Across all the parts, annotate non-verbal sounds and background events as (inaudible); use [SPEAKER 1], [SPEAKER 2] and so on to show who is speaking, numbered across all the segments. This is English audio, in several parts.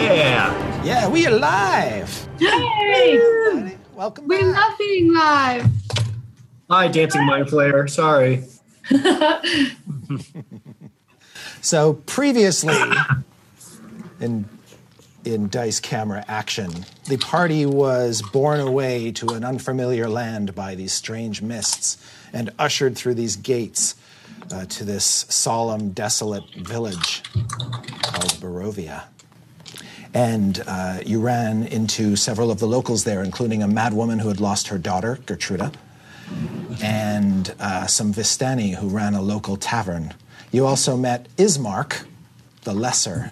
[SPEAKER 1] Yeah.
[SPEAKER 2] Yeah, we are live.
[SPEAKER 3] Yay!
[SPEAKER 2] Welcome
[SPEAKER 3] We
[SPEAKER 2] back.
[SPEAKER 3] love being live.
[SPEAKER 1] Hi, Dancing Mind Flayer. Sorry.
[SPEAKER 2] So previously, in in dice camera action, the party was borne away to an unfamiliar land by these strange mists and ushered through these gates uh, to this solemn, desolate village called Barovia. And uh, you ran into several of the locals there, including a madwoman who had lost her daughter, Gertruda. and uh, some Vistani who ran a local tavern. You also met Ismark, the Lesser,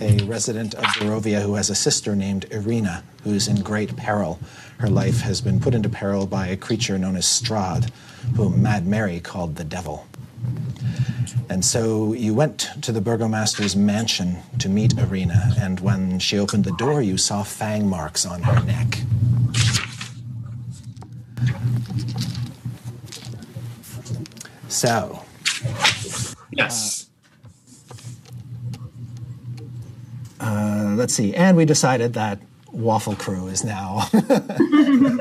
[SPEAKER 2] a resident of Barovia who has a sister named Irina, who's in great peril. Her life has been put into peril by a creature known as Strahd, whom Mad Mary called the Devil. And so you went to the burgomaster's mansion to meet Irina, and when she opened the door, you saw fang marks on her neck. So,
[SPEAKER 1] Yes.
[SPEAKER 2] Uh, let's see. And we decided that Waffle Crew is now (laughs)
[SPEAKER 3] I'm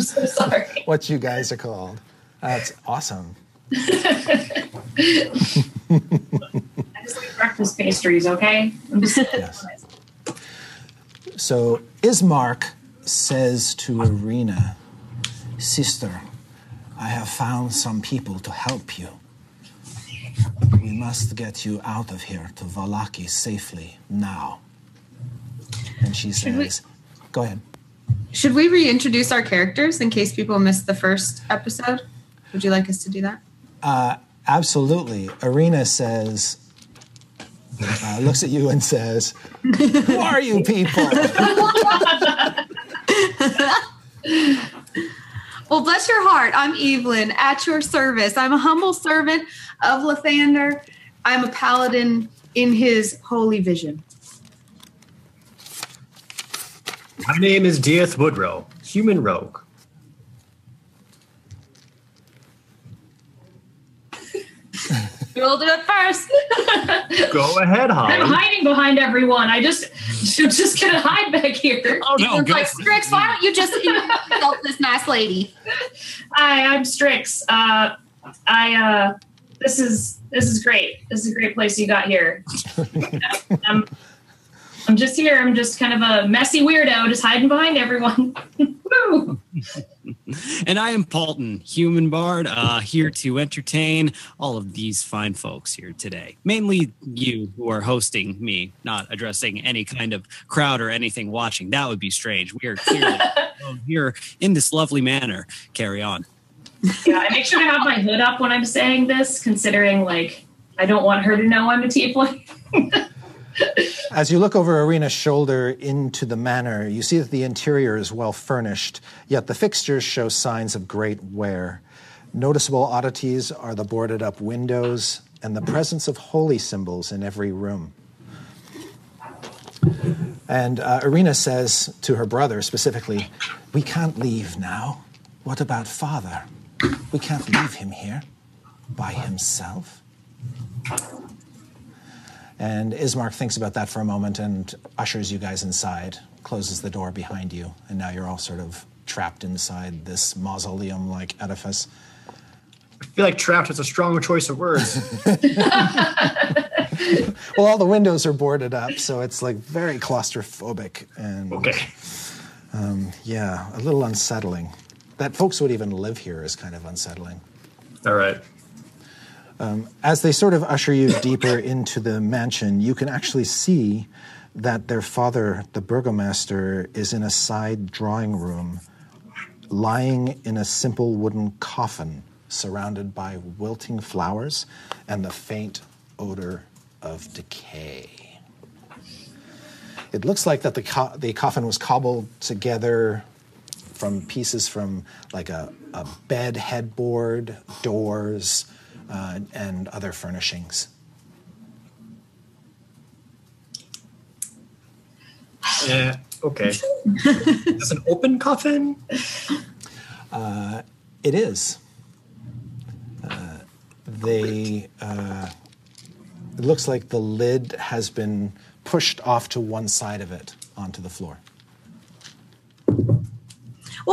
[SPEAKER 3] so sorry.
[SPEAKER 2] what you guys are called. That's awesome.
[SPEAKER 3] I just like breakfast pastries, okay? I'm just
[SPEAKER 2] Yes. So Ismark says to Irina, Sister, I have found some people to help you. We must get you out of here to Valaki safely now. And she
[SPEAKER 3] we-
[SPEAKER 2] says, Go ahead.
[SPEAKER 3] Should we reintroduce our characters in case people missed the first episode? Would you like us to do that?
[SPEAKER 2] Absolutely. Arena says, uh, looks at you and says, Who are you people?
[SPEAKER 3] Well, bless your heart. I'm Evelyn, at your service. I'm a humble servant of Lathander. I'm a paladin in his holy vision.
[SPEAKER 1] My name is Dieth Woodrow, human rogue.
[SPEAKER 3] You'll do it
[SPEAKER 4] (laughs)
[SPEAKER 3] first.
[SPEAKER 1] Go ahead,
[SPEAKER 4] I'm
[SPEAKER 1] Holly.
[SPEAKER 4] hiding behind everyone. I just (laughs) I'm just gonna hide back here.
[SPEAKER 1] Oh, no,
[SPEAKER 3] It's
[SPEAKER 1] go
[SPEAKER 3] like,
[SPEAKER 1] for it.
[SPEAKER 3] Strix, why don't you just introduce yourself, this nice lady?
[SPEAKER 4] Hi, I'm Strix. Uh, I uh, this is this is great. This is a great place you got here. I'm, I'm just here. I'm just kind of a messy weirdo, just hiding behind everyone. (laughs) Woo!
[SPEAKER 5] And I am Paulton, human bard, uh, here to entertain all of these fine folks here today. Mainly you who are hosting me, not addressing any kind of crowd or anything watching. That would be strange. We are clearly alone here in this lovely manner. Carry on.
[SPEAKER 4] Yeah, I make sure to have my hood up when I'm saying this, considering like I don't want her to know I'm a tiefling. (laughs)
[SPEAKER 2] As you look over Arena's shoulder into the manor, you see that the interior is well furnished, yet the fixtures show signs of great wear. Noticeable oddities are the boarded up windows and the presence of holy symbols in every room. And uh, Irina says to her brother specifically, We can't leave now. What about father? We can't leave him here by himself. And Ismark thinks about that for a moment and ushers you guys inside, closes the door behind you, and now you're all sort of trapped inside this mausoleum like edifice.
[SPEAKER 1] I feel like trapped is a stronger choice of words.
[SPEAKER 2] well, all the windows are boarded up, so it's like very claustrophobic
[SPEAKER 1] (laughs)
[SPEAKER 2] and
[SPEAKER 1] Okay.
[SPEAKER 2] yeah, a little unsettling. That folks would even live here is kind of unsettling.
[SPEAKER 1] All right.
[SPEAKER 2] as they sort of usher you deeper into the mansion, you can actually see that their father, the burgomaster, is in a side drawing room, lying in a simple wooden coffin surrounded by wilting flowers and the faint odor of decay. It looks like that the, co- the coffin was cobbled together from pieces from like a, a bed headboard, doors, uh, and other furnishings.
[SPEAKER 1] Yeah. Okay. Is this an open coffin?
[SPEAKER 2] It is. Uh, they. Uh, it looks like the lid has been pushed off to one side of it onto the floor.
[SPEAKER 3] Well,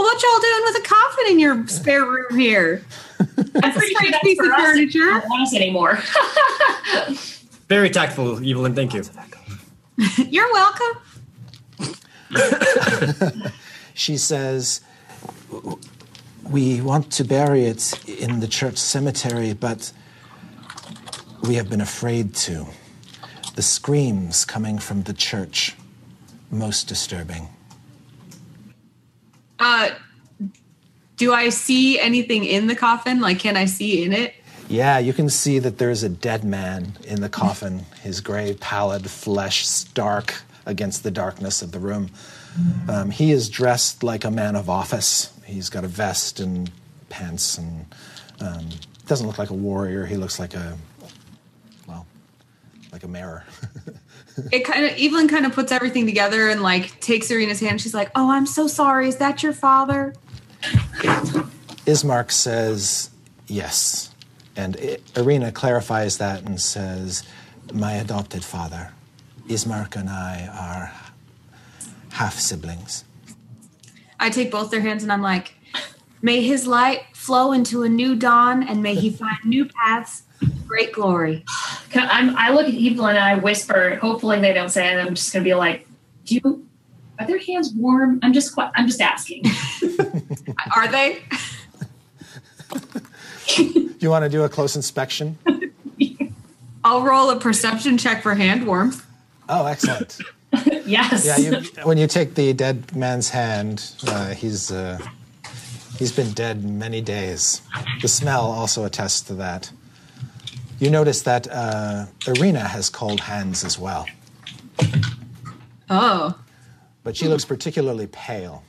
[SPEAKER 3] what y'all doing with a coffin in your spare room here?
[SPEAKER 4] I'm pretty sure
[SPEAKER 3] strange
[SPEAKER 4] that's
[SPEAKER 3] piece
[SPEAKER 4] for
[SPEAKER 3] of
[SPEAKER 4] us. They
[SPEAKER 3] furniture.
[SPEAKER 4] don't want us anymore. (laughs)
[SPEAKER 1] Very tactful, Evelyn. Thank you.
[SPEAKER 3] You're welcome.
[SPEAKER 2] She says, We want to bury it in the church cemetery, but we have been afraid to. The screams coming from the church, most disturbing.
[SPEAKER 3] Uh, do I see anything in the coffin? Like, can I see in it?
[SPEAKER 2] Yeah, you can see that there is a dead man in the coffin, his gray, pallid flesh stark against the darkness of the room. Um, he is dressed like a man of office. He's got a vest and pants and um, doesn't look like a warrior. He looks like a, well, like a mayor.
[SPEAKER 3] It kind of Evelyn kind of puts everything together and like takes Serena's hand. She's like, "Oh, I'm so sorry. Is that your father?"
[SPEAKER 2] Ismark says yes. And I- Irina clarifies that and says, My adopted father, Ismark and I are half siblings.
[SPEAKER 3] I take both their hands and I'm like, "May his light flow into a new dawn, and may he find new paths, of great glory."
[SPEAKER 4] Can- I'm, I look at Evelyn and I whisper. Hopefully they don't say it. I'm just gonna be like, "Do you, are their hands warm?" I'm just qui- I'm just asking. (laughs)
[SPEAKER 3] Are they?
[SPEAKER 2] You want to do a close inspection?
[SPEAKER 3] I'll roll a perception check for hand warmth.
[SPEAKER 2] Oh, excellent.
[SPEAKER 4] yes.
[SPEAKER 2] Yeah, you, when you take the dead man's hand, uh, he's, uh, he's been dead many days. The smell also attests to that. You notice that uh, Irina has cold hands as well,
[SPEAKER 3] Oh,
[SPEAKER 2] but she looks particularly pale.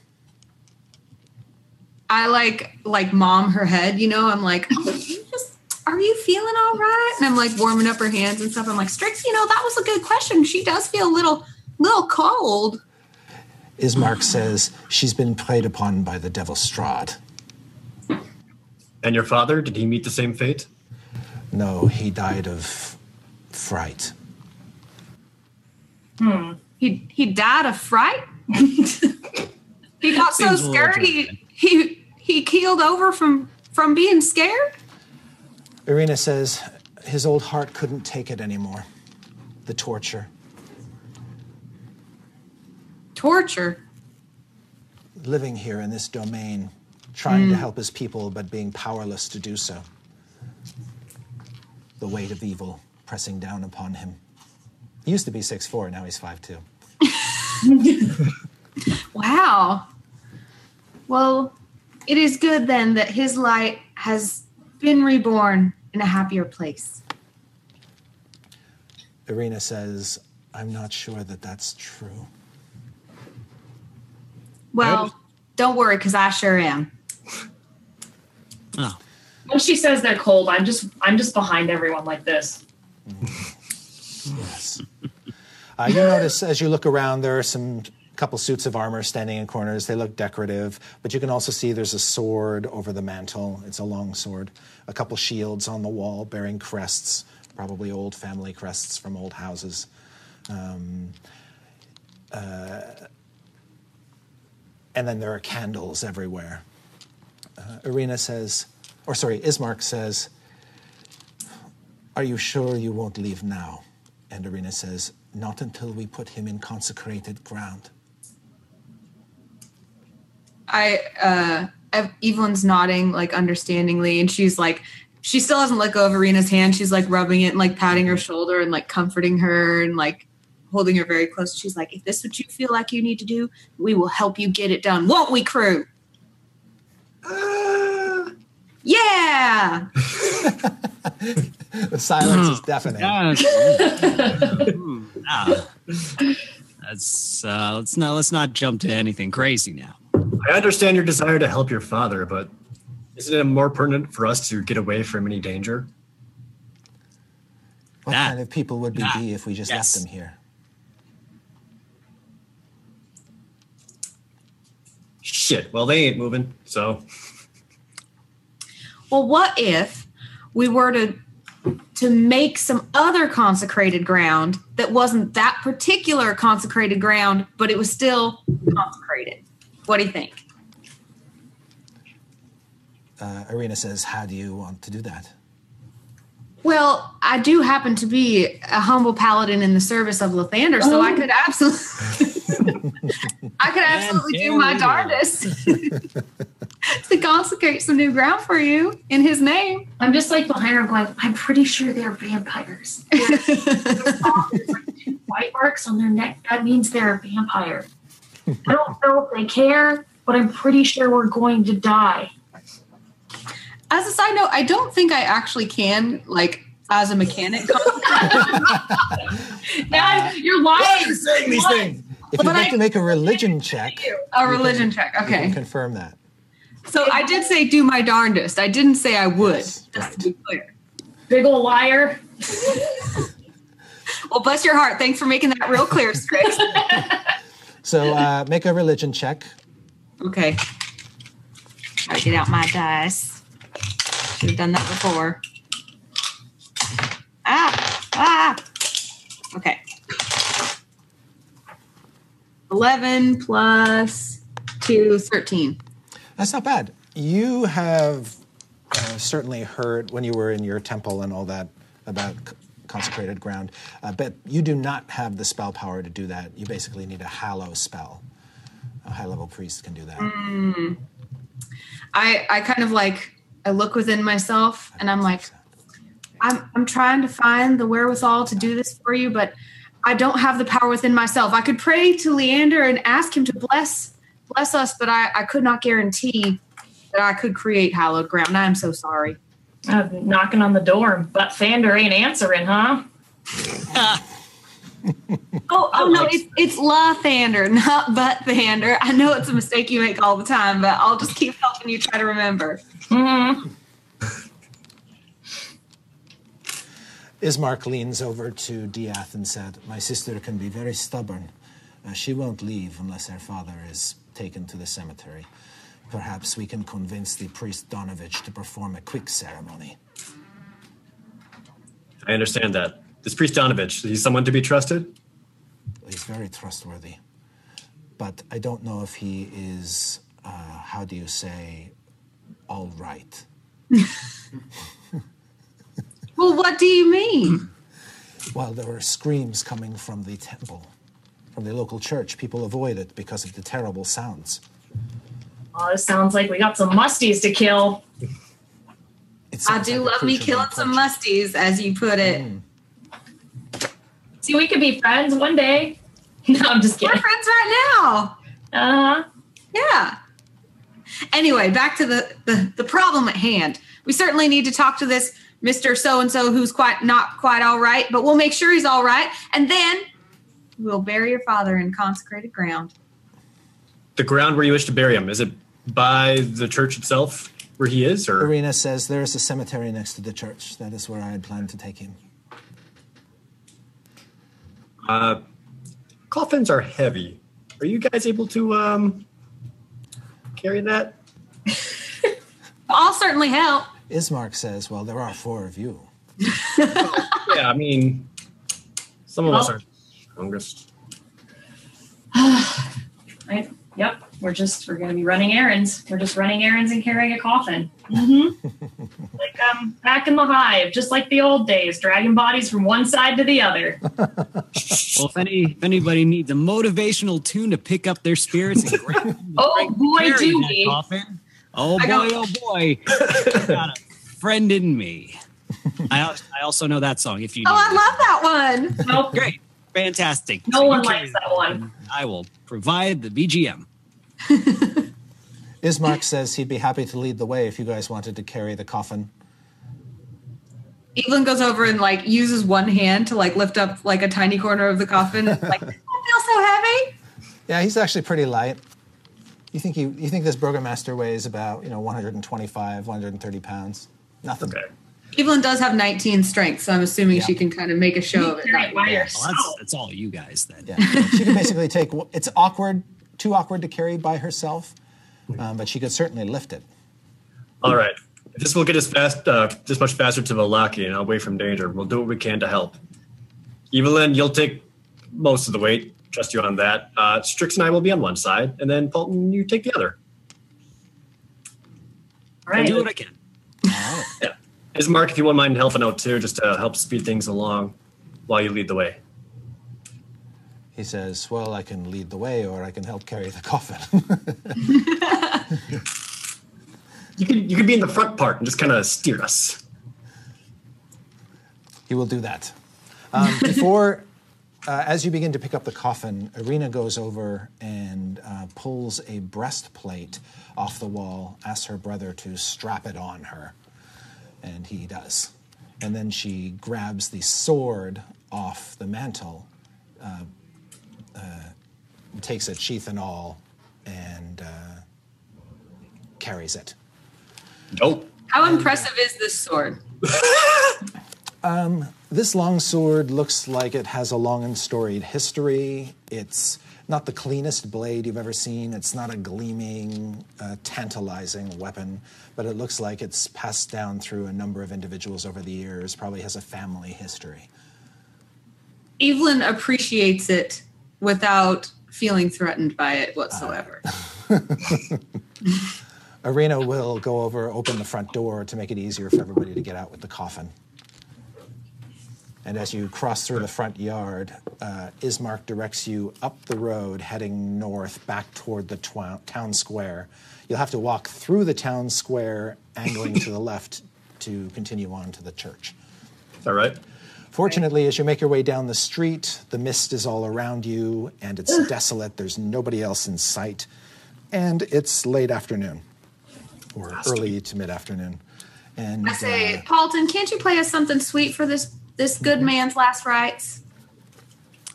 [SPEAKER 3] I like like mom her head, you know. I'm like, oh, you just, are you feeling all right? And I'm like warming up her hands and stuff. I'm like, Strix, you know, that was a good question. She does feel a little little cold.
[SPEAKER 2] Ismark says she's been preyed upon by the devil Strahd.
[SPEAKER 1] And your father? Did he meet the same fate?
[SPEAKER 2] No, he died of fright.
[SPEAKER 3] He he died of fright. (laughs) he got so
[SPEAKER 5] Seems a little
[SPEAKER 3] scared he he he keeled over from from being scared.
[SPEAKER 2] Irina says his old heart couldn't take it anymore. The torture.
[SPEAKER 3] Torture.
[SPEAKER 2] Living here in this domain, trying to help his people, but being powerless to do so. The weight of evil pressing down upon him. He used to be 6'4, now he's 5'2.
[SPEAKER 3] Wow. Well, it is good then that his light has been reborn in a happier place.
[SPEAKER 2] Irina says, I'm not sure that that's true.
[SPEAKER 3] Well, don't worry, because I sure am.
[SPEAKER 5] Oh,
[SPEAKER 4] When she says they're cold, I'm just I'm just behind everyone like this.
[SPEAKER 2] Yes. (laughs) Uh, you notice as you look around, there are some couple suits of armor standing in corners. They look decorative, but you can also see there's a sword over the mantle. It's a long sword. A couple shields on the wall bearing crests, probably old family crests from old houses. Um, uh, and then there are candles everywhere. Uh, Irina says, or sorry, Ismark says, Are you sure you won't leave now? And Arena says, Not until we put him in consecrated ground. (laughs)
[SPEAKER 3] I uh Ev- Evelyn's nodding like understandingly and she's like she still hasn't let go of Arena's hand. She's like rubbing it and like patting her shoulder and like comforting her and like holding her very close. She's like, if this is what you feel like you need to do, we will help you get it done. Won't we, crew? Yeah.
[SPEAKER 2] The silence is deafening.
[SPEAKER 5] Ah, hmm, ah. That's uh, let's not let's not jump to anything crazy now.
[SPEAKER 1] I understand your desire to help your father, but isn't it more pertinent for us to get away from any danger?
[SPEAKER 2] What
[SPEAKER 5] That-
[SPEAKER 2] kind of people would we be if we just
[SPEAKER 5] Yes.
[SPEAKER 2] left them here?
[SPEAKER 1] Shit. Well, they ain't moving, so
[SPEAKER 3] Well, what if we were to to make some other consecrated ground that wasn't that particular consecrated ground, but it was still consecrated? What do you think?
[SPEAKER 2] Uh, Arena says, How do you want to do that?
[SPEAKER 3] Well, I do happen to be a humble paladin in the service of Lathander, so I could absolutely, (laughs) I could absolutely do my
[SPEAKER 5] Lathander.
[SPEAKER 3] darndest (laughs) to consecrate some new ground for you in his name.
[SPEAKER 4] I'm just like behind her going, I'm pretty sure they're vampires. White marks on their neck, that means they're a vampire. I don't know if they care, but I'm pretty sure we're going to die.
[SPEAKER 3] As a side note, I don't think I actually can, like, as a mechanic,
[SPEAKER 4] Dad, you're lying.
[SPEAKER 1] saying these things.
[SPEAKER 2] If you'd
[SPEAKER 3] But
[SPEAKER 2] like
[SPEAKER 3] I-
[SPEAKER 2] to make a religion check,
[SPEAKER 3] a religion check.
[SPEAKER 2] you can
[SPEAKER 3] Okay.
[SPEAKER 2] confirm that.
[SPEAKER 3] So I did say do my darndest. I didn't say I would.
[SPEAKER 2] Yes,
[SPEAKER 3] just
[SPEAKER 2] right.
[SPEAKER 3] to be clear.
[SPEAKER 4] Big ol' liar.
[SPEAKER 3] Well, bless your heart. Thanks for making that real
[SPEAKER 2] (laughs)
[SPEAKER 3] clear, Strix.
[SPEAKER 2] So uh, make a religion check.
[SPEAKER 3] Okay. Gotta get out my dice. Should have done that before. Ah! Ah! Okay. 11 plus 2, 13.
[SPEAKER 2] That's not bad. You have uh, certainly heard when you were in your temple and all that about c- consecrated ground, uh, but you do not have the spell power to do that. You basically need a hallow spell. A high level priest can do that.
[SPEAKER 3] I, I kind of like, I look within myself and I'm like, I'm, I'm trying to find the wherewithal to do this for you, but I don't have the power within myself. I could pray to Leander and ask him to bless bless us, but I, I could not guarantee that I could create hallowed ground. I'm so sorry.
[SPEAKER 4] I'm Uh, knocking on the door, but Fander ain't answering, huh?
[SPEAKER 3] Oh, oh no, it's it's Lathander, (laughs) not But Thander. I know it's a mistake you make all the time, but I'll just keep helping you try to remember.
[SPEAKER 4] Mm-hmm.
[SPEAKER 2] Ismark leans over to Diath and said, My sister can be very stubborn. Uh, she won't leave unless her father is taken to the cemetery. Perhaps we can convince the priest Donovich to perform a quick ceremony.
[SPEAKER 1] I understand that. This priest Donovich, he's someone to be trusted.
[SPEAKER 2] He's very trustworthy. But I don't know if he is, uh, how do you say, all right.
[SPEAKER 3] Well, what do you mean?
[SPEAKER 2] Well, there were screams coming from the temple, from the local church. People avoid it because of the terrible sounds.
[SPEAKER 4] Oh, this sounds like we got some musties to kill.
[SPEAKER 2] It
[SPEAKER 3] I
[SPEAKER 2] sounds
[SPEAKER 3] Ah, do
[SPEAKER 2] like a
[SPEAKER 3] love me
[SPEAKER 2] crucial
[SPEAKER 3] killing some
[SPEAKER 2] approach.
[SPEAKER 3] musties, as you put it.
[SPEAKER 4] See, we could be friends one day. (laughs) No, I'm just
[SPEAKER 3] We're
[SPEAKER 4] kidding.
[SPEAKER 3] friends right now.
[SPEAKER 4] Uh huh.
[SPEAKER 3] Yeah. Anyway, back to the, the, the problem at hand. We certainly need to talk to this Mr. So and so who's quite not quite all right, but we'll make sure he's all right. And then we'll bury your father in consecrated ground.
[SPEAKER 1] The ground where you wish to bury him, is it by the church itself where he is? Or
[SPEAKER 2] Arena says there is a cemetery next to the church. That is where I had planned to take him.
[SPEAKER 1] uh, coffins are heavy. Are you guys able to um carry that?
[SPEAKER 3] I'll certainly help.
[SPEAKER 2] Ismark says, Well, there are four of you.
[SPEAKER 1] Yeah, I mean some of us
[SPEAKER 4] Well-
[SPEAKER 1] are strongest.
[SPEAKER 4] I, Yep, we're just we're gonna be running errands. We're just running errands and carrying a coffin. Mm-hmm. (laughs) like um, back in the hive, just like the old days, dragging bodies from one side to the other.
[SPEAKER 5] Well, if any if anybody needs a motivational tune to pick up their spirits and grab
[SPEAKER 4] Oh boy,
[SPEAKER 5] carry
[SPEAKER 4] do
[SPEAKER 5] that
[SPEAKER 4] we!
[SPEAKER 5] coffin, oh boy,
[SPEAKER 4] I got-
[SPEAKER 5] oh boy, I got a friend in me. I al- I also know that song. If you
[SPEAKER 3] Oh,
[SPEAKER 5] need
[SPEAKER 3] I
[SPEAKER 5] it.
[SPEAKER 3] love that
[SPEAKER 4] (laughs)
[SPEAKER 3] one.
[SPEAKER 4] Nope.
[SPEAKER 5] great, fantastic.
[SPEAKER 4] No
[SPEAKER 5] you
[SPEAKER 4] one
[SPEAKER 5] carry
[SPEAKER 4] likes that one.
[SPEAKER 5] I will provide the BGM.
[SPEAKER 2] Ismark
[SPEAKER 3] (laughs)
[SPEAKER 2] says he'd be happy to lead the way if you guys wanted to carry the coffin.
[SPEAKER 3] Evelyn goes over and like uses one hand to like lift up like a tiny corner of the coffin. Like, I feel so heavy.
[SPEAKER 2] Yeah, he's actually pretty light. You think you, you think this burgomaster weighs about you know 125, 130 pounds? Nothing.
[SPEAKER 1] Okay.
[SPEAKER 3] Evelyn does have 19 strength, so I'm assuming
[SPEAKER 2] Yeah.
[SPEAKER 3] she can kind of make a show of it.
[SPEAKER 4] Carry it by
[SPEAKER 5] Well,
[SPEAKER 4] yourself.
[SPEAKER 5] that's, that's all you guys then.
[SPEAKER 2] Yeah, she could basically take. It's awkward, too awkward to carry by herself, um, but she could certainly lift it.
[SPEAKER 1] All right. This will get us fast, uh, this much faster to Valaki and away from danger. We'll do what we can to help. Evelyn, you'll take most of the weight. Trust you on that. Uh, Strix and I will be on one side, and then Paulton, you take the other.
[SPEAKER 4] All
[SPEAKER 5] I
[SPEAKER 4] right.
[SPEAKER 5] do what I can.
[SPEAKER 1] Yeah. Is Mark, if you wouldn't mind helping out too, just to help speed things along while you lead the way.
[SPEAKER 2] He says, "Well, I can lead the way, or I can help carry the coffin."
[SPEAKER 1] You could you could be in the front part and just kind of steer us.
[SPEAKER 2] he will do that. Um, (laughs) before, uh, as you begin to pick up the coffin, Irina goes over and uh, pulls a breastplate off the wall, asks her brother to strap it on her, and he does. And then she grabs the sword off the mantle, uh, uh, takes it, sheath and all, and uh, carries it.
[SPEAKER 1] Nope.
[SPEAKER 3] How impressive is this sword?
[SPEAKER 2] This longsword looks like it has a long and storied history. It's not the cleanest blade you've ever seen. It's not a gleaming, uh, tantalizing weapon, but it looks like it's passed down through a number of individuals over the years, probably has a family history.
[SPEAKER 3] Evelyn appreciates it without feeling threatened by it whatsoever.
[SPEAKER 2] Ah. Arena will go over, open the front door to make it easier for everybody to get out with the coffin. And as you cross through the front yard, uh, Ismark directs you up the road, heading north back toward the twa- town square. You'll have to walk through the town square, angling to the left to continue on to the church.
[SPEAKER 1] Is that right?
[SPEAKER 2] Fortunately, as you make your way down the street, the mist is all around you and it's desolate. There's nobody else in sight. And it's late afternoon or early to mid afternoon. And
[SPEAKER 3] I say,
[SPEAKER 2] uh,
[SPEAKER 3] Paulton, can't you play us something sweet for this this good man's last rites?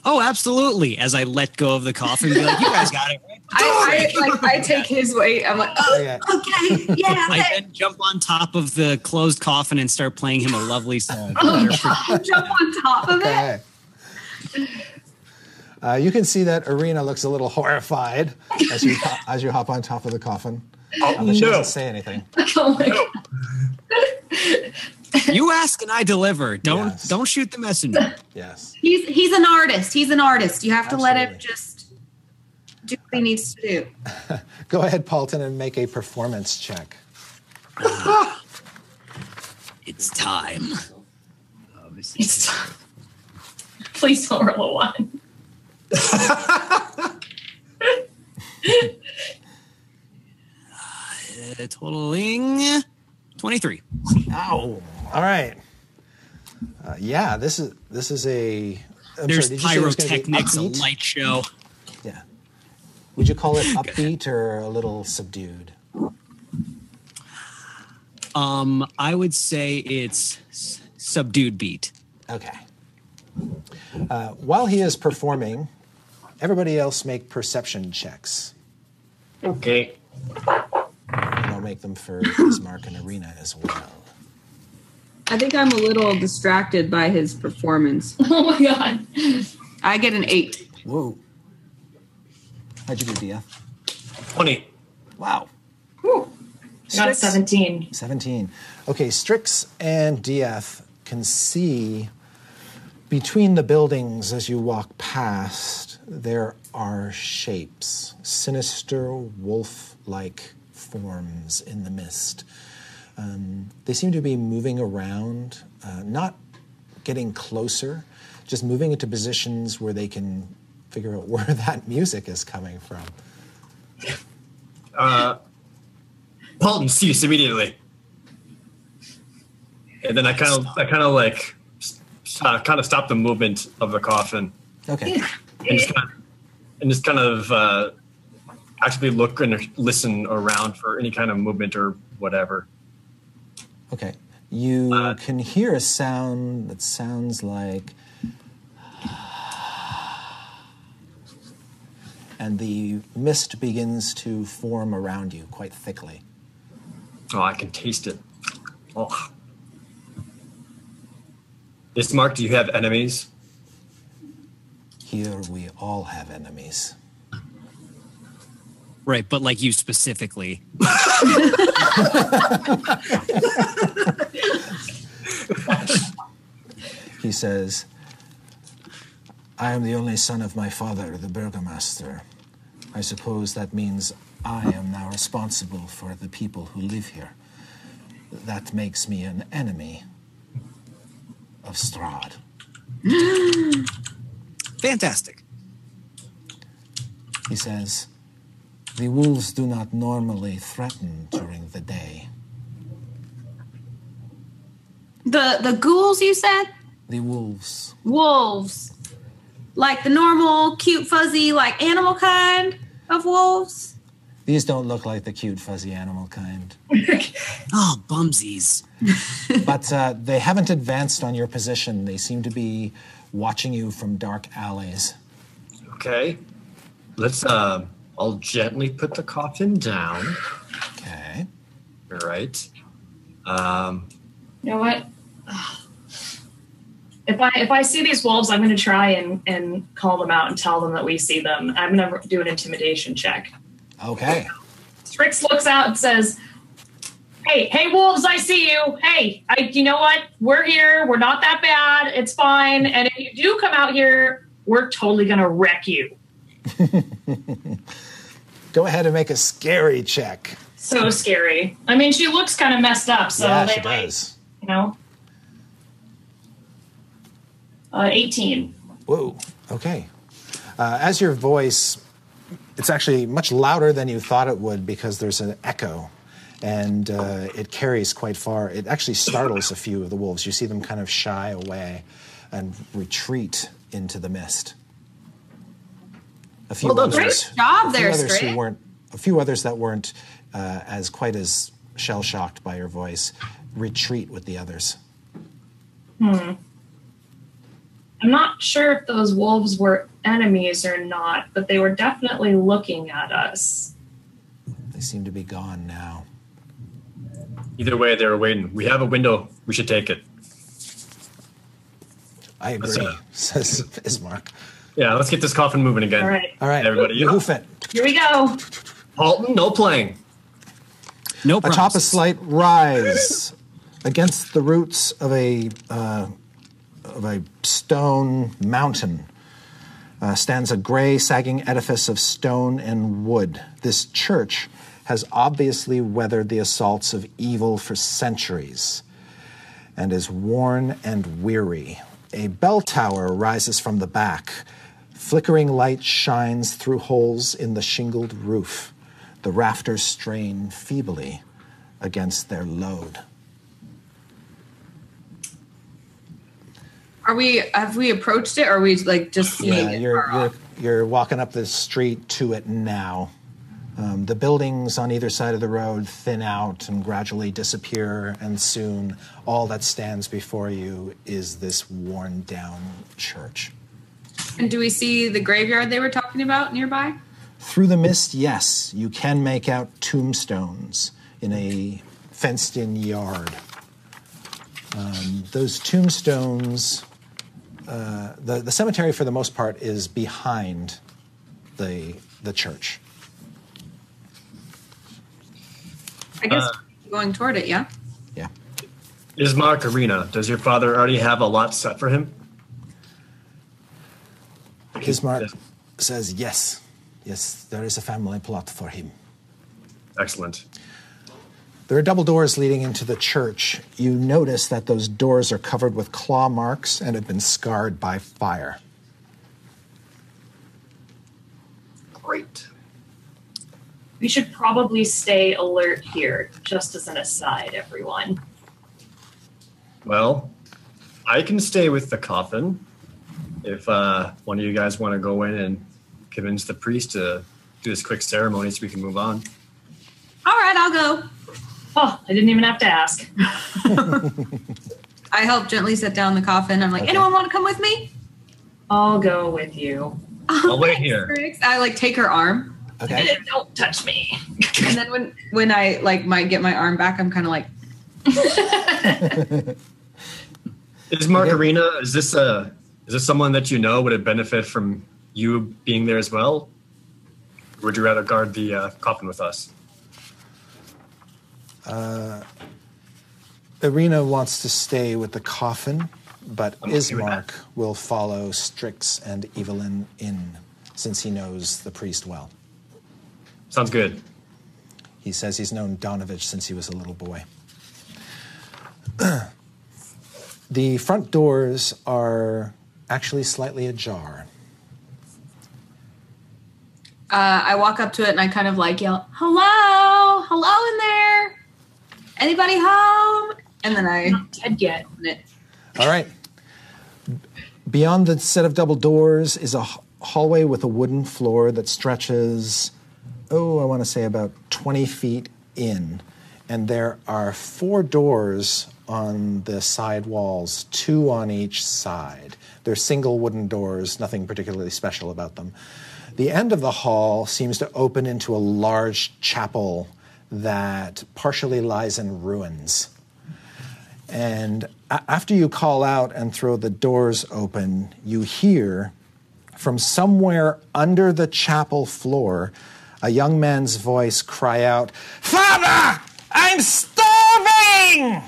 [SPEAKER 5] Oh, absolutely. As I let go of the coffin, be like, you guys got it.
[SPEAKER 4] (laughs)
[SPEAKER 5] Right?
[SPEAKER 3] I, I like I take his weight. I'm like, oh,
[SPEAKER 2] yeah.
[SPEAKER 3] okay,
[SPEAKER 2] (laughs)
[SPEAKER 3] yeah.
[SPEAKER 5] I then jump on top of the closed coffin and start playing him a lovely song.
[SPEAKER 4] Oh,
[SPEAKER 3] that- jump on top of it. (laughs)
[SPEAKER 2] okay. Uh, you can see that Arena looks a little horrified as you ho- as you hop on top of the coffin.
[SPEAKER 1] Oh,
[SPEAKER 2] But she
[SPEAKER 1] no.
[SPEAKER 2] doesn't say anything.
[SPEAKER 4] Oh my God.
[SPEAKER 5] you ask and I deliver. Don't
[SPEAKER 2] Yes.
[SPEAKER 5] don't shoot the messenger.
[SPEAKER 2] Yes.
[SPEAKER 3] He's he's an artist. He's an artist. You have to let him
[SPEAKER 2] Absolutely.
[SPEAKER 3] just do what he needs to do.
[SPEAKER 2] Go ahead, Paulton, and make a performance check.
[SPEAKER 5] It's time. Oh, this is-
[SPEAKER 4] It's (laughs) Please don't roll a one. (laughs)
[SPEAKER 5] Uh, totaling 23.
[SPEAKER 2] Ow! All right. Uh, yeah, this is this is a. I'm
[SPEAKER 5] There's
[SPEAKER 2] sorry, did you say it was gonna be
[SPEAKER 5] pyrotechnics, a
[SPEAKER 2] upbeat?
[SPEAKER 5] light show.
[SPEAKER 2] Yeah. Would you
[SPEAKER 5] (laughs)
[SPEAKER 2] call it upbeat or a little subdued?
[SPEAKER 5] Um, I would say it's s- subdued beat.
[SPEAKER 2] Okay. Uh, while he is performing, everybody else make perception checks.
[SPEAKER 1] Okay.
[SPEAKER 2] And I'll make them for Ismark and Arena as well.
[SPEAKER 3] I think I'm a little distracted by his performance.
[SPEAKER 4] Oh my god.
[SPEAKER 3] I get an eight.
[SPEAKER 2] Whoa. How'd you do, Dia?
[SPEAKER 1] Twenty.
[SPEAKER 2] Wow.
[SPEAKER 4] Whew. I Got a
[SPEAKER 2] Strix?
[SPEAKER 4] 17.
[SPEAKER 2] 17. Okay, Strix and DF can see between the buildings as you walk past there are shapes, sinister wolf like forms in the mist. Um, they seem to be moving around, uh, not getting closer, just moving into positions where they can figure out (laughs) where that music is coming from.
[SPEAKER 1] Paulton, cease immediately. And then I kind of, I kind of like, uh, kind of stop the movement of the coffin
[SPEAKER 2] Okay.
[SPEAKER 1] and just kind of, and just kind of uh, actually look and listen around for any kind of movement or whatever.
[SPEAKER 2] Okay. You can hear a sound that sounds like. And the mist begins to form around you quite thickly.
[SPEAKER 1] Oh, I can taste it. Oh. This mark, do you have enemies?
[SPEAKER 2] Here we all have enemies.
[SPEAKER 5] Right, but like you specifically. (laughs)
[SPEAKER 2] He says, I am the only son of my father, the burgomaster. I suppose that means I am now responsible for the people who live here. That makes me an enemy of Strahd.
[SPEAKER 5] Fantastic.
[SPEAKER 2] He says, The wolves do not normally threaten during the day.
[SPEAKER 3] The the ghouls you said?
[SPEAKER 2] The wolves.
[SPEAKER 3] Wolves. Like the normal, cute, fuzzy, like animal kind of wolves.
[SPEAKER 2] These don't look like the cute, fuzzy animal kind.
[SPEAKER 5] Oh, bumsies.
[SPEAKER 2] But uh, they haven't advanced on your position. They seem to be watching you from dark alleys.
[SPEAKER 1] Okay. Let's, uh, I'll gently put the coffin down.
[SPEAKER 2] Okay.
[SPEAKER 1] All right. Um,
[SPEAKER 4] You know what? If I if I see these wolves, I'm going to try and and call them out and tell them that we see them. I'm going to do an intimidation check.
[SPEAKER 2] Okay.
[SPEAKER 4] Strix looks out and says, "Hey, hey, wolves! I see you. Hey, I, you know what? We're here. We're not that bad. It's fine. And if you do come out here, we're totally going to wreck you."
[SPEAKER 2] Go ahead and make a scary check.
[SPEAKER 4] So scary. I mean, she looks kind of messed up. So
[SPEAKER 2] yeah,
[SPEAKER 4] they
[SPEAKER 2] she
[SPEAKER 4] might-
[SPEAKER 2] does.
[SPEAKER 4] you know. Uh, 18.
[SPEAKER 2] Whoa. Okay. Uh, as your voice, it's actually much louder than you thought it would because there's an echo and uh, it carries quite far. It actually startles a few of the wolves. You see them kind of shy away and retreat into the mist. A few
[SPEAKER 1] Well done,
[SPEAKER 2] others,
[SPEAKER 1] Strix.
[SPEAKER 3] Good job
[SPEAKER 2] a few
[SPEAKER 3] there,
[SPEAKER 2] others who
[SPEAKER 3] Strix.
[SPEAKER 2] weren't, a few others that weren't uh, as quite as shell shocked by your voice, retreat with the others.
[SPEAKER 4] I'm not sure if those wolves were enemies or not, but they were definitely looking at us.
[SPEAKER 2] They seem to be gone now.
[SPEAKER 1] either way, they're waiting. We have a window. We should take it.
[SPEAKER 2] I agree,
[SPEAKER 1] That's it.
[SPEAKER 2] (laughs) says Ismark.
[SPEAKER 1] Yeah, let's get this coffin moving again.
[SPEAKER 4] All right.
[SPEAKER 2] All right,
[SPEAKER 1] Everybody,
[SPEAKER 2] you
[SPEAKER 1] yeah.
[SPEAKER 2] hoof it.
[SPEAKER 4] Here we go.
[SPEAKER 1] Halton, no playing.
[SPEAKER 5] No problem.
[SPEAKER 2] Atop a slight (laughs) rise against the roots of a uh, of a stone mountain uh, stands a gray, sagging edifice of stone and wood. This church has obviously weathered the assaults of evil for centuries and is worn and weary. A bell tower rises from the back. Flickering light shines through holes in the shingled roof. The rafters strain feebly against their load.
[SPEAKER 3] Are we have we approached it or are we like just seeing
[SPEAKER 2] Yeah,
[SPEAKER 3] it
[SPEAKER 2] you're,
[SPEAKER 3] far
[SPEAKER 2] you're,
[SPEAKER 3] off?
[SPEAKER 2] you're walking up the street to it now. Um, the buildings on either side of the road thin out and gradually disappear, and soon all that stands before you is this worn down church.
[SPEAKER 3] And do we see the graveyard they were talking about nearby?
[SPEAKER 2] Through the mist, yes, you can make out tombstones in a fenced in yard. Um, those tombstones, uh, the, the cemetery for the most part is behind the, the church.
[SPEAKER 3] I guess
[SPEAKER 2] Uh.
[SPEAKER 3] going toward it, yeah.
[SPEAKER 2] Yeah.
[SPEAKER 1] Is Mark Arena, does your father already have a lot set for him?
[SPEAKER 2] Ismark says yes. Yes, there is a family plot for him.
[SPEAKER 1] Excellent.
[SPEAKER 2] There are double doors leading into the church. You notice that those doors are covered with claw marks and have been scarred by fire.
[SPEAKER 1] Great.
[SPEAKER 4] We should probably stay alert here, just as an aside, everyone.
[SPEAKER 1] Well, I can stay with the coffin if uh, one of you guys want to go in and convince the priest to do this quick ceremony so we can move on.
[SPEAKER 3] All right, I'll go.
[SPEAKER 4] Oh, I didn't even have to ask.
[SPEAKER 3] I help gently set down the coffin. I'm like,
[SPEAKER 2] Okay.
[SPEAKER 3] anyone want to come with me?
[SPEAKER 4] I'll go with you.
[SPEAKER 1] I'll wait here.
[SPEAKER 3] Trix. I like take her arm,
[SPEAKER 4] (laughs)
[SPEAKER 2] Okay.
[SPEAKER 4] Eh, Don't touch me.
[SPEAKER 3] and then when when I like might get my arm back, I'm kind of like,
[SPEAKER 1] Is Margarina? Is this a? Is this someone that you know would it benefit from you being there as well? Or would you rather guard the uh, coffin with us?
[SPEAKER 2] Irina wants to stay with the coffin, but
[SPEAKER 1] I'm okay with
[SPEAKER 2] Ismark will follow Strix and Evelyn in, since he knows the priest well.
[SPEAKER 1] Sounds good.
[SPEAKER 2] He says he's known Donovich since he was a little boy. (clears throat) the front doors are actually slightly ajar.
[SPEAKER 3] uh, I walk up to it and I kind of like yell, hello, hello in there, anybody home? And then I
[SPEAKER 4] Not dead yet.
[SPEAKER 3] open it.
[SPEAKER 2] All right. Beyond the set of double doors is a h- hallway with a wooden floor that stretches, oh, I want to say about 20 feet in. And there are four doors on the side walls, two on each side. They're single wooden doors, nothing particularly special about them. The end of the hall seems to open into a large chapel that partially lies in ruins. And a- after you call out and throw the doors open, you hear from somewhere under the chapel floor a young man's voice cry out, Father, I'm starving!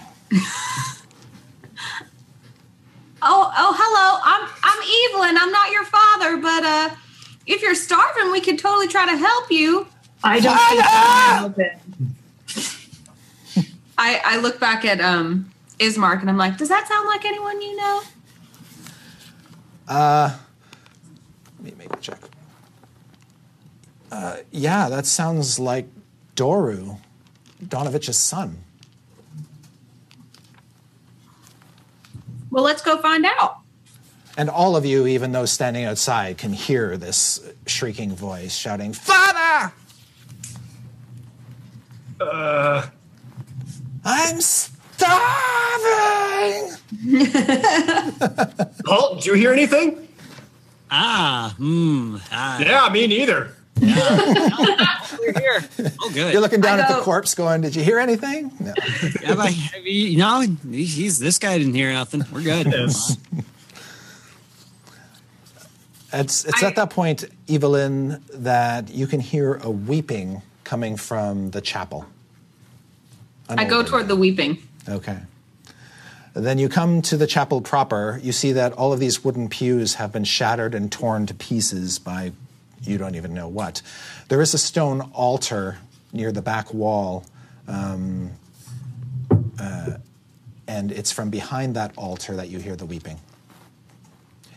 [SPEAKER 3] Oh, oh, hello. I'm I'm Evelyn. I'm not your father, but uh, if you're starving, we could totally try to help you.
[SPEAKER 4] I don't think I'm open.
[SPEAKER 3] I I look back at um Ismark and I'm like, does that sound like anyone you know?
[SPEAKER 2] Let me make a check. Uh, yeah, that sounds like Doru, Donovich's son.
[SPEAKER 3] Well, let's go find out.
[SPEAKER 2] And all of you, even those standing outside, can hear this shrieking voice shouting, Father!
[SPEAKER 1] Uh,
[SPEAKER 2] I'm starving!
[SPEAKER 1] Paul, do you hear anything?
[SPEAKER 5] Ah, hmm. Ah,
[SPEAKER 1] Yeah, me neither.
[SPEAKER 5] we're here. (laughs) Oh, good.
[SPEAKER 2] You're looking down
[SPEAKER 3] I
[SPEAKER 2] at the
[SPEAKER 3] go-
[SPEAKER 2] corpse, going, "Did you hear anything?"
[SPEAKER 3] (laughs)
[SPEAKER 2] No. (laughs)
[SPEAKER 5] Have I, have you, no, he's, this guy didn't hear nothing. We're good.
[SPEAKER 1] Yes.
[SPEAKER 2] It's it's
[SPEAKER 3] I-
[SPEAKER 2] at that point, Evelyn, that you can hear a weeping coming from the chapel. An
[SPEAKER 3] I go
[SPEAKER 2] old
[SPEAKER 3] toward the weeping.
[SPEAKER 2] lady. Okay. Then you come to the chapel proper. You see that all of these wooden pews have been shattered and torn to pieces by you don't even know what. There is a stone altar near the back wall. um, uh, and it's from behind that altar that you hear the weeping.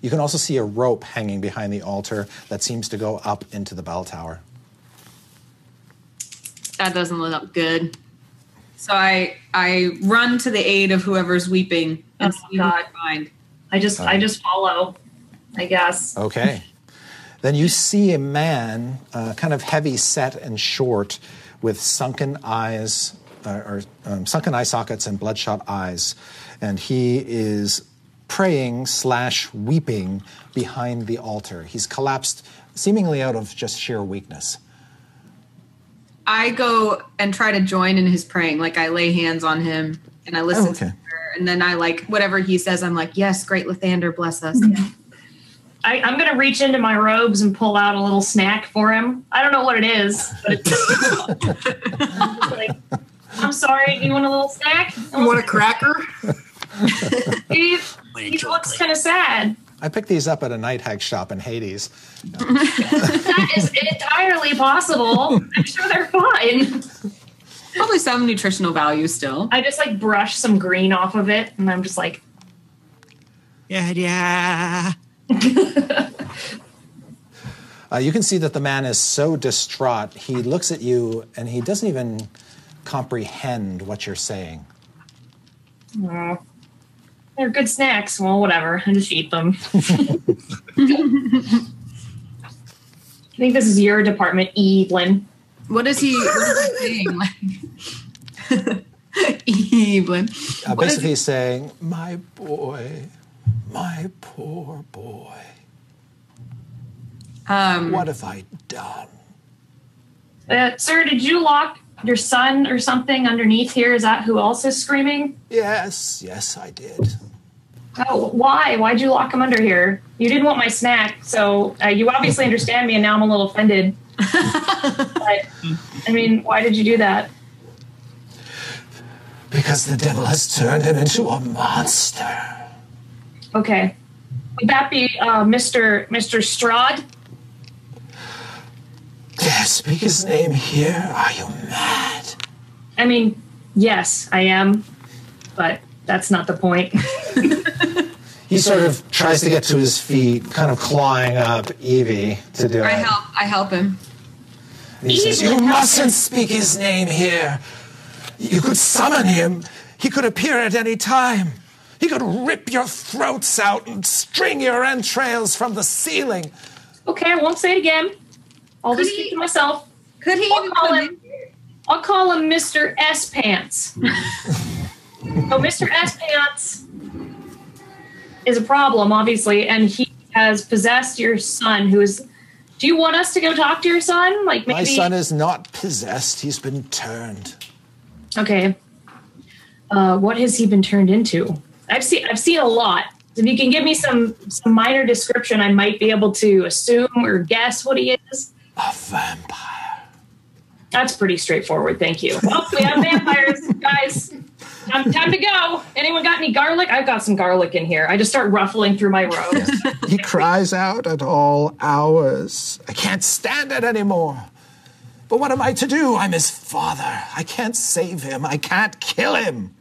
[SPEAKER 2] You can also see a rope hanging behind the altar that seems to go up into the bell tower.
[SPEAKER 3] That doesn't look up good. So I I run to the aid of whoever's weeping and
[SPEAKER 4] Oh,
[SPEAKER 3] see who I
[SPEAKER 4] God.
[SPEAKER 3] find.
[SPEAKER 4] I just, I just follow. I guess.
[SPEAKER 2] Okay. then you see a man, uh, kind of heavy set and short, with sunken eyes, uh, or um, sunken eye sockets and bloodshot eyes, and he is praying slash weeping behind the altar. He's collapsed, seemingly out of just sheer weakness.
[SPEAKER 3] I go and try to join in his praying. Like I lay hands on him and I listen
[SPEAKER 2] Oh, okay.
[SPEAKER 3] to her. And then I like whatever he says, I'm like, yes, great Lathander, bless us. (laughs)
[SPEAKER 4] I, I'm gonna reach into my robes and pull out a little snack for him. I don't know what it is, but it's (laughs) like, I'm sorry. Do you want a little snack?
[SPEAKER 6] (laughs)
[SPEAKER 1] You want a cracker?
[SPEAKER 4] He, he looks kind of sad.
[SPEAKER 2] I picked these up at a night hag shop in Hades.
[SPEAKER 4] That is entirely possible. I'm sure they're fine.
[SPEAKER 6] Probably some nutritional value still.
[SPEAKER 4] I just like brush some green off of it, and I'm just like,
[SPEAKER 5] Yeah, yeah.
[SPEAKER 2] Uh, you can see that the man is so distraught. He looks at you and he doesn't even comprehend what you're saying.
[SPEAKER 4] "Oh, they're good snacks. Well, whatever. I just eat them. I think this is your department, E, Evelyn.
[SPEAKER 6] What is he? What is (laughs) he saying? Like,
[SPEAKER 3] (laughs)
[SPEAKER 6] Evelyn.
[SPEAKER 2] Uh,
[SPEAKER 6] What is
[SPEAKER 2] basically, he's saying, My boy, my poor boy,
[SPEAKER 6] Um,
[SPEAKER 2] what have I done?
[SPEAKER 4] Uh, sir, did you lock your son or something underneath here? Is that who else is screaming?
[SPEAKER 2] Yes, yes, I did.
[SPEAKER 4] Oh, why? Why'd you lock him under here? You didn't want my snack, so uh, you obviously understand me, and now I'm a little offended. but, I mean, why did you do that?
[SPEAKER 2] Because the devil has turned him into a monster.
[SPEAKER 4] Okay. Would that be uh, Mr. Mr. Strad?
[SPEAKER 2] Dare speak his name here? Are you mad?
[SPEAKER 4] I mean, yes, I am, but that's not the point. (laughs)
[SPEAKER 2] He sort of tries to get to his feet, kind of clawing up Evie to do
[SPEAKER 6] I
[SPEAKER 2] it.
[SPEAKER 6] help. I help him.
[SPEAKER 2] And he says, You mustn't speak his name here. You could summon him. He could appear at any time. He could rip your throats out and string your entrails from the ceiling.
[SPEAKER 4] okay, I won't say it again. I'll
[SPEAKER 6] Could
[SPEAKER 4] just keep
[SPEAKER 6] he-
[SPEAKER 4] it to myself.
[SPEAKER 6] Could he
[SPEAKER 4] I'll
[SPEAKER 6] even
[SPEAKER 4] call
[SPEAKER 6] come
[SPEAKER 4] him.
[SPEAKER 6] in?
[SPEAKER 4] I'll call him Mr. S
[SPEAKER 2] (laughs)
[SPEAKER 4] Pants. so Mr. S Pants is a problem, obviously, and he has possessed your son, who is. Do you want us to go talk to your son? Like maybe.
[SPEAKER 2] My son is not possessed, he's been turned.
[SPEAKER 4] Okay. Uh, what has he been turned into? I've seen I've seen a lot. If you can give me some some minor description, I might be able to assume or guess what he is.
[SPEAKER 2] A vampire.
[SPEAKER 4] That's pretty straightforward. Thank you. Well, we have vampires, (laughs) guys. Time, time to go. Anyone got any garlic? I've got some garlic in here. I just start ruffling through my robes.
[SPEAKER 2] He cries out at all hours. I can't stand it anymore. But what am I to do? I'm his father. I can't save him. I can't kill him.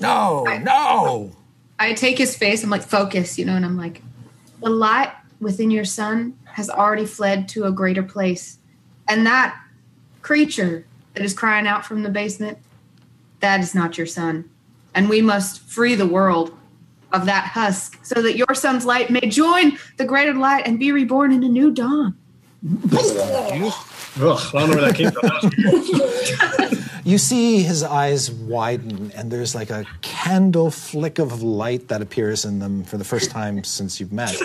[SPEAKER 2] No, no.
[SPEAKER 3] I take his face. I'm like, focus, you know, and I'm like, the light within your son has already fled to a greater place. And that creature that is crying out from the basement, that is not your son. And we must free the world of that husk so that your son's light may join the greater light and be reborn in a new dawn.
[SPEAKER 1] Ugh, I don't know where that came from. That was weird.
[SPEAKER 2] You see his eyes widen, and there's like a candle flick of light that appears in them for the first time since you've met.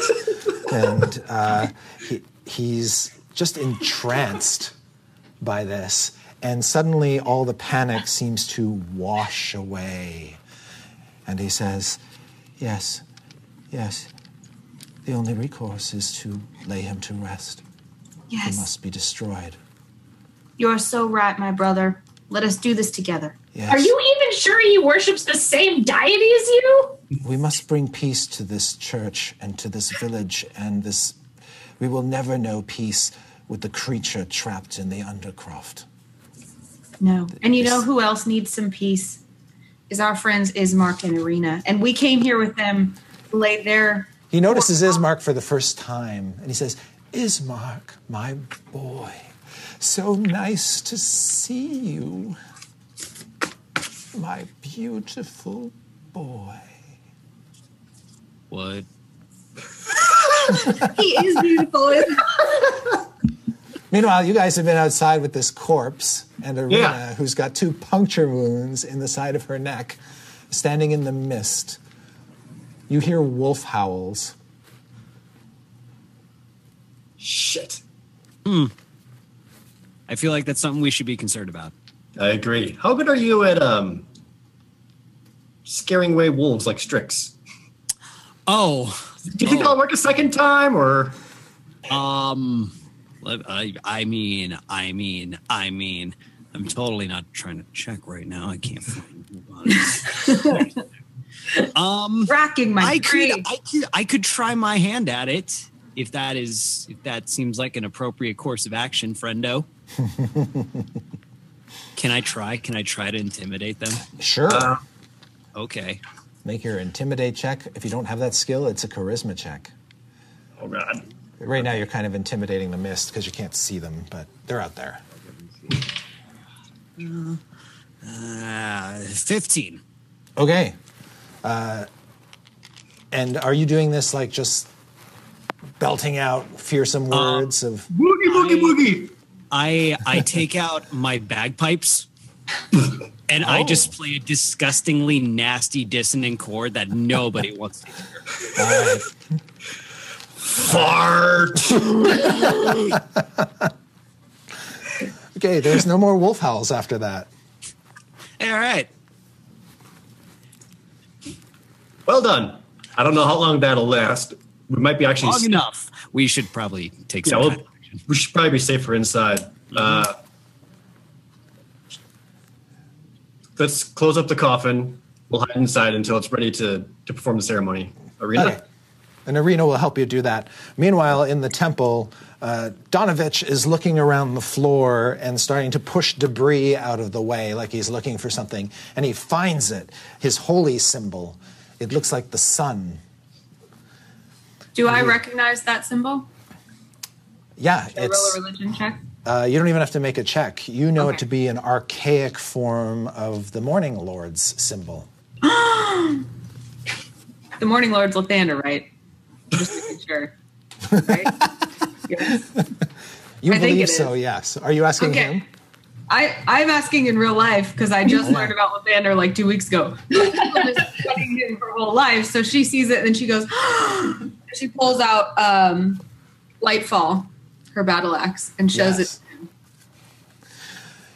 [SPEAKER 2] and uh, he, he's just entranced by this. And suddenly, all the panic seems to wash away. And he says, Yes, yes. The only recourse is to lay him to rest. He
[SPEAKER 3] Yes,
[SPEAKER 2] must be destroyed.
[SPEAKER 3] you are so right, my brother. Let us do this together.
[SPEAKER 2] Yes.
[SPEAKER 4] Are you even sure he worships the same deity as you?
[SPEAKER 2] We must bring peace to this church and to this village and this. We will never know peace with the creature trapped in the undercroft.
[SPEAKER 3] No. And you
[SPEAKER 2] Yes.
[SPEAKER 3] know who else needs some peace? Is our friends Ismark and Arena. And we came here with them to lay their
[SPEAKER 2] He notices Ismark for the first time and he says, Ismark, my boy, so nice to see you. My beautiful boy.
[SPEAKER 5] What?
[SPEAKER 3] He is beautiful. isn't he?
[SPEAKER 2] Meanwhile, you guys have been outside with this corpse and Arena,
[SPEAKER 1] Yeah.
[SPEAKER 2] who's got two puncture wounds in the side of her neck, standing in the mist. You hear wolf howls.
[SPEAKER 1] Shit.
[SPEAKER 5] I feel like that's something we should be concerned about.
[SPEAKER 1] I agree. How good are you at um scaring away wolves like Strix?
[SPEAKER 5] Oh,
[SPEAKER 1] Do you think that'll work a second time or
[SPEAKER 5] um, let- I, I mean, I mean, I mean, I'm totally not trying to check right now. I can't find. Um,
[SPEAKER 3] (laughs) Racking my
[SPEAKER 5] I could,
[SPEAKER 3] brain.
[SPEAKER 5] I could, I could try my hand at it if that is, if that seems like an appropriate course of action, friendo. Can I try? Can I try to intimidate them?
[SPEAKER 2] Sure.
[SPEAKER 5] Okay.
[SPEAKER 2] Uh, Make your intimidate check. If you don't have that skill, it's a charisma check.
[SPEAKER 1] Oh god.
[SPEAKER 2] Right now, you're kind of intimidating the mist because you can't see them, but they're out there.
[SPEAKER 5] Uh, 15.
[SPEAKER 2] Okay. Uh, and are you doing this like just belting out fearsome words of?
[SPEAKER 1] Boogie boogie boogie.
[SPEAKER 5] I I take out my bagpipes and I just play a disgustingly nasty dissonant chord that nobody wants to hear.
[SPEAKER 2] All right.
[SPEAKER 1] Fart.
[SPEAKER 2] Okay. There's no more wolf howls after that.
[SPEAKER 5] All right.
[SPEAKER 1] well done. I don't know how long that'll last. We might be actually.
[SPEAKER 5] Long enough. We should probably take
[SPEAKER 1] Yeah,
[SPEAKER 5] some
[SPEAKER 1] well,
[SPEAKER 5] kind of action.
[SPEAKER 1] we should probably be safer inside.
[SPEAKER 5] Mm-hmm.
[SPEAKER 1] Uh, let's close up the coffin. We'll hide inside until it's ready to, to perform the ceremony. Arena.
[SPEAKER 2] Okay. An arena will help you do that. Meanwhile, in the temple, uh, Donovich is looking around the floor and starting to push debris out of the way, like he's looking for something. And he finds it, his holy symbol. It looks like the sun.
[SPEAKER 3] Do I recognize that symbol?
[SPEAKER 2] Yeah,
[SPEAKER 3] I roll a
[SPEAKER 2] it's.
[SPEAKER 3] religion check.
[SPEAKER 2] Uh, you don't even have to make a check. You know it
[SPEAKER 3] Okay.
[SPEAKER 2] to be an archaic form of the Morning Lord's symbol.
[SPEAKER 3] The Morning Lord's Lathander, right? Just making sure. Right? yes.
[SPEAKER 2] You
[SPEAKER 3] I think
[SPEAKER 2] believe
[SPEAKER 3] it
[SPEAKER 2] so?
[SPEAKER 3] is.
[SPEAKER 2] Yes. Are you asking
[SPEAKER 3] Okay.
[SPEAKER 2] him?
[SPEAKER 3] I, I'm asking in real life because I just
[SPEAKER 2] Yeah.
[SPEAKER 3] learned about Lathander like two weeks ago. She's been studying him her whole life, so she sees it and then she goes, (gasps) she pulls out um, Lightfall, her battle axe, and shows
[SPEAKER 2] Yes.
[SPEAKER 3] it. to him.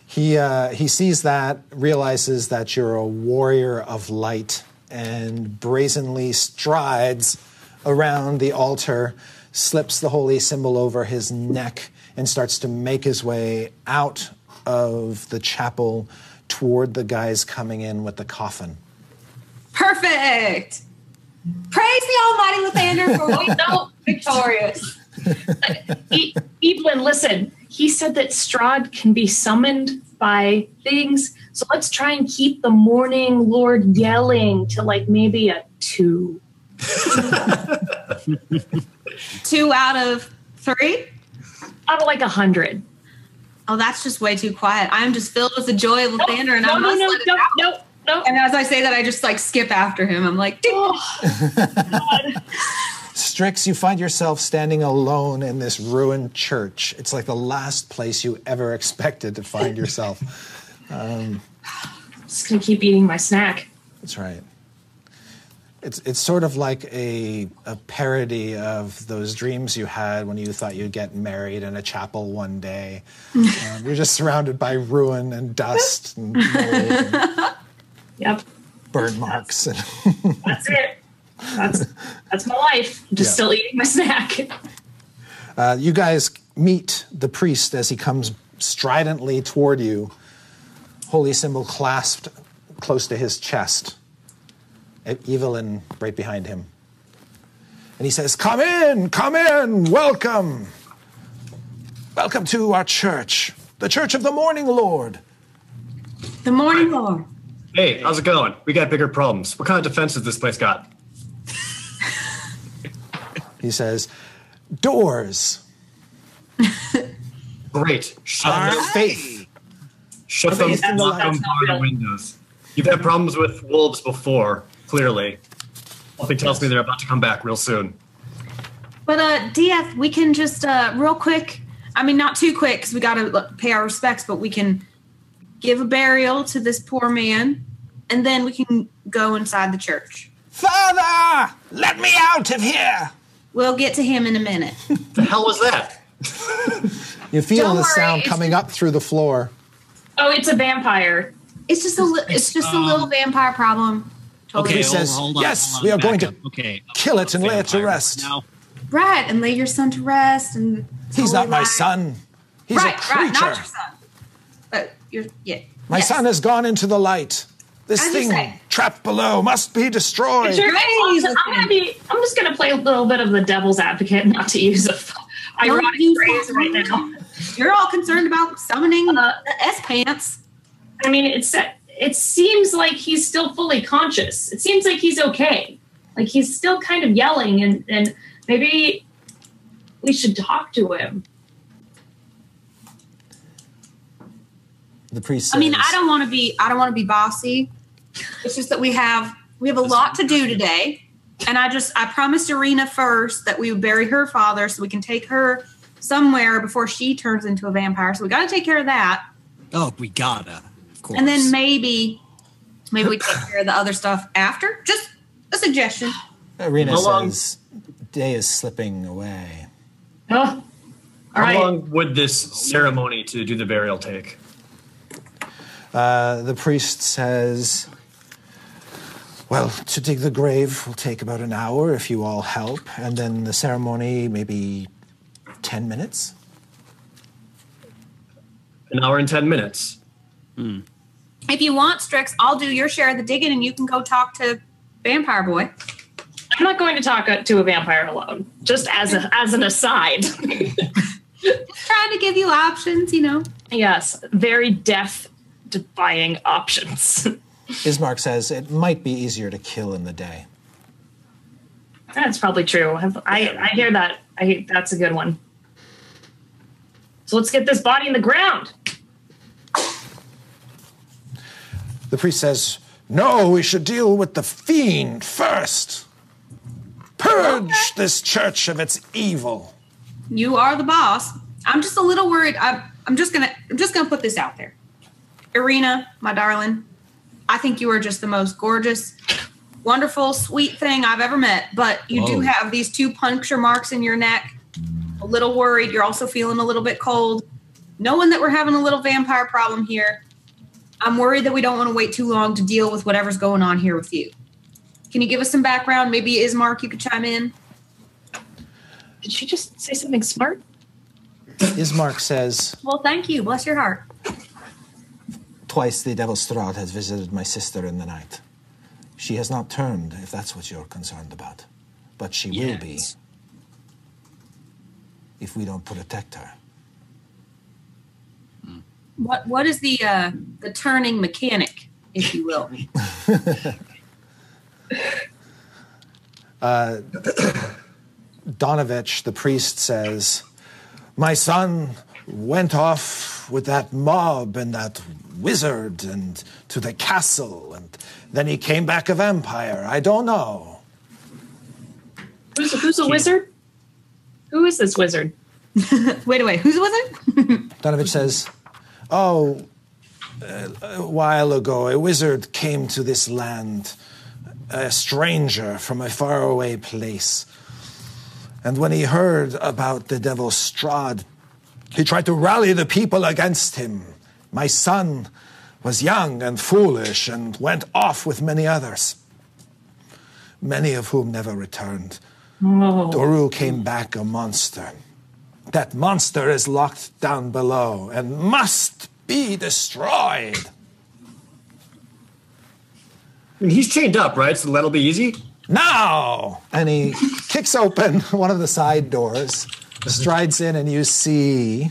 [SPEAKER 2] He uh, he sees that, realizes that you're a warrior of light, and brazenly strides around the altar, slips the holy symbol over his neck, and starts to make his way out of the chapel toward the guys coming in with the coffin.
[SPEAKER 3] Perfect. Praise the Almighty Lathander for we know victorious.
[SPEAKER 4] E- Evelyn, listen. He said that Strahd can be summoned by things, so let's try and keep the Morning Lord yelling to like maybe a two.
[SPEAKER 3] Two out of three.
[SPEAKER 4] Out of like a hundred.
[SPEAKER 3] Oh, that's just way too quiet. I'm just filled with the joy of
[SPEAKER 4] Nope,
[SPEAKER 3] Lathander, and
[SPEAKER 4] no,
[SPEAKER 3] I
[SPEAKER 4] no,
[SPEAKER 3] must
[SPEAKER 4] no,
[SPEAKER 3] let it
[SPEAKER 4] no,
[SPEAKER 3] out.
[SPEAKER 4] no, no.
[SPEAKER 3] And as I say that, I just like skip after him. I'm like, ding.
[SPEAKER 2] Strix, you find yourself standing alone in this ruined church. It's like the last place you ever expected to find yourself.
[SPEAKER 4] Just gonna keep eating my snack.
[SPEAKER 2] That's right. It's it's sort of like a a parody of those dreams you had when you thought you'd get married in a chapel one day. um, you're just surrounded by ruin and dust and mold and
[SPEAKER 4] Yep,
[SPEAKER 2] burn marks and
[SPEAKER 4] that's it. That's that's my life. Just
[SPEAKER 2] Yeah.
[SPEAKER 4] still eating my snack. (laughs)
[SPEAKER 2] Uh, you guys meet the priest as he comes stridently toward you, holy symbol clasped close to his chest, E- Evelyn right behind him. And he says, Come in, come in, welcome. Welcome to our church, the Church of the Morning Lord.
[SPEAKER 3] The morning lord.
[SPEAKER 1] Hey, how's it going? We got bigger problems. What kind of defense has this place got?
[SPEAKER 2] He says, Doors
[SPEAKER 1] Great. Shut,
[SPEAKER 2] of
[SPEAKER 1] them.
[SPEAKER 2] faith.
[SPEAKER 1] Shut them.
[SPEAKER 2] Amazing.
[SPEAKER 1] Lock them.
[SPEAKER 4] That's
[SPEAKER 1] Bar
[SPEAKER 4] not
[SPEAKER 1] the
[SPEAKER 4] real.
[SPEAKER 1] windows. You've had problems with wolves before, clearly. Something tells me they're about to come back real soon.
[SPEAKER 3] But uh, DF, we can just uh, real quick. I mean, not too quick because we got to look, pay our respects, but we can give a burial to this poor man, and then we can go inside the church.
[SPEAKER 2] Father, let me out of here.
[SPEAKER 3] We'll get to him in a minute.
[SPEAKER 1] The hell was that?
[SPEAKER 2] You feel
[SPEAKER 3] Don't
[SPEAKER 2] the
[SPEAKER 3] worry,
[SPEAKER 2] sound
[SPEAKER 3] it's-
[SPEAKER 2] coming up through the floor.
[SPEAKER 4] Oh, it's a vampire.
[SPEAKER 3] It's just a li- it's just a little vampire problem. Totally.
[SPEAKER 5] Okay,
[SPEAKER 2] He
[SPEAKER 5] hold-
[SPEAKER 2] says,
[SPEAKER 5] hold on,
[SPEAKER 2] "Yes,
[SPEAKER 5] hold on,
[SPEAKER 2] we are
[SPEAKER 5] back
[SPEAKER 2] going to
[SPEAKER 5] up. okay,
[SPEAKER 2] kill it and lay it to
[SPEAKER 5] Vampire
[SPEAKER 2] rest."
[SPEAKER 5] Now,
[SPEAKER 3] Right, and lay your son to rest. And
[SPEAKER 2] He's
[SPEAKER 3] holy
[SPEAKER 2] not my
[SPEAKER 3] light.
[SPEAKER 2] son. He's a
[SPEAKER 3] Right,
[SPEAKER 2] creature.
[SPEAKER 3] right, not your son. But you're yeah.
[SPEAKER 2] my
[SPEAKER 3] yes.
[SPEAKER 2] son has gone into the light. This
[SPEAKER 3] As you
[SPEAKER 2] thing
[SPEAKER 3] say.
[SPEAKER 2] trapped below must be destroyed.
[SPEAKER 4] Sure, I'm, just- I'm gonna be. I'm just gonna play a little bit of the devil's advocate, (laughs) not to use a f- ironic
[SPEAKER 3] use
[SPEAKER 4] phrase
[SPEAKER 3] that
[SPEAKER 4] right
[SPEAKER 3] word.
[SPEAKER 4] now.
[SPEAKER 3] You're all concerned about summoning
[SPEAKER 4] Uh,
[SPEAKER 3] the S pants.
[SPEAKER 4] I mean, it's it seems like he's still fully conscious. It seems like he's okay. Like he's still kind of yelling, and and maybe we should talk to him.
[SPEAKER 2] The priest
[SPEAKER 6] I mean,
[SPEAKER 2] says,
[SPEAKER 6] I don't want to be. I don't want to be bossy. It's just that we have we have a lot to do today, and I just I promised Irina first that we would bury her father so we can take her somewhere before she turns into a vampire. So we got to take care of that,
[SPEAKER 5] Oh, we gotta. Of course.
[SPEAKER 6] and then maybe maybe we take care of the other stuff after. Just a suggestion.
[SPEAKER 2] Irina
[SPEAKER 1] How long-
[SPEAKER 2] says, day is slipping away.
[SPEAKER 4] Oh, all
[SPEAKER 1] How
[SPEAKER 4] right.
[SPEAKER 1] long would this ceremony to do the burial take?
[SPEAKER 2] Uh, the priest says, Well, to dig the grave will take about an hour if you all help, and then the ceremony maybe 10 minutes.
[SPEAKER 1] An hour and ten minutes.
[SPEAKER 6] If you want, Strix, I'll do your share of the digging, and you can go talk to Vampire Boy.
[SPEAKER 4] I'm not going to talk to a vampire alone. Just as a, as an aside. (laughs)
[SPEAKER 6] Trying to give you options, you know.
[SPEAKER 4] yes, very death defying options. (laughs)
[SPEAKER 2] Ismark says, It might be easier to kill in the day.
[SPEAKER 4] That's probably true. I've- I, I hear that. I that's a good one. So let's get this body in the ground.
[SPEAKER 2] The priest says, No, we should deal with the fiend first. Purge this church of its evil.
[SPEAKER 6] you are the boss. I'm just a little worried. I'm, I'm just gonna I'm just gonna put this out there. Irina, my darling, I think you are just the most gorgeous, wonderful, sweet thing I've ever met. But you do
[SPEAKER 5] Whoa.
[SPEAKER 6] have these two puncture marks in your neck. A little worried. You're also feeling a little bit cold. Knowing that we're having a little vampire problem here, I'm worried that we don't want to wait too long to deal with whatever's going on here with you. Can you give us some background? Maybe Ismark, you could chime in.
[SPEAKER 4] Did she just say something smart?
[SPEAKER 2] Ismark says,
[SPEAKER 6] Well, thank you. Bless your heart.
[SPEAKER 2] Twice the Devil's Thrall has visited my sister in the night. She has not turned, if that's what you're concerned about. But she will be
[SPEAKER 5] Yes.
[SPEAKER 2] if we don't protect her.
[SPEAKER 6] What what is the uh, the turning mechanic, if you will?
[SPEAKER 2] Donovich, the priest, says, My son went off with that mob and that wizard and to the castle, and then he came back a vampire. I don't know.
[SPEAKER 4] Who's, who's a wizard? Who is this wizard?
[SPEAKER 6] wait, wait, who's with it?
[SPEAKER 2] Donovich says, Oh, uh, a a while ago, a wizard came to this land, a stranger from a faraway place. And when he heard about the devil Strad, he tried to rally the people against him. My son was young and foolish and went off with many others, many of whom never returned. Doru came back a monster. That monster is locked down below and must be destroyed.
[SPEAKER 1] I mean, he's chained up, right? So that'll be easy.
[SPEAKER 2] Now! And he kicks open (laughs) one of the side doors, strides in, and you see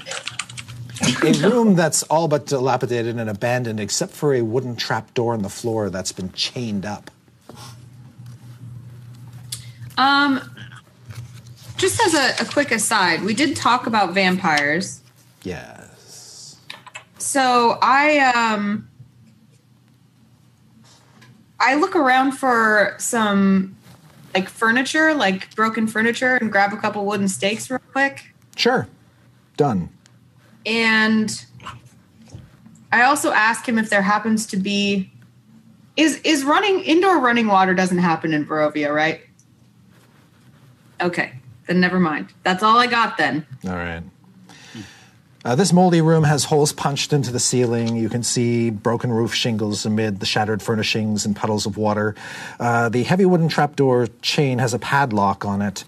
[SPEAKER 2] a room that's all but dilapidated and abandoned, except for a wooden trap door in the floor that's been chained up.
[SPEAKER 3] Um, just as a, a quick aside, we did talk about vampires.
[SPEAKER 2] Yes.
[SPEAKER 3] So I um I look around for some like furniture, like broken furniture, and grab a couple wooden stakes real quick.
[SPEAKER 2] Sure. Done.
[SPEAKER 3] And I also ask him if there happens to be is is running indoor running water doesn't happen in Barovia, right? Okay, then never mind. That's all I got then.
[SPEAKER 2] All right. Uh, this moldy room has holes punched into the ceiling. You can see broken roof shingles amid the shattered furnishings and puddles of water. Uh, the heavy wooden trapdoor chain has a padlock on it.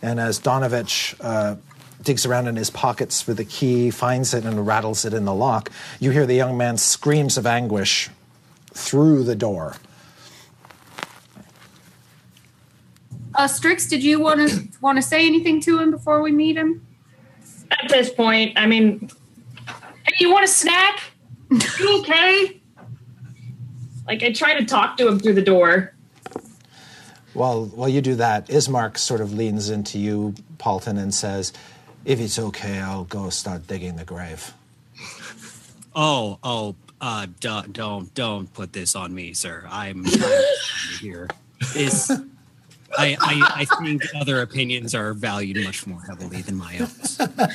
[SPEAKER 2] And as Donovich uh, digs around in his pockets for the key, finds it, and rattles it in the lock, you hear the young man's screams of anguish through the door.
[SPEAKER 3] uh, Strix, did you want to want to say anything to him before we meet him?
[SPEAKER 4] At this point, I mean, hey, you want a snack? You okay? Like I try to talk to him through the door.
[SPEAKER 2] While while you do that, Ismark sort of leans into you, Paulton, and says, "If it's okay, I'll go start digging the grave."
[SPEAKER 5] Oh, oh, uh, do- don't, don't put this on me, sir. I'm (laughs) I'm here. Is I, I, I think other opinions are valued much more heavily than my own.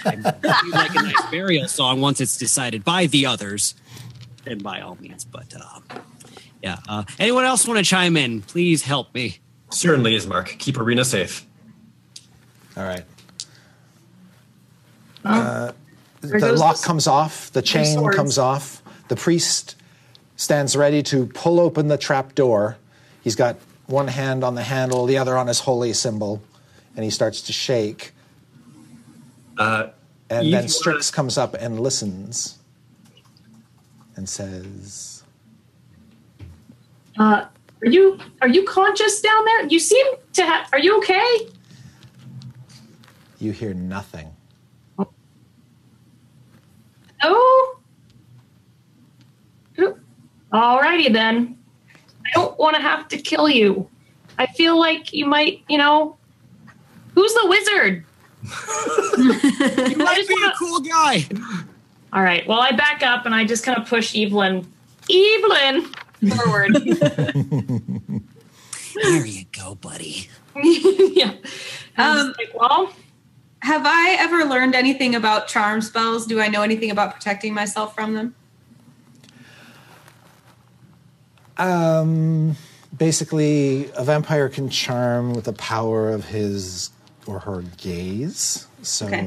[SPEAKER 5] I'm do like a nice burial song once it's decided by the others, and by all means. But uh, yeah, uh, anyone else want to chime in? Please help me.
[SPEAKER 1] Certainly is, Mark. Keep Arena safe.
[SPEAKER 2] All right. Uh, the lock comes off. The chain
[SPEAKER 4] swords.
[SPEAKER 2] comes off. The priest stands ready to pull open the trap door. He's got one hand on the handle, the other on his holy symbol, and he starts to shake. Uh, and
[SPEAKER 1] Eve,
[SPEAKER 2] then
[SPEAKER 1] you
[SPEAKER 2] Strix comes up and listens and says,
[SPEAKER 4] Uh, Are you are you conscious down there? You seem to have. Are you okay?
[SPEAKER 2] You hear nothing.
[SPEAKER 4] No. Alrighty then. I don't want to have to kill you. I feel like you might, you know. Who's the
[SPEAKER 5] (laughs)
[SPEAKER 4] wizard?
[SPEAKER 5] You might be a cool guy.
[SPEAKER 4] All right. Well, I back up and I just kind of push Evelyn, Evelyn forward.
[SPEAKER 5] There you go, buddy.
[SPEAKER 4] yeah. Um,
[SPEAKER 3] Um,
[SPEAKER 4] like, well,
[SPEAKER 3] Have I ever learned anything about charm spells? Do I know anything about protecting myself from them?
[SPEAKER 2] basically a vampire can charm with the power of his or her gaze so
[SPEAKER 3] Okay.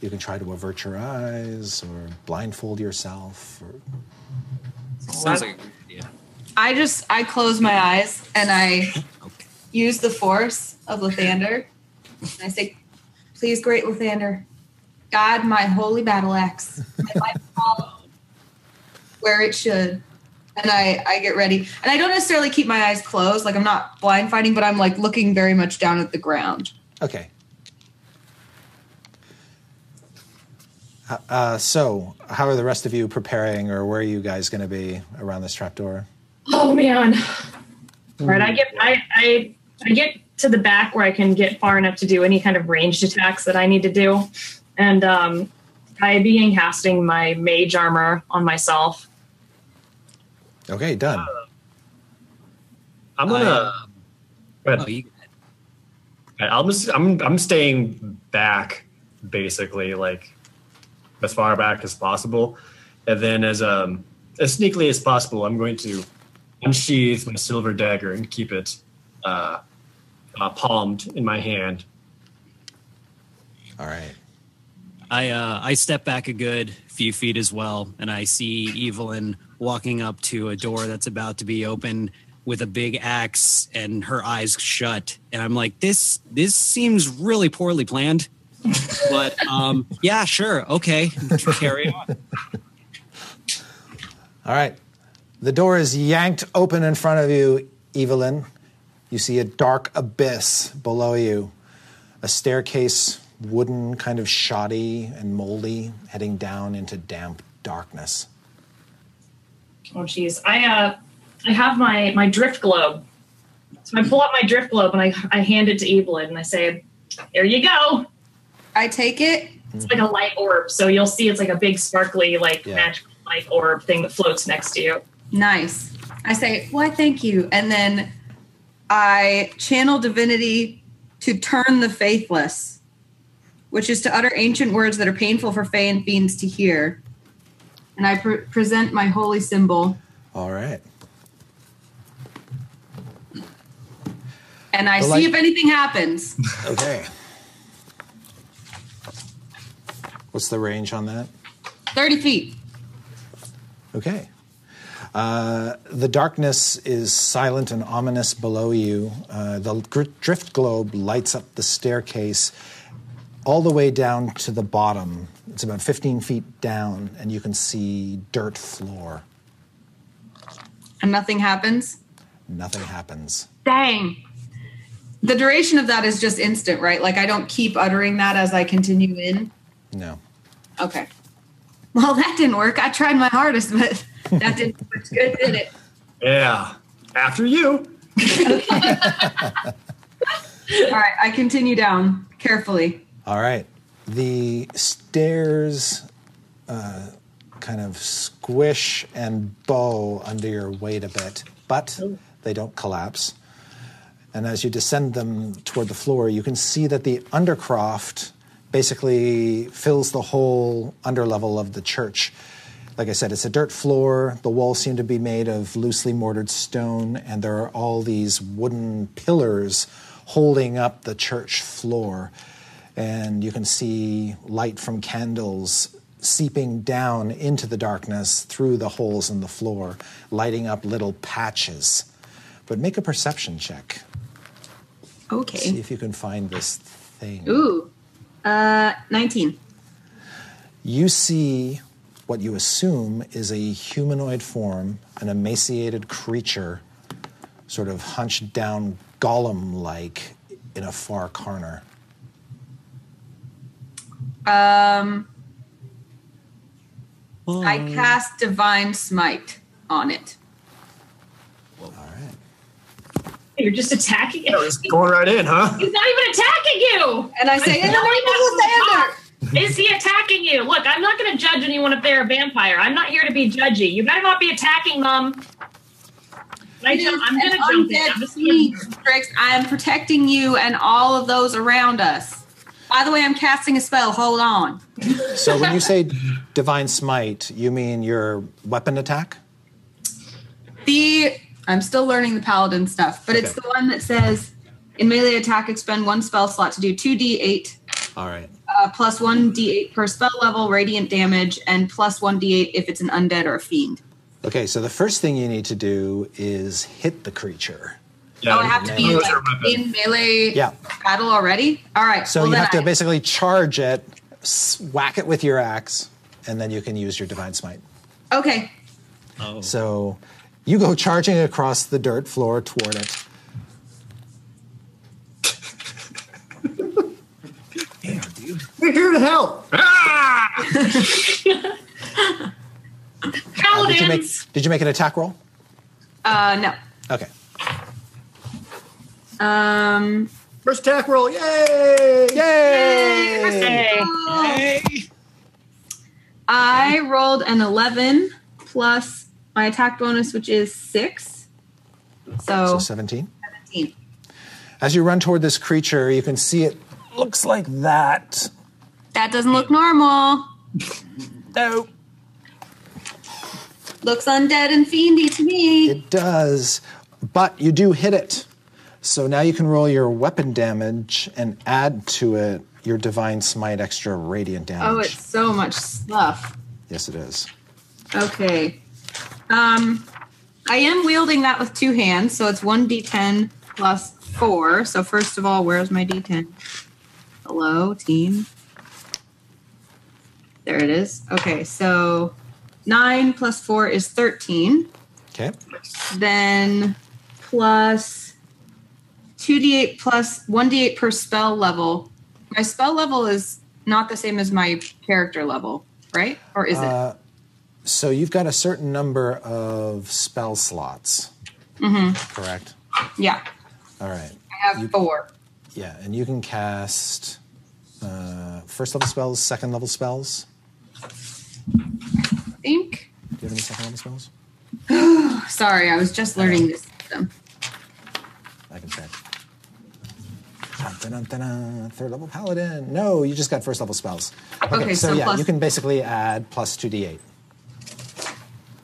[SPEAKER 2] you can try to avert your eyes or blindfold yourself or
[SPEAKER 5] Sounds like a good idea.
[SPEAKER 3] I just I close my eyes and I
[SPEAKER 5] Okay.
[SPEAKER 3] use the force of Lathander. And I say, "Please, great Lathander, guide my holy battle axe, my (laughs) life fall where it should." And I I get ready, and I don't necessarily keep my eyes closed, like I'm not blind fighting, but I'm like looking very much down at the ground.
[SPEAKER 2] okay Uh, uh, so how are the rest of you preparing or where are you guys going to be around this trapdoor
[SPEAKER 4] oh man. All right. I get. I, I I get to the back where I can get far enough to do any kind of ranged attacks that I need to do, and um, I begin casting my mage armor on myself.
[SPEAKER 2] okay done
[SPEAKER 1] I'm gonna. go ahead.
[SPEAKER 5] Oh, you,
[SPEAKER 1] I'm just, I'm I'm staying back, basically, like as far back as possible, and then as um as sneakily as possible, I'm going to unsheath my silver dagger and keep it uh, uh palmed in my hand.
[SPEAKER 2] all right
[SPEAKER 5] I uh, I step back a good few feet as well, and I see Evelyn walking up to a door that's about to be open with a big axe and her eyes shut. And I'm like, this this seems really poorly planned. but um, yeah, sure, okay, carry on.
[SPEAKER 2] All right. The door is yanked open in front of you, Evelyn. You see a dark abyss below you, a staircase, wooden, kind of shoddy and moldy, heading down into damp darkness.
[SPEAKER 4] Oh jeez, I uh, I have my my drift globe. So I pull out my drift globe and I I hand it to Evelyn and I say, "There you go."
[SPEAKER 3] I take it.
[SPEAKER 4] It's like a light orb, so you'll see it's like a big sparkly like
[SPEAKER 2] Yeah.
[SPEAKER 4] magical light orb thing that floats next to you.
[SPEAKER 3] Nice. I say, why, thank you. And then I channel divinity to turn the faithless, which is to utter ancient words that are painful for Fey and fiends to hear. And I pre- present my holy symbol
[SPEAKER 2] All right.
[SPEAKER 3] and I
[SPEAKER 2] The
[SPEAKER 3] see
[SPEAKER 2] light-
[SPEAKER 3] if anything happens.
[SPEAKER 2] (laughs) Okay. What's the range on that?
[SPEAKER 3] 30 feet.
[SPEAKER 2] Okay. Uh, the darkness is silent and ominous below you. Uh, the gr- drift globe lights up the staircase all the way down to the bottom. It's about 15 feet down, and you can see dirt floor.
[SPEAKER 3] And nothing happens.
[SPEAKER 2] Nothing happens.
[SPEAKER 3] Dang. the duration of that is just instant, right? Like I don't keep uttering that as I continue in.
[SPEAKER 2] No.
[SPEAKER 3] Okay. Well, (laughs) that didn't work. I tried my hardest, but that didn't do much good, did it?
[SPEAKER 1] Yeah. After you.
[SPEAKER 3] All right, I continue down carefully.
[SPEAKER 2] All right. The stairs uh, kind of squish and bow under your weight a bit, but they don't collapse. And as you descend them toward the floor, you can see that the undercroft basically fills the whole underlevel of the church. Like I said, it's a dirt floor. The walls seem to be made of loosely mortared stone, and there are all these wooden pillars holding up the church floor. And you can see light from candles seeping down into the darkness through the holes in the floor, lighting up little patches. But make a perception check. See
[SPEAKER 3] Okay.
[SPEAKER 2] if you can find this thing.
[SPEAKER 3] Ooh. Uh 19.
[SPEAKER 2] You see what you assume is a humanoid form, an emaciated creature, sort of hunched down, golem like, in a far corner.
[SPEAKER 3] Um I cast divine smite on it.
[SPEAKER 2] All right.
[SPEAKER 4] You're just attacking it.
[SPEAKER 1] It's going right in, huh?
[SPEAKER 4] He's not even attacking you.
[SPEAKER 3] And I say, "In the name
[SPEAKER 4] No, he
[SPEAKER 3] of
[SPEAKER 4] doesn't.
[SPEAKER 3] Lysander!"
[SPEAKER 4] Is he attacking you? Look, I'm not going to judge anyone if they're a vampire. I'm not here to be judgy. You better not be attacking them. I
[SPEAKER 3] It is
[SPEAKER 4] am going
[SPEAKER 3] an
[SPEAKER 4] to jump in.
[SPEAKER 3] undead
[SPEAKER 4] I'm just
[SPEAKER 3] being,
[SPEAKER 4] gonna-
[SPEAKER 3] Strix. I am protecting you and all of those around us. By the way, I'm casting a spell. Hold on.
[SPEAKER 2] So when you
[SPEAKER 3] (laughs)
[SPEAKER 2] say divine smite, you mean your weapon attack?
[SPEAKER 3] The I'm still learning the paladin stuff, but it's
[SPEAKER 2] Okay.
[SPEAKER 3] the one that says in melee attack, expend one spell slot to do two d8
[SPEAKER 2] All right.
[SPEAKER 3] uh, plus one d8 per spell level, radiant damage, and plus one d8 if it's an undead or a fiend.
[SPEAKER 2] Okay, so the first thing you need to do is hit the creature.
[SPEAKER 1] Yeah.
[SPEAKER 3] oh, I have to be
[SPEAKER 1] Those are
[SPEAKER 3] like,
[SPEAKER 1] weapons.
[SPEAKER 3] in melee
[SPEAKER 2] Yeah.
[SPEAKER 3] battle already. All right.
[SPEAKER 2] So
[SPEAKER 3] well,
[SPEAKER 2] you
[SPEAKER 3] then
[SPEAKER 2] have to
[SPEAKER 3] I-
[SPEAKER 2] basically charge it, s- whack it with your axe, and then you can use your divine smite.
[SPEAKER 3] Okay.
[SPEAKER 5] Oh,
[SPEAKER 2] So you go charging across the dirt floor toward it.
[SPEAKER 5] damn, dude.
[SPEAKER 1] We're here to help. Ah!
[SPEAKER 2] Uh, did, you make,
[SPEAKER 4] Paladins.
[SPEAKER 2] did you make an attack roll?
[SPEAKER 3] Uh, no.
[SPEAKER 2] Okay.
[SPEAKER 3] Um.
[SPEAKER 1] First attack roll. Yay!
[SPEAKER 2] Yay!
[SPEAKER 4] Hey.
[SPEAKER 3] I rolled an 11 plus my attack bonus, which is six. So,
[SPEAKER 2] So 17.
[SPEAKER 3] 17.
[SPEAKER 2] As you run toward this creature, you can see it looks like that.
[SPEAKER 3] That doesn't look normal.
[SPEAKER 2] (laughs) No.
[SPEAKER 3] Looks undead and fiendy to me.
[SPEAKER 2] It does, but you do hit it. So now you can roll your weapon damage and add to it your divine smite extra radiant
[SPEAKER 3] oh,
[SPEAKER 2] damage.
[SPEAKER 3] it's so much stuff.
[SPEAKER 2] yes, it is.
[SPEAKER 3] Okay. Um, I am wielding that with two hands, so it's 1d10 plus four. So, first of all, where's my d10? Hello, team. There it is. Okay, so nine plus four is 13.
[SPEAKER 2] Okay.
[SPEAKER 3] then plus 2d8 plus 1d8 per spell level. My spell level is not the same as my character level, right? Or is
[SPEAKER 2] Uh, so you've got a certain number of spell slots. Mm-hmm. Correct.
[SPEAKER 3] it? Yeah,
[SPEAKER 2] All right.
[SPEAKER 3] I have four.
[SPEAKER 2] Yeah, and you can cast uh, first level spells, second level spells.
[SPEAKER 3] I think.
[SPEAKER 2] Do you have any second level spells?
[SPEAKER 3] Sorry, I was just learning this system.
[SPEAKER 2] I can check. Dun, dun, dun, dun, dun. Third level paladin. No, you just got first level spells. Okay,
[SPEAKER 3] Okay,
[SPEAKER 2] so,
[SPEAKER 3] so
[SPEAKER 2] yeah,
[SPEAKER 3] plus-
[SPEAKER 2] you can basically add plus 2d8.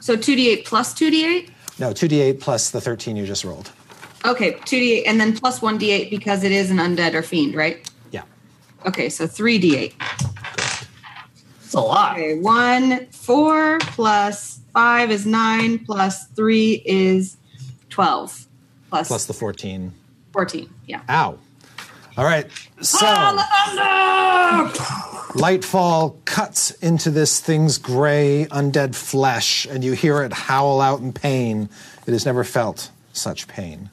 [SPEAKER 3] So 2d8 plus 2d8?
[SPEAKER 2] No, 2d8 plus the 13 you just rolled.
[SPEAKER 3] Okay, 2d8 and then plus 1d8 because it is an undead or fiend, right?
[SPEAKER 2] Yeah.
[SPEAKER 3] Okay, so 3d8.
[SPEAKER 1] It's a lot.
[SPEAKER 3] Okay, one, four plus five is nine, plus three is 12, plus,
[SPEAKER 2] Plus the Ah, 14.
[SPEAKER 3] 14. Yeah.
[SPEAKER 2] Ow. All right. So Lightfall cuts into this thing's gray, undead flesh, and you hear it howl out in pain. It has never felt such pain.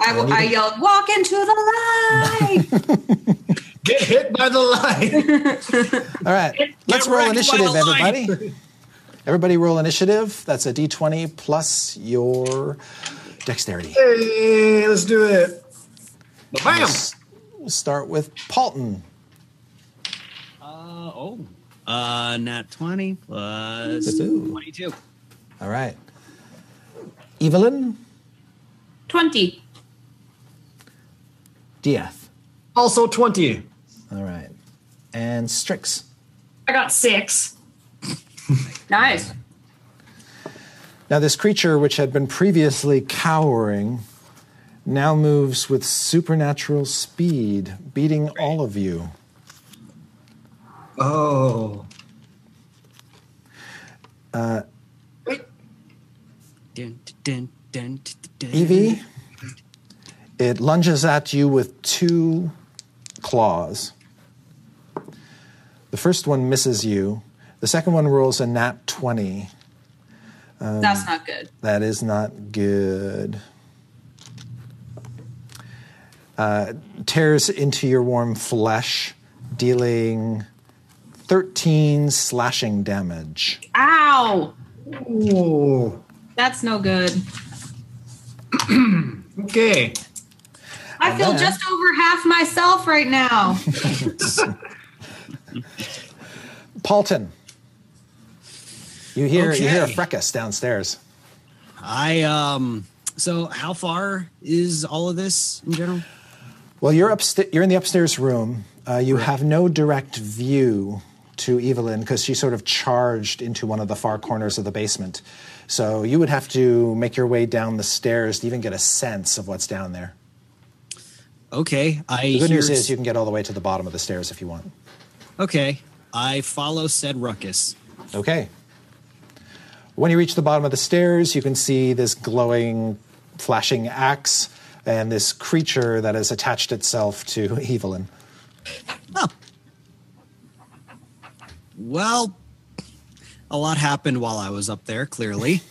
[SPEAKER 6] I, I yelled, "Walk into
[SPEAKER 2] (laughs)
[SPEAKER 6] the light!"
[SPEAKER 1] Get hit by the light. (laughs)
[SPEAKER 2] All right. Let's roll
[SPEAKER 5] wrecked by
[SPEAKER 2] initiative,
[SPEAKER 5] the light.
[SPEAKER 2] everybody. Everybody roll initiative. That's a d20 plus your dexterity.
[SPEAKER 1] hey, let's do it. Bam.
[SPEAKER 2] We'll start with Paulton.
[SPEAKER 5] oh. Uh, nat 20 plus
[SPEAKER 2] Ooh.
[SPEAKER 5] 22.
[SPEAKER 2] All right. Evelyn,
[SPEAKER 4] Twenty.
[SPEAKER 2] DF.
[SPEAKER 1] Also 20.
[SPEAKER 2] All right. And Strix.
[SPEAKER 4] I got six.
[SPEAKER 6] nice.
[SPEAKER 2] Now, this creature, which had been previously cowering, now moves with supernatural speed, beating all of you.
[SPEAKER 1] Oh.
[SPEAKER 5] Dun, dun, dun, dun, dun, dun.
[SPEAKER 2] Evie, it lunges at you with two claws. The first one misses you. The second one rolls a nat 20. Um,
[SPEAKER 6] That's not good.
[SPEAKER 2] That is not good. Uh, tears into your warm flesh, dealing 13 slashing damage.
[SPEAKER 6] Ow!
[SPEAKER 1] Ooh.
[SPEAKER 6] That's no good.
[SPEAKER 1] Okay.
[SPEAKER 6] I feel
[SPEAKER 2] man.
[SPEAKER 6] just over half myself right now.
[SPEAKER 2] Paulton. You hear, you hear a
[SPEAKER 5] Okay.
[SPEAKER 2] fracas downstairs.
[SPEAKER 5] I, um, so how far is all of this in general?
[SPEAKER 2] Well, you're upsta- You're in the upstairs room. Uh, you have no direct view to Evelyn because she sort of charged into one of the far corners of the basement. So you would have to make your way down the stairs to even get a sense of what's down there.
[SPEAKER 5] Okay. I
[SPEAKER 2] The good
[SPEAKER 5] hear
[SPEAKER 2] news is you can get all the way to the bottom of the stairs if you want.
[SPEAKER 5] Okay. I follow said ruckus.
[SPEAKER 2] Okay. When you reach the bottom of the stairs, you can see this glowing, flashing axe and this creature that has attached itself to (laughs) Evelyn.
[SPEAKER 5] Oh. Well, a lot happened while I was up there, clearly.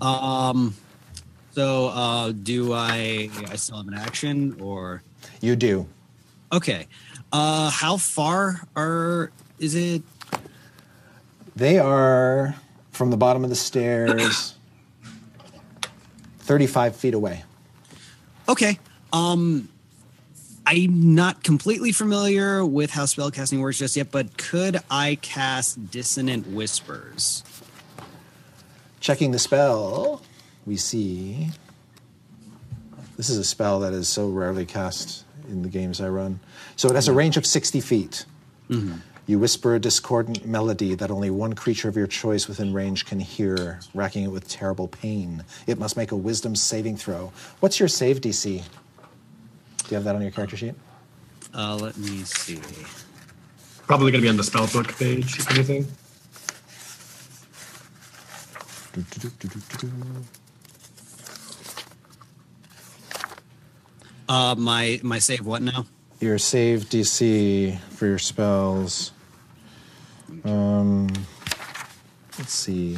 [SPEAKER 5] um, so uh, do I? I still have an action, or
[SPEAKER 2] You do.
[SPEAKER 5] okay? Uh, how far are? Is it?
[SPEAKER 2] They are from the bottom of the stairs, 35 feet away.
[SPEAKER 5] Okay. Um I'm not completely familiar with how spellcasting works just yet, but could I cast dissonant whispers?
[SPEAKER 2] Checking the spell, we see. This is a spell that is so rarely cast in the games I run. So it has a range of 60 feet. You whisper a discordant melody that only one creature of your choice within range can hear, racking it with terrible pain. It must make a wisdom saving throw. What's your save DC? Do you have that on your character sheet?
[SPEAKER 5] Uh let me see.
[SPEAKER 1] Probably going to be on the spell book page, if anything.
[SPEAKER 5] Uh my my save what now?
[SPEAKER 2] your save DC for your spells. Um, let's see.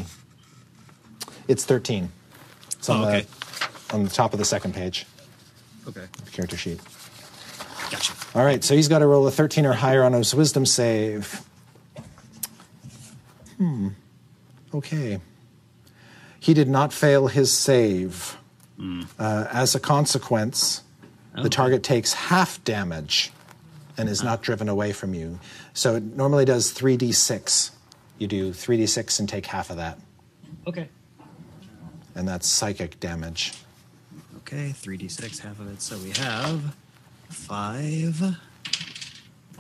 [SPEAKER 2] It's 13. It's on,
[SPEAKER 5] Oh, okay.
[SPEAKER 2] the, on the top of the second page
[SPEAKER 5] Okay.
[SPEAKER 2] of the character sheet.
[SPEAKER 5] Gotcha.
[SPEAKER 2] All right, so he's got to roll a 13 or higher on his wisdom save. Hmm. Okay. He did not fail his save. Uh, as a consequence, the target takes half damage and is not driven away from you. So it normally does 3d6. You do 3d6 and take half of that,
[SPEAKER 5] Okay.
[SPEAKER 2] and that's psychic damage.
[SPEAKER 5] Okay, 3d6, half of it. So we have five,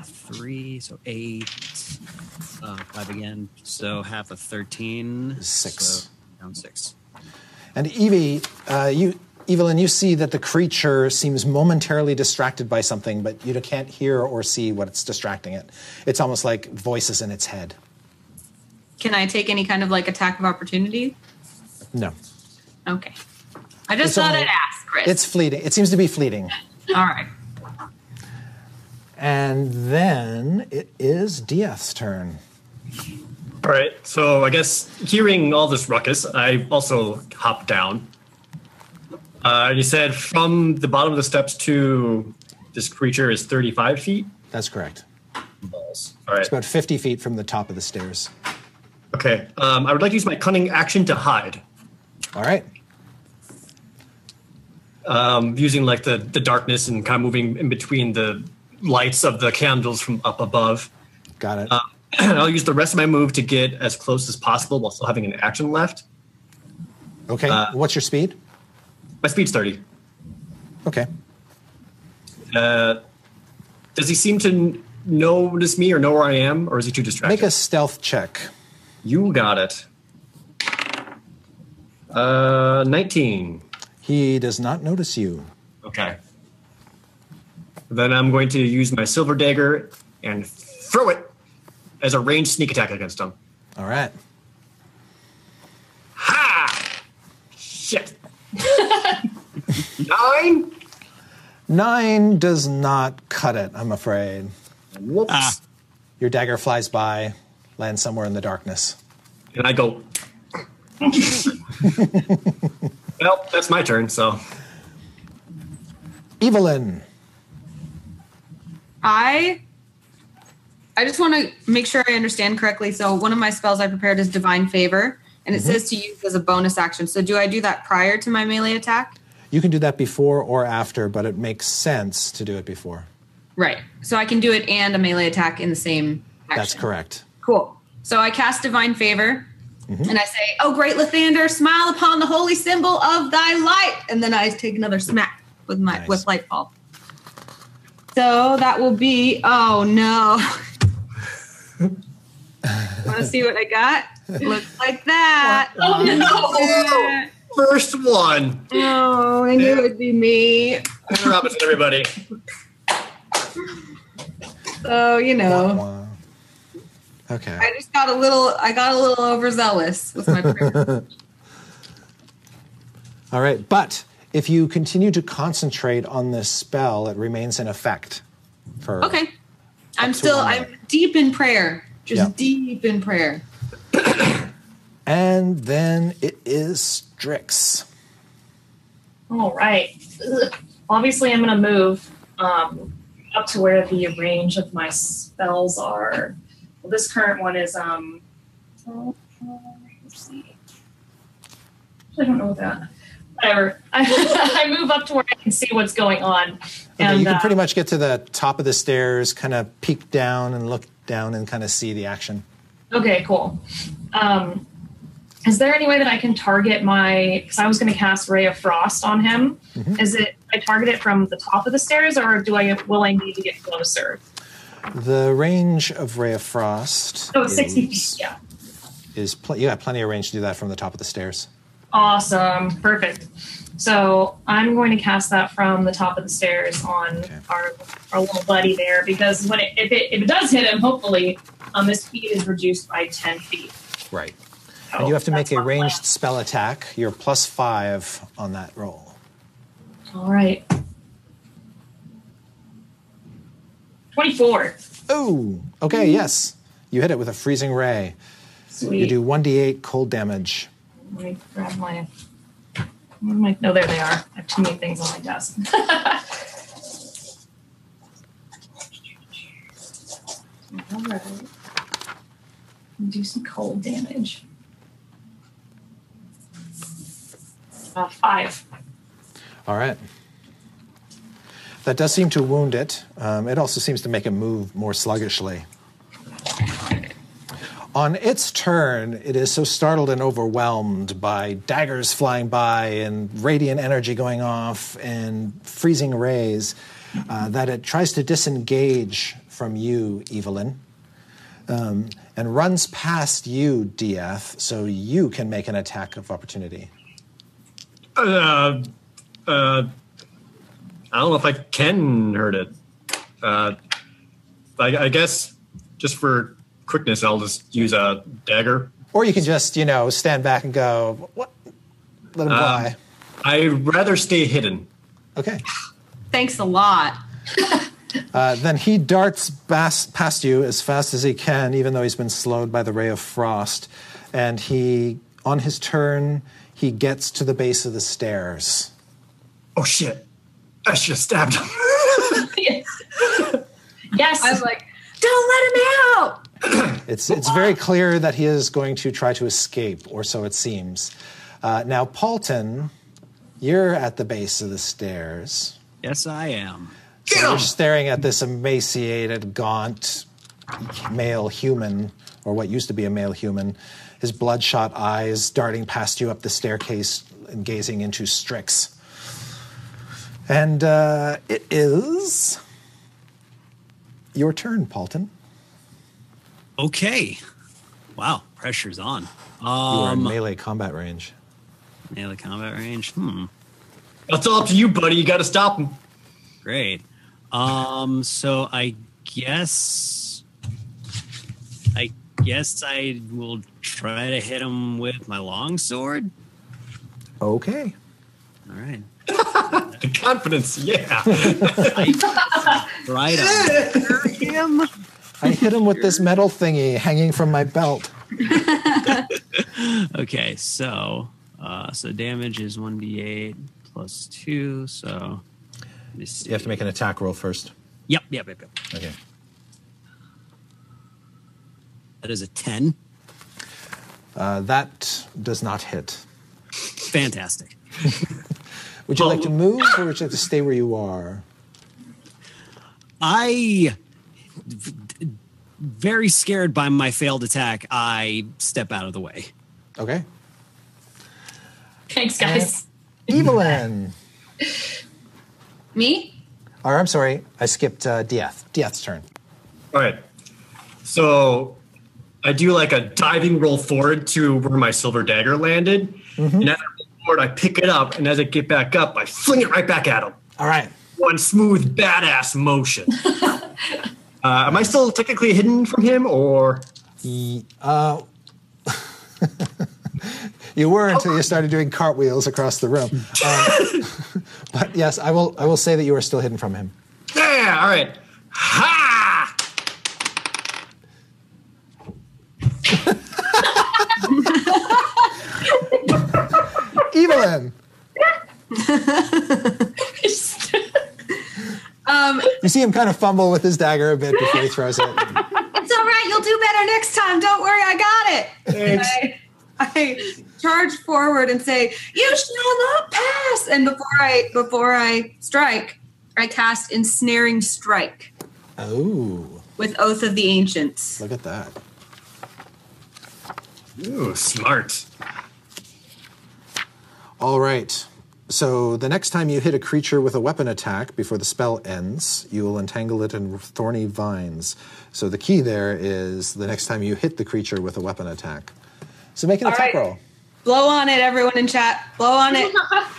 [SPEAKER 5] three, so eight, uh, five again. So half of 13.
[SPEAKER 2] Six.
[SPEAKER 5] So down six.
[SPEAKER 2] And Evie, uh, you, Evelyn, you see that the creature seems momentarily distracted by something, but you can't hear or see what it's distracting it. It's almost like voices in its head.
[SPEAKER 6] Can I take any kind of like attack of opportunity?
[SPEAKER 2] No,
[SPEAKER 6] Okay. I just
[SPEAKER 2] It's
[SPEAKER 6] thought
[SPEAKER 2] only-
[SPEAKER 6] I'd ask, Chris.
[SPEAKER 2] it's fleeting. It seems to be fleeting.
[SPEAKER 6] All right.
[SPEAKER 2] And then it is Dieth's turn.
[SPEAKER 1] All right. So I guess hearing all this ruckus, I also hop down. Uh, you said from the bottom of the steps to this creature is 35 feet.
[SPEAKER 2] That's correct.
[SPEAKER 1] Balls. All right.
[SPEAKER 2] It's about 50 feet from the top of the stairs.
[SPEAKER 1] Okay. Um, I would like to use my cunning action to hide,
[SPEAKER 2] All right.
[SPEAKER 1] um, using like the, the darkness and kind of moving in between the lights of the candles from up above.
[SPEAKER 2] Got it.
[SPEAKER 1] (clears throat) I'll use the rest of my move to get as close as possible while still having an action left.
[SPEAKER 2] okay.
[SPEAKER 1] uh,
[SPEAKER 2] What's your speed?
[SPEAKER 1] My speed's 30.
[SPEAKER 2] Okay.
[SPEAKER 1] Uh, does he seem to n- notice me or know where I am, or is he too distracted?
[SPEAKER 2] Make a stealth check.
[SPEAKER 1] You got it. Uh, 19.
[SPEAKER 2] He does not notice you.
[SPEAKER 1] Okay. Then I'm going to use my silver dagger and throw it as a ranged sneak attack against him.
[SPEAKER 2] All right.
[SPEAKER 1] Ha! Shit. (laughs) Nine?
[SPEAKER 2] Nine does not cut it, I'm afraid.
[SPEAKER 1] Whoops.
[SPEAKER 5] Ah.
[SPEAKER 2] Your dagger flies by, lands somewhere in the darkness.
[SPEAKER 1] And I go. well, that's my turn, so.
[SPEAKER 2] Evelyn.
[SPEAKER 6] I I just want to make sure I understand correctly. So one of my spells I prepared is divine favor, and it says to use as a bonus action. So do I do that prior to my melee attack?
[SPEAKER 2] You can do that before or after, but it makes sense to do it before.
[SPEAKER 6] Right. So I can do it and a melee attack in the same action.
[SPEAKER 2] That's correct.
[SPEAKER 6] Cool. So I cast divine favor.
[SPEAKER 2] Mm-hmm.
[SPEAKER 6] And I say, "Oh, great Lathander, smile upon the holy symbol of thy light." And then I take another smack with my
[SPEAKER 2] Nice.
[SPEAKER 6] with lightfall. So that will be. Oh no! (laughs) Want to see what I got? Looks like that.
[SPEAKER 4] Oh no!
[SPEAKER 1] First one.
[SPEAKER 6] Oh, I knew it'd be me.
[SPEAKER 1] Anna Robinson, everybody.
[SPEAKER 6] So you know,
[SPEAKER 2] Wow. Okay.
[SPEAKER 6] I just got a little. I got a little overzealous with
[SPEAKER 2] (laughs)
[SPEAKER 6] my. prayer.
[SPEAKER 2] All right. But if you continue to concentrate on this spell, it remains in effect for
[SPEAKER 6] okay, I'm still.
[SPEAKER 2] one
[SPEAKER 6] I'm deep in prayer. Just
[SPEAKER 2] Yeah.
[SPEAKER 6] deep in prayer.
[SPEAKER 2] And then it is Strix.
[SPEAKER 4] All right. Ugh. Obviously, I'm going to move um, up to where the range of my spells are. Well, this current one is. Um, uh, let's see. I don't know that. Whatever. (laughs) I, I move up to where I can see what's going on.
[SPEAKER 2] Okay,
[SPEAKER 4] and
[SPEAKER 2] you can
[SPEAKER 4] uh,
[SPEAKER 2] pretty much get to the top of the stairs, kind of peek down and look down and kind of see the action.
[SPEAKER 4] Okay, cool. Um, is there any way that I can target my? Because I was going to cast Ray of Frost on him.
[SPEAKER 2] Mm-hmm.
[SPEAKER 4] Is it? I target it from the top of the stairs, or do I? Will I need to get closer?
[SPEAKER 2] The range of Ray of Frost
[SPEAKER 4] Oh, it's 60 feet.
[SPEAKER 2] is,
[SPEAKER 4] Yeah.
[SPEAKER 2] is pl- you have plenty of range to do that from the top of the stairs.
[SPEAKER 4] Awesome. Perfect. So I'm going to cast that from the top of the stairs on
[SPEAKER 2] Okay.
[SPEAKER 4] our, our little buddy there because when it, if it if it does hit him, hopefully, um, his speed is reduced by 10 feet.
[SPEAKER 2] Right.
[SPEAKER 4] So
[SPEAKER 2] And you have to make
[SPEAKER 4] Oh, that's
[SPEAKER 2] a
[SPEAKER 4] my plan.
[SPEAKER 2] ranged spell attack. You're plus five on that roll.
[SPEAKER 4] All right. 24.
[SPEAKER 2] Oh, okay, yes. You hit it with a freezing ray.
[SPEAKER 4] Sweet.
[SPEAKER 2] You do 1d8 cold damage.
[SPEAKER 4] Let me grab my. Where am I? No, there they are. I have too many things on my desk. (laughs) All right. Do some cold damage. Uh, five.
[SPEAKER 2] All right. That does seem to wound it. Um, it also seems to make it move more sluggishly. (laughs) On its turn, it is so startled and overwhelmed by daggers flying by and radiant energy going off and freezing rays uh, that it tries to disengage from you, Evelyn, um, and runs past you, DF, so you can make an attack of opportunity.
[SPEAKER 1] Uh, uh, I don't know if I can hurt it. Uh, I, I guess just for quickness, I'll just use a dagger.
[SPEAKER 2] Or you can just, you know, stand back and go, what? Let him fly.
[SPEAKER 1] I'd rather stay hidden.
[SPEAKER 2] okay.
[SPEAKER 6] Thanks a lot.
[SPEAKER 2] Uh, then he darts bas- past you as fast as he can, even though he's been slowed by the ray of frost. And he, on his turn, he gets to the base of the stairs.
[SPEAKER 1] oh shit, I should have stabbed him. (laughs)
[SPEAKER 4] yes.
[SPEAKER 6] I was like,
[SPEAKER 3] Don't let him out.
[SPEAKER 2] It's, it's very clear that he is going to try to escape, or so it seems. Uh, now, Paulton, you're at the base of the stairs.
[SPEAKER 5] Yes, I am.
[SPEAKER 1] Get
[SPEAKER 2] You're
[SPEAKER 1] him!
[SPEAKER 2] staring at this emaciated, gaunt male human, or what used to be a male human, his bloodshot eyes darting past you up the staircase and gazing into Strix. And uh, it is your turn, Paulton.
[SPEAKER 5] Okay. Wow, pressure's on.
[SPEAKER 2] You are in
[SPEAKER 5] Um,
[SPEAKER 2] melee combat range.
[SPEAKER 5] melee combat range. Hmm.
[SPEAKER 1] That's all up to you, buddy. You got to stop him.
[SPEAKER 5] Great. Um, so I guess I guess I will try to hit him with my long sword.
[SPEAKER 2] Okay.
[SPEAKER 5] All right.
[SPEAKER 1] The confidence, yeah.
[SPEAKER 5] Right on. him.
[SPEAKER 2] I hit him
[SPEAKER 7] (laughs)
[SPEAKER 2] with this metal thingy hanging from my belt.
[SPEAKER 5] Okay, so uh so damage is 1d8 plus 2, so let me see.
[SPEAKER 7] You have to make an attack roll first.
[SPEAKER 5] Yep, yep, yep, yep.
[SPEAKER 7] Okay.
[SPEAKER 5] That is a 10.
[SPEAKER 2] Uh, that does not hit.
[SPEAKER 5] Fantastic.
[SPEAKER 2] Would you like to move or would you like to stay where you are?
[SPEAKER 5] I very scared by my failed attack. I step out of the way.
[SPEAKER 2] Okay.
[SPEAKER 4] Thanks, guys.
[SPEAKER 2] Evelyn.
[SPEAKER 6] me?
[SPEAKER 2] Or I'm sorry, I skipped uh, Dieth. Dieth's turn.
[SPEAKER 1] All right. So I do like a diving roll forward to where my silver dagger landed. And as I roll forward, I pick it up. And as I get back up, I fling it right back at him.
[SPEAKER 2] All right.
[SPEAKER 1] One smooth, badass motion. uh, am I still technically hidden from him or?
[SPEAKER 2] uh, (laughs) You were until you started doing cartwheels across the room. (laughs) Um, but yes, I will. I will say that you are still hidden from him.
[SPEAKER 1] Yeah, all right. Ha!
[SPEAKER 2] Evelyn,
[SPEAKER 6] (laughs) Um,
[SPEAKER 2] you see him kind of fumble with his dagger a bit before he throws it.
[SPEAKER 6] it's all right. You'll do better next time. Don't worry. I got it.
[SPEAKER 1] Thanks.
[SPEAKER 6] I, I charge forward and say, "You shall not pass." And before I before I strike, I cast ensnaring strike
[SPEAKER 2] Oh,
[SPEAKER 6] with oath of the ancients.
[SPEAKER 2] look at that!
[SPEAKER 1] Ooh, smart.
[SPEAKER 2] All right. So the next time you hit a creature with a weapon attack before the spell ends, you will entangle it in thorny vines. So the key there is the next time you hit the creature with a weapon attack. So make an attack
[SPEAKER 6] right.
[SPEAKER 2] roll.
[SPEAKER 6] Blow on it, everyone in chat. Blow on it.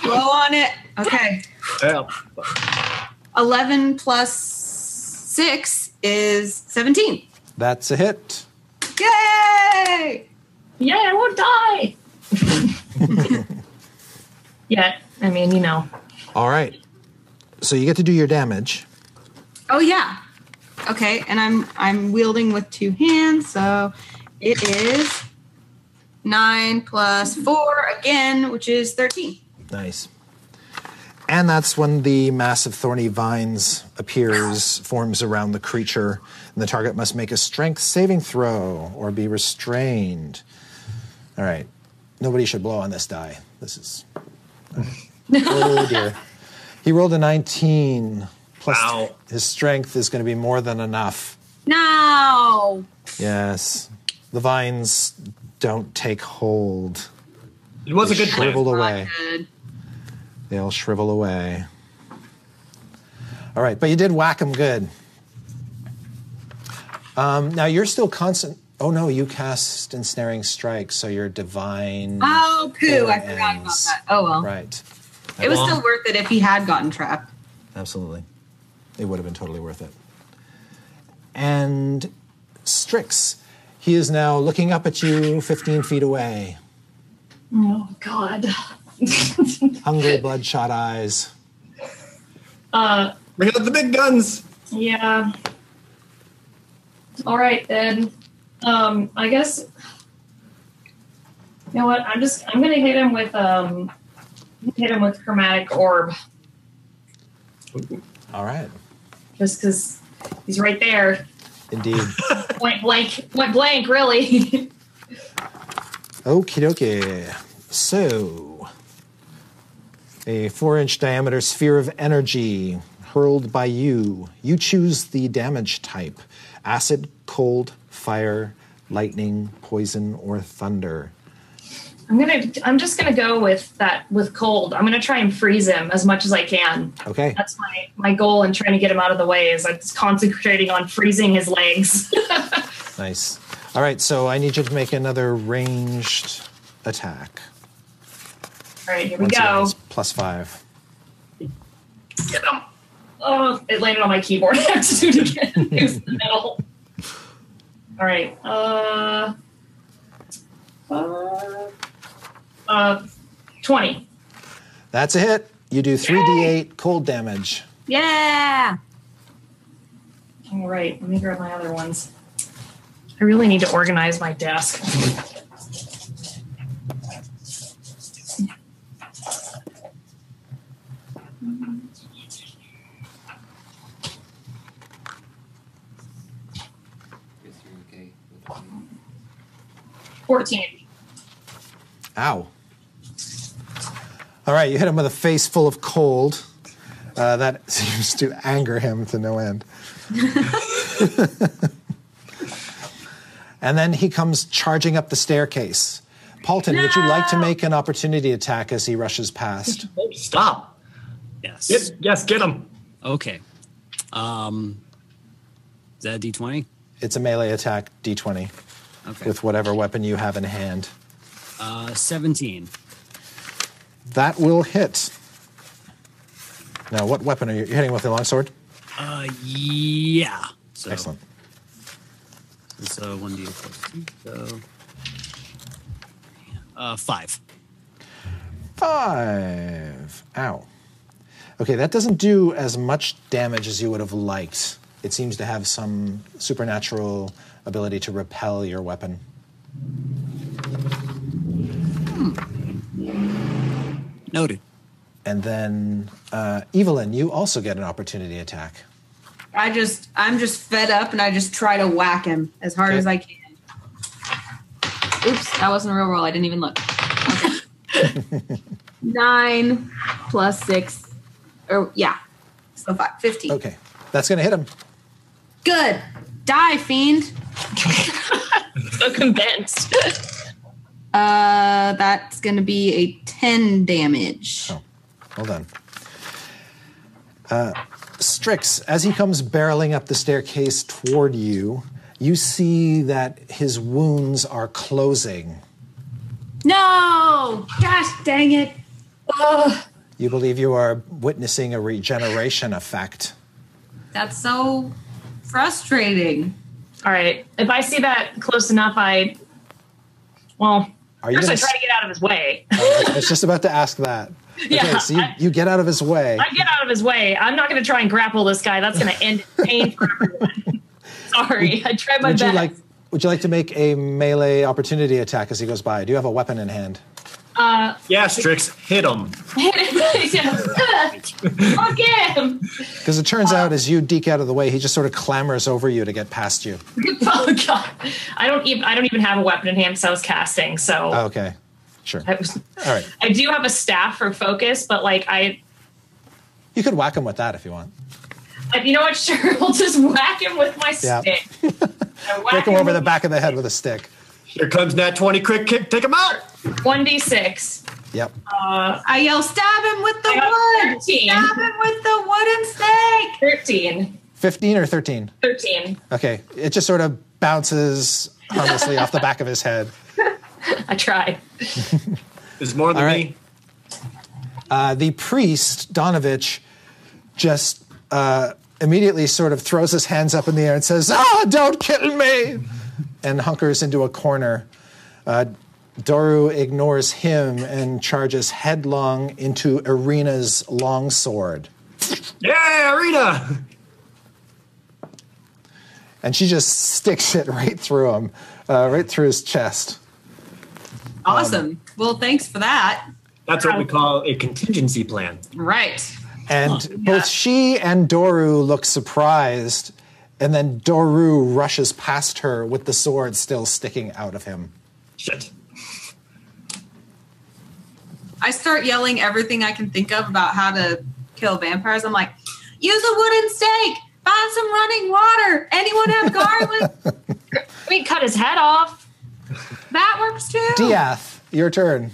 [SPEAKER 6] Blow on it. Okay.
[SPEAKER 1] Well,
[SPEAKER 6] 11 plus 6 is 17.
[SPEAKER 2] That's a hit.
[SPEAKER 6] Yay!
[SPEAKER 4] Yay, I won't die. (laughs) Yet, I mean, you know.
[SPEAKER 2] All right. So you get to do your damage.
[SPEAKER 6] Oh yeah. Okay, and I'm I'm wielding with two hands, so it is 9 plus 4 again, which is 13.
[SPEAKER 2] Nice. And that's when the mass of thorny vines appears, forms around the creature, and the target must make a strength saving throw or be restrained. All right. Nobody should blow on this die. This is. Oh dear.
[SPEAKER 1] (laughs)
[SPEAKER 2] He rolled a 19. Plus,
[SPEAKER 1] Wow.
[SPEAKER 2] his strength is going to be more than enough.
[SPEAKER 6] No.
[SPEAKER 2] Yes. The vines don't take hold,
[SPEAKER 1] it was a good plan.
[SPEAKER 2] shrivel away.
[SPEAKER 6] Good.
[SPEAKER 2] They'll shrivel away. All right, but you did whack them good. Um, now you're still constant. Oh no, you cast ensnaring strike, so you're divine.
[SPEAKER 6] Oh, poo. I
[SPEAKER 2] Four
[SPEAKER 6] forgot about
[SPEAKER 2] ends.
[SPEAKER 6] that. Oh well.
[SPEAKER 2] Right,
[SPEAKER 6] It was still worth it if he had gotten trapped.
[SPEAKER 7] Absolutely.
[SPEAKER 2] it would have been totally worth it. And Strix, he is now looking up at you, 15 feet away,
[SPEAKER 4] Oh, God. (laughs)
[SPEAKER 2] hungry, bloodshot eyes.
[SPEAKER 4] Uh,
[SPEAKER 1] Bring out the big guns.
[SPEAKER 4] Yeah. All right then. Um, I guess. You know what? I'm just I'm gonna hit him with um, hit him with chromatic orb.
[SPEAKER 2] All right.
[SPEAKER 4] just because he's right there,
[SPEAKER 2] Indeed.
[SPEAKER 4] point blank, point blank, really. (laughs)
[SPEAKER 2] Okie dokie. So, a four inch diameter sphere of energy hurled by you. You choose the damage type acid, cold, fire, lightning, poison, or thunder.
[SPEAKER 4] I'm gonna, I'm just gonna go with that with cold. I'm gonna try and freeze him as much as I can.
[SPEAKER 2] Okay.
[SPEAKER 4] That's my my goal in trying to get him out of the way. Is I'm just concentrating on freezing his legs. (laughs)
[SPEAKER 2] Nice. All right, so I need you to make another ranged attack.
[SPEAKER 4] All right, here we
[SPEAKER 2] Once again,
[SPEAKER 4] go.
[SPEAKER 2] it's plus five.
[SPEAKER 4] Get him. Oh, it landed on my keyboard. (laughs) I have to do it again. It was the middle. All right. Uh, uh, uh, 20.
[SPEAKER 2] That's a hit. You do 3d8 cold damage.
[SPEAKER 6] Yeah.
[SPEAKER 4] All right. Let me grab my other ones. I really need to organize my desk.
[SPEAKER 8] Guess you're okay with me.
[SPEAKER 4] 14.
[SPEAKER 2] Ow. All right, you hit him with a face full of cold. Uh, that (laughs) seems to anger him to no end. (laughs) and then he comes charging up the staircase. Paulton, would you like to make an opportunity attack as he rushes past?
[SPEAKER 1] Oh, stop.
[SPEAKER 5] Yes.
[SPEAKER 1] Yes, yes, get him.
[SPEAKER 5] Okay. Um, is that a D20?
[SPEAKER 2] It's a melee attack, d20,
[SPEAKER 5] Okay.
[SPEAKER 2] with whatever weapon you have in hand.
[SPEAKER 5] Uh, 17.
[SPEAKER 2] That will hit. Now, what weapon are you you're hitting with? The longsword?
[SPEAKER 5] Uh, yeah. So,
[SPEAKER 2] Excellent.
[SPEAKER 5] So 1D4. So, uh, 5.
[SPEAKER 2] Five. Ow. Okay, that doesn't do as much damage as you would have liked. It seems to have some supernatural ability to repel your weapon.
[SPEAKER 5] Noted.
[SPEAKER 2] And then, uh, Evelyn, you also get an opportunity attack.
[SPEAKER 6] I just I'm just fed up and I just try to whack him as hard
[SPEAKER 2] Okay.
[SPEAKER 6] as I can. Oops, that wasn't a real roll. I didn't
[SPEAKER 2] (laughs)
[SPEAKER 6] even look. Okay. Nine plus six. Or yeah. So five. Fifteen.
[SPEAKER 2] Okay, that's going to hit him.
[SPEAKER 6] Good. Die, fiend.
[SPEAKER 4] So convinced.
[SPEAKER 6] Uh that's gonna be a ten damage.
[SPEAKER 2] Oh, well done. Uh, Strix, as he comes barreling up the staircase toward you, you see that his wounds are closing.
[SPEAKER 3] No! Gosh dang it.
[SPEAKER 2] You believe you are witnessing a regeneration effect.
[SPEAKER 6] That's so frustrating.
[SPEAKER 4] All right. If I see that close enough, I. Well,
[SPEAKER 2] Are you
[SPEAKER 4] first I
[SPEAKER 2] gonna
[SPEAKER 4] try to get out of his way.
[SPEAKER 2] I was just about to ask that. okay,
[SPEAKER 4] (laughs) Yeah,
[SPEAKER 2] so you,
[SPEAKER 4] I-
[SPEAKER 2] you get out of his way.
[SPEAKER 4] I get out of his way. I'm not going to try and grapple this guy. That's going to end in pain for everyone. (laughs) Sorry, I tried my
[SPEAKER 2] would you
[SPEAKER 4] best.
[SPEAKER 2] like would you like to make a melee opportunity attack as he goes by? Do you have a weapon in hand?
[SPEAKER 1] Yeah, Strix, hit him.
[SPEAKER 4] (laughs) Yeah. Fuck him!
[SPEAKER 2] Because it turns
[SPEAKER 4] Uh,
[SPEAKER 2] out as you deke out of the way, he just sort of clambers over you to get past you.
[SPEAKER 4] Oh god! I don't even I don't even have a weapon in hand because I was casting. So
[SPEAKER 2] Oh, Okay. Sure.
[SPEAKER 4] I, was,
[SPEAKER 2] All right.
[SPEAKER 4] I do have a staff for focus, but like I,
[SPEAKER 2] You could whack him with that if you want.
[SPEAKER 4] I you know what? (laughs) Sure, I'll just whack him with my
[SPEAKER 2] Yeah.
[SPEAKER 4] stick.
[SPEAKER 2] (laughs)
[SPEAKER 4] I whack
[SPEAKER 2] Kick him over
[SPEAKER 4] with
[SPEAKER 2] the back of the head with a stick.
[SPEAKER 1] Here comes that 20 quick kick. Take him out.
[SPEAKER 4] One d six.
[SPEAKER 2] Yep.
[SPEAKER 4] Uh,
[SPEAKER 6] I yell, stab him with the
[SPEAKER 4] I got
[SPEAKER 6] wood!
[SPEAKER 4] 13.
[SPEAKER 6] Stab him with the wooden stake!
[SPEAKER 4] 13.
[SPEAKER 2] 15 or 13?
[SPEAKER 4] 13.
[SPEAKER 2] Okay. It just sort of bounces harmlessly off the back of his head.
[SPEAKER 4] I tried.
[SPEAKER 1] There's more than
[SPEAKER 2] All right.
[SPEAKER 1] me.
[SPEAKER 2] Uh, the priest, Donovich, just uh, immediately sort of throws his hands up in the air and says, Ah, don't kill me! And hunkers into a corner. Uh, Doru ignores him and charges headlong into Arena's longsword.
[SPEAKER 1] Yeah, Arena.
[SPEAKER 2] And she just sticks it right through him, uh, right through his chest. Um,
[SPEAKER 6] Awesome. well, thanks for that.
[SPEAKER 1] That's what we call a contingency plan.
[SPEAKER 6] Right.
[SPEAKER 2] And both she and Doru look surprised, and then Doru rushes past her with the sword still sticking out of him.
[SPEAKER 1] Shit.
[SPEAKER 6] I start yelling everything I can think of about how to kill vampires. I'm like, use a wooden stake, find some running water. Anyone have garlic?
[SPEAKER 4] We cut his head off.
[SPEAKER 6] that works too.
[SPEAKER 2] Diath, your turn.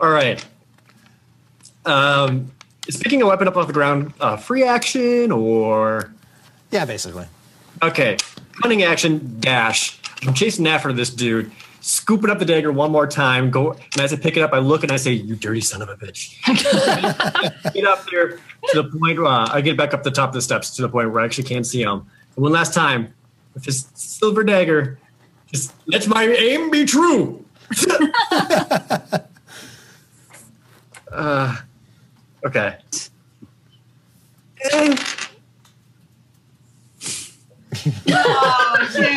[SPEAKER 1] All right. Um, is picking a weapon up off the ground uh, free action or
[SPEAKER 2] Yeah, basically.
[SPEAKER 1] okay? Cunning action dash. I'm chasing after this dude. Scooping up the dagger one more time. Go and as I pick it up, I look and I say, "You dirty son of a
[SPEAKER 4] (laughs)
[SPEAKER 1] bitch!" get up there to the point. Uh, I get back up the top of the steps to the point where I actually can't see him. And one last time with his silver dagger. Just let my aim be true. (laughs)
[SPEAKER 4] (laughs)
[SPEAKER 1] uh, okay.
[SPEAKER 6] Oh, Jared.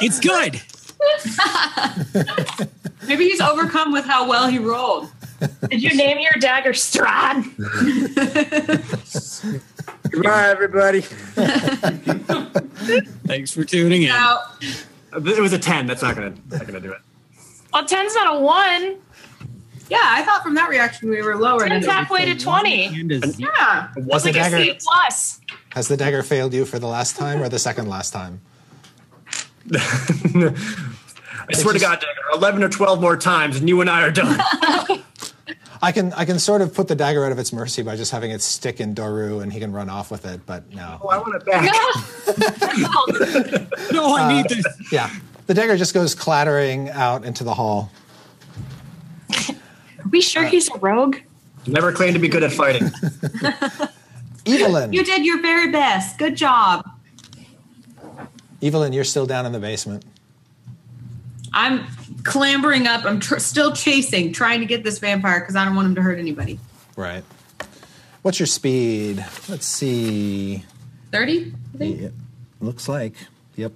[SPEAKER 5] It's good.
[SPEAKER 6] Maybe he's overcome with how well he rolled.
[SPEAKER 4] Did you name your dagger Strad?
[SPEAKER 9] Goodbye, everybody.
[SPEAKER 5] Thanks for tuning in.
[SPEAKER 6] Now,
[SPEAKER 1] It was a ten. That's not gonna not gonna do it.
[SPEAKER 4] Well, 10's not a 1.
[SPEAKER 6] yeah, I thought from that reaction we were lower.
[SPEAKER 4] 10's
[SPEAKER 6] than
[SPEAKER 4] halfway to 20.
[SPEAKER 5] And a Z-
[SPEAKER 6] yeah.
[SPEAKER 1] It
[SPEAKER 4] It's
[SPEAKER 1] wasn't
[SPEAKER 4] like a
[SPEAKER 2] dagger.
[SPEAKER 4] C plus.
[SPEAKER 2] Has the dagger failed you for the last time or the second last time?
[SPEAKER 1] I swear to God, Dagger, 11 or 12 more times and you and I are (laughs) done.
[SPEAKER 2] I can I can sort of put the dagger out of its mercy by just having it stick in Doru and he can run off with it, but no.
[SPEAKER 1] Oh, I want it back.
[SPEAKER 2] (laughs)
[SPEAKER 4] (laughs)
[SPEAKER 5] No, I need
[SPEAKER 2] uh,
[SPEAKER 5] this.
[SPEAKER 2] Yeah. The dagger just goes clattering out into the hall.
[SPEAKER 4] Are we sure he's a rogue?
[SPEAKER 1] Never claimed to be good at fighting.
[SPEAKER 2] Evelyn.
[SPEAKER 6] You did your very best. Good job.
[SPEAKER 2] Evelyn, you're still down in the basement.
[SPEAKER 6] I'm clambering up. I'm tr- still chasing, trying to get this vampire because I don't want him to hurt anybody.
[SPEAKER 2] Right. What's your speed? Let's see.
[SPEAKER 6] 30? I think.
[SPEAKER 7] Yep. Looks like. Yep.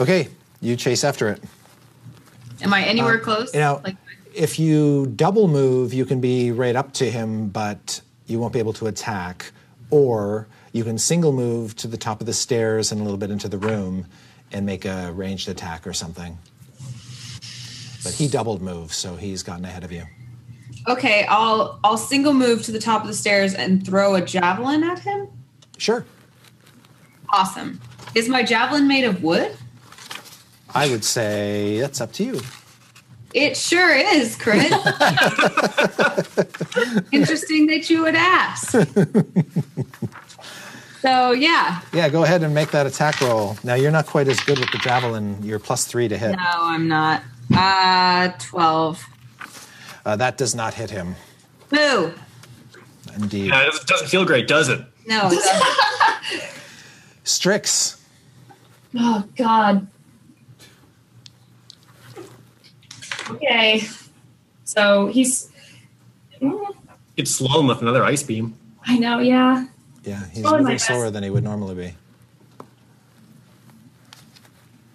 [SPEAKER 2] Okay, you chase after it.
[SPEAKER 6] Am I anywhere close?
[SPEAKER 2] Uh, You know,
[SPEAKER 6] like,
[SPEAKER 2] if you double move, you can be right up to him, but you won't be able to attack. Or you can single move to the top of the stairs and a little bit into the room and make a ranged attack or something. But he doubled move, so he's gotten ahead of you.
[SPEAKER 6] okay, I'll I'll single move to the top of the stairs and throw a javelin at him.
[SPEAKER 2] Sure.
[SPEAKER 6] Awesome. Is my javelin made of wood?
[SPEAKER 2] I would say that's up to you.
[SPEAKER 6] It sure is, Chris. Interesting that you would ask. so yeah,
[SPEAKER 2] Yeah, go ahead and make that attack roll. Now, you're not quite as good with the javelin. You're plus three to hit.
[SPEAKER 6] no, I'm not. Uh, twelve.
[SPEAKER 2] Uh, that does not hit him.
[SPEAKER 6] Boo.
[SPEAKER 2] Indeed.
[SPEAKER 1] Yeah, it doesn't feel great, does it?
[SPEAKER 6] No. it doesn't.
[SPEAKER 2] Strix.
[SPEAKER 4] Oh, God. Okay. So he's. Mm,
[SPEAKER 1] It's slow him with another ice beam.
[SPEAKER 4] I know, yeah.
[SPEAKER 2] Yeah, he's
[SPEAKER 4] Probably my
[SPEAKER 2] moving
[SPEAKER 4] best.
[SPEAKER 2] slower than he would normally be.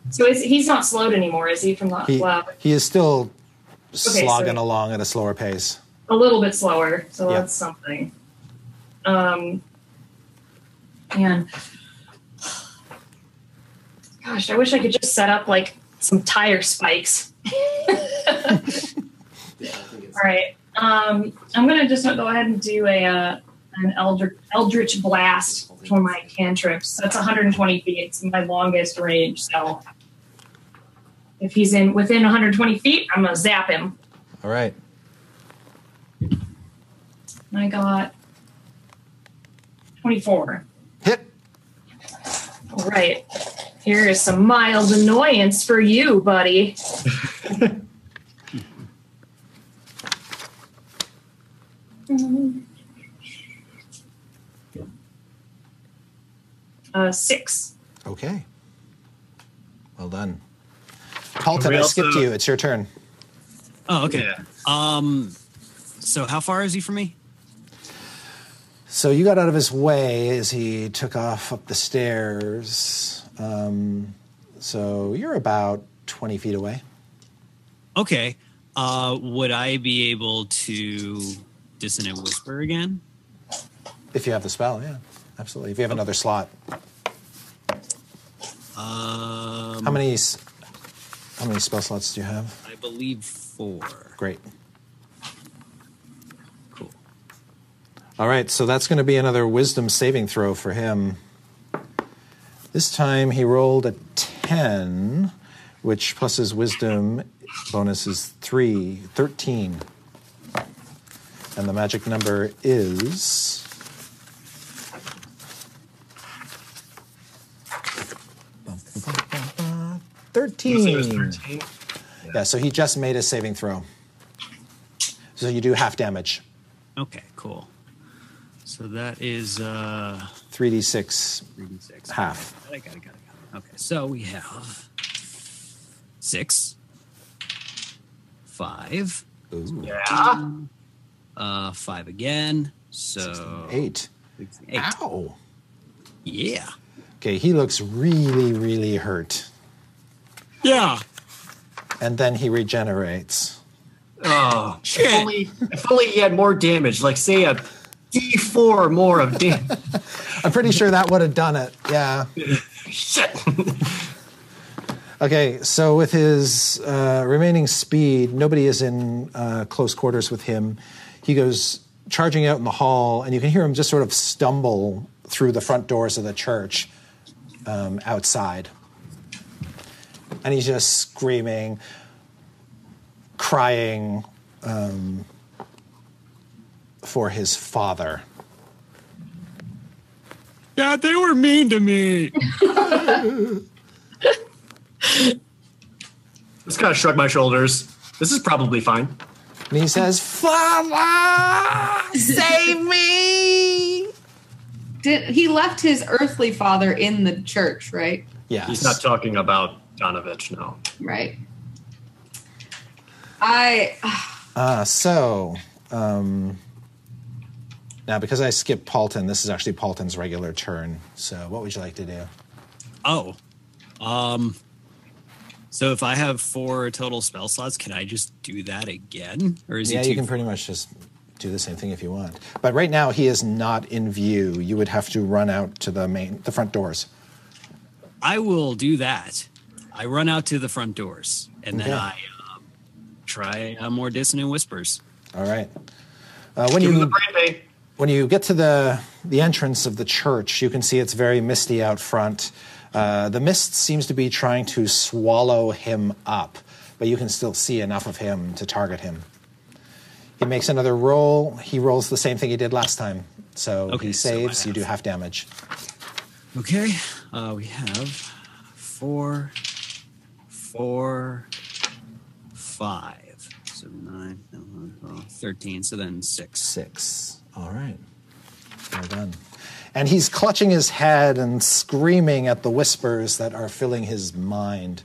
[SPEAKER 4] So is, he's not slowed anymore, is he? From the.
[SPEAKER 2] He,
[SPEAKER 4] wow.
[SPEAKER 2] he is still
[SPEAKER 4] so-
[SPEAKER 2] slogging along at a slower pace.
[SPEAKER 4] a little bit slower, so
[SPEAKER 2] Yeah.
[SPEAKER 4] that's something. Um, man, gosh, I wish I could just set up like some tire spikes. (laughs)
[SPEAKER 8] Yeah, I think it's
[SPEAKER 4] All right, um, I'm gonna just go ahead and do a uh, an eldritch, eldritch blast for my cantrips. That's 120 feet. It's my longest range, so. If he's in within 120 feet, I'm gonna zap him.
[SPEAKER 2] All right.
[SPEAKER 4] And I got 24.
[SPEAKER 2] Hit.
[SPEAKER 4] All right. Here is some mild annoyance for you, buddy. uh, six.
[SPEAKER 2] Okay. Well done. Halton,
[SPEAKER 1] we
[SPEAKER 2] I
[SPEAKER 1] also-
[SPEAKER 2] skipped you. It's your turn.
[SPEAKER 5] Oh, okay.
[SPEAKER 1] Yeah.
[SPEAKER 5] Um, so how far is he from me?
[SPEAKER 2] So you got out of his way as he took off up the stairs. Um, so you're about 20 feet away.
[SPEAKER 5] Okay. Uh, would I be able to dissonant whisper again?
[SPEAKER 2] If you have the spell, yeah, absolutely. If you have another slot,
[SPEAKER 5] Um,
[SPEAKER 2] how many s- how many spell slots do you have?
[SPEAKER 5] I believe four.
[SPEAKER 2] Great.
[SPEAKER 5] Cool.
[SPEAKER 2] All right, so that's going to be another wisdom saving throw for him. This time he rolled a 10, which plus his wisdom bonus is 3, 13. And the magic number is.
[SPEAKER 1] So it was
[SPEAKER 2] 13.
[SPEAKER 1] 13.
[SPEAKER 2] Yeah, so he just made a saving throw. So you do half damage.
[SPEAKER 5] Okay, cool. So that is uh,
[SPEAKER 2] 3d6
[SPEAKER 5] 3d6.
[SPEAKER 2] half.
[SPEAKER 5] I got it, got it, got it. Okay, so we have six, five,
[SPEAKER 1] Yeah.
[SPEAKER 5] uh, five again. So
[SPEAKER 2] 8.
[SPEAKER 5] six, eight.
[SPEAKER 2] Ow.
[SPEAKER 5] Yeah.
[SPEAKER 2] Okay, he looks really, really hurt.
[SPEAKER 5] Yeah.
[SPEAKER 2] And then he regenerates.
[SPEAKER 1] Oh,
[SPEAKER 5] Shit.
[SPEAKER 1] If only, if only he had more damage. Like, say, a D4 more of (laughs) damage.
[SPEAKER 2] I'm pretty sure that would have done it. Yeah.
[SPEAKER 1] Shit.
[SPEAKER 2] Okay, so with his uh, remaining speed, nobody is in uh, close quarters with him. He goes charging out in the hall, and you can hear him just sort of stumble through the front doors of the church um, outside. And he's just screaming, crying um, for his father.
[SPEAKER 5] Yeah, they were mean to me.
[SPEAKER 1] Just kind of shrug my shoulders. This is probably fine.
[SPEAKER 2] And he says, Father, save me!
[SPEAKER 6] Did, he left his earthly father in the church, right?
[SPEAKER 2] Yes.
[SPEAKER 1] He's not talking about Donovich, no.
[SPEAKER 6] Right. I
[SPEAKER 2] Uh, so, um, now because I skipped Paulton, this is actually Paulton's regular turn. So, what would you like to do?
[SPEAKER 5] (laughs) Oh. Um so if I have four total spell slots, can I just do that again? Or is
[SPEAKER 2] yeah,
[SPEAKER 5] he too
[SPEAKER 2] you can pretty much just do the same thing if you want. But right now, he is not in view. You would have to run out to the main, the front doors.
[SPEAKER 5] I will do that. I run out to the front doors and then
[SPEAKER 2] Okay.
[SPEAKER 5] I um, try uh, more dissonant whispers.
[SPEAKER 2] All right. Uh, when
[SPEAKER 1] Give him the
[SPEAKER 2] you
[SPEAKER 1] brain pain.
[SPEAKER 2] when you get to the the entrance of the church, you can see it's very misty out front. Uh, the mist seems to be trying to swallow him up, but you can still see enough of him to target him. He makes another roll. He rolls the same thing he did last time. So
[SPEAKER 5] Okay,
[SPEAKER 2] he
[SPEAKER 5] so I
[SPEAKER 2] saves. you
[SPEAKER 5] have-
[SPEAKER 2] do half damage.
[SPEAKER 5] Okay. Uh, we have four, four, five. So nine, 13. So then six.
[SPEAKER 2] Six. All right. Well done. And he's clutching his head and screaming at the whispers that are filling his mind.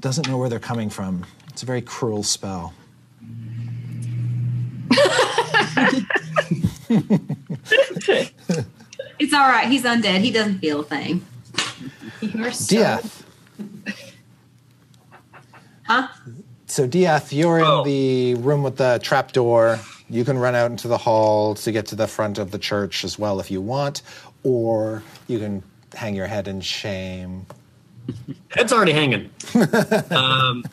[SPEAKER 2] Doesn't know where they're coming from. It's a very cruel spell.
[SPEAKER 6] it's all right. He's undead. He doesn't feel a thing.
[SPEAKER 4] You're so
[SPEAKER 2] Diath.
[SPEAKER 6] Huh?
[SPEAKER 2] So, Diath, you're
[SPEAKER 1] Oh.
[SPEAKER 2] in the room with the trapdoor. You can run out into the hall to get to the front of the church as well if you want, or you can hang your head in shame.
[SPEAKER 1] Head's already (laughs) hanging. um,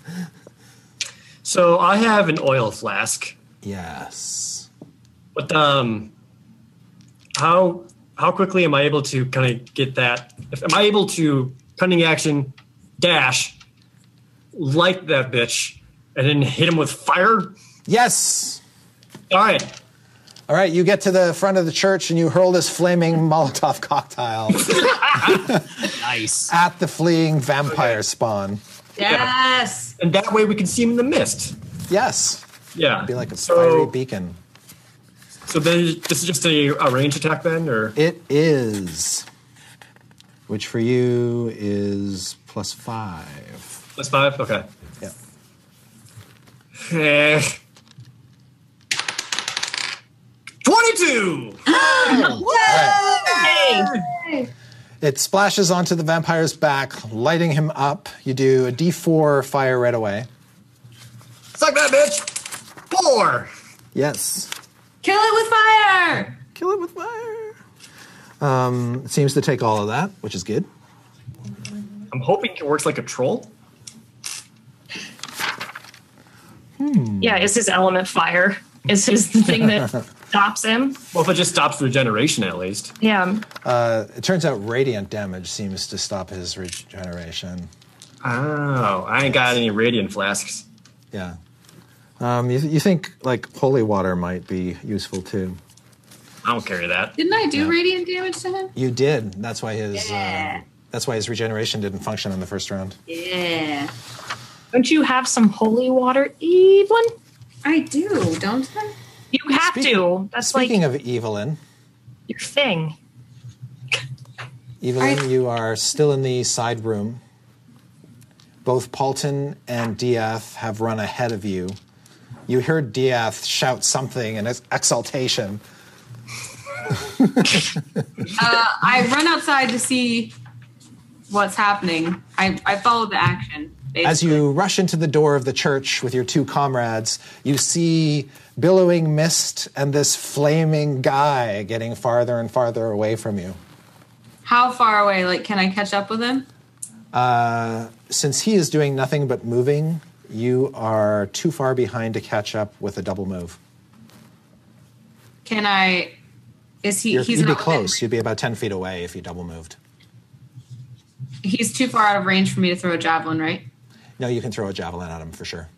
[SPEAKER 1] so I have an oil flask.
[SPEAKER 2] Yes.
[SPEAKER 1] But um, how how quickly am I able to kind of get that? If, am I able to cunning action dash light that bitch and then hit him with fire?
[SPEAKER 2] Yes.
[SPEAKER 1] All right,
[SPEAKER 2] All right, you get to the front of the church and you hurl this flaming Molotov cocktail
[SPEAKER 5] Nice.
[SPEAKER 2] at the fleeing vampire spawn.
[SPEAKER 6] Yes.
[SPEAKER 1] and that way we can see him in the mist.
[SPEAKER 2] Yes,
[SPEAKER 1] Yeah,
[SPEAKER 2] be like a
[SPEAKER 1] so,
[SPEAKER 2] fiery beacon.
[SPEAKER 1] So then this is just a, a range attack then, or
[SPEAKER 2] It is, which for you is plus five.
[SPEAKER 1] plus five? Okay.
[SPEAKER 2] Yeah.
[SPEAKER 1] Eh. Twenty-two.
[SPEAKER 2] It splashes onto the vampire's back, lighting him up. You do a D4 fire right away.
[SPEAKER 1] Suck that bitch. Four.
[SPEAKER 7] Yes.
[SPEAKER 6] Kill it with fire.
[SPEAKER 7] Kill it with fire.
[SPEAKER 2] Um, it seems to take all of that, which is good.
[SPEAKER 1] I'm hoping it works like a troll.
[SPEAKER 4] Yeah, is his element fire? Is his the thing that stops him?
[SPEAKER 1] Well, if it just stops regeneration, at least.
[SPEAKER 4] Yeah.
[SPEAKER 2] Uh, it turns out radiant damage seems to stop his regeneration.
[SPEAKER 1] Oh, I ain't got any radiant flasks.
[SPEAKER 7] Yeah. Um, you, you think like holy water might be useful too?
[SPEAKER 1] I don't carry that.
[SPEAKER 6] Didn't I do radiant damage to him?
[SPEAKER 2] You did. That's why his
[SPEAKER 6] Yeah.
[SPEAKER 2] uh, that's why his regeneration didn't function on the first round.
[SPEAKER 6] Yeah.
[SPEAKER 4] Don't you have some holy water, Evelyn?
[SPEAKER 6] I do, don't I?
[SPEAKER 4] You have to. That's
[SPEAKER 2] Speaking
[SPEAKER 4] like
[SPEAKER 2] of Evelyn,
[SPEAKER 4] your thing.
[SPEAKER 2] Evelyn, you are still in the side room. Both Paulton and Diath have run ahead of you. You hear Diath shout something in ex- exultation.
[SPEAKER 6] Uh, I run outside to see what's happening. I, I follow the action. basically.
[SPEAKER 2] As you rush into the door of the church with your two comrades, you see billowing mist and this flaming guy getting farther and farther away from you.
[SPEAKER 6] How far away? Like, can I catch up with him?
[SPEAKER 2] Since he is doing nothing but moving, you are too far behind to catch up with a double move.
[SPEAKER 6] Can I? Is he?
[SPEAKER 2] You're,
[SPEAKER 6] he's
[SPEAKER 2] you'd be
[SPEAKER 6] not within-
[SPEAKER 2] close. You'd be about 10 feet away if you double moved.
[SPEAKER 6] He's too far out of range for me to throw a javelin, right?
[SPEAKER 2] No, you can throw a javelin at him for sure.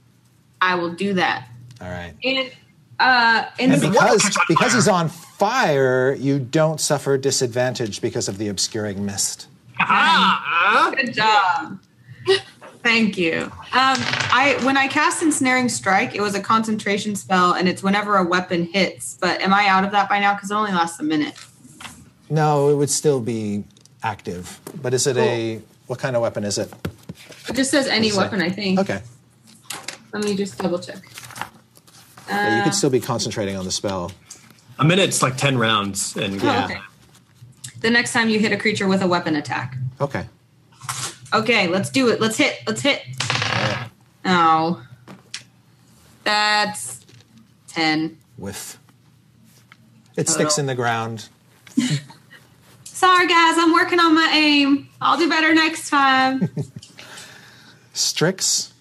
[SPEAKER 6] I will do that.
[SPEAKER 2] All right.
[SPEAKER 6] And uh, and
[SPEAKER 2] And because, because he's on fire, you don't suffer disadvantage because of the obscuring mist.
[SPEAKER 6] Good job. (laughs) Thank you. Um, I when I cast ensnaring strike, it was a concentration spell, and it's whenever a weapon hits. But am I out of that by now? Because it only lasts a minute.
[SPEAKER 2] No, it would still be active. But is it a. What kind of weapon is it?
[SPEAKER 6] It just says any
[SPEAKER 2] Is it-
[SPEAKER 6] weapon. I think.
[SPEAKER 2] Okay.
[SPEAKER 6] Let me just double check.
[SPEAKER 2] Yeah, you could still be concentrating on the spell.
[SPEAKER 1] A minute's like ten rounds, and
[SPEAKER 6] Oh, okay. The next time you hit a creature with a weapon attack.
[SPEAKER 2] Okay.
[SPEAKER 6] Okay, let's do it. Let's hit. Let's hit. Oh, that's ten.
[SPEAKER 2] Whiff. It sticks in the ground.
[SPEAKER 6] Sorry, guys. I'm working on my aim. I'll do better next time.
[SPEAKER 2] Strix.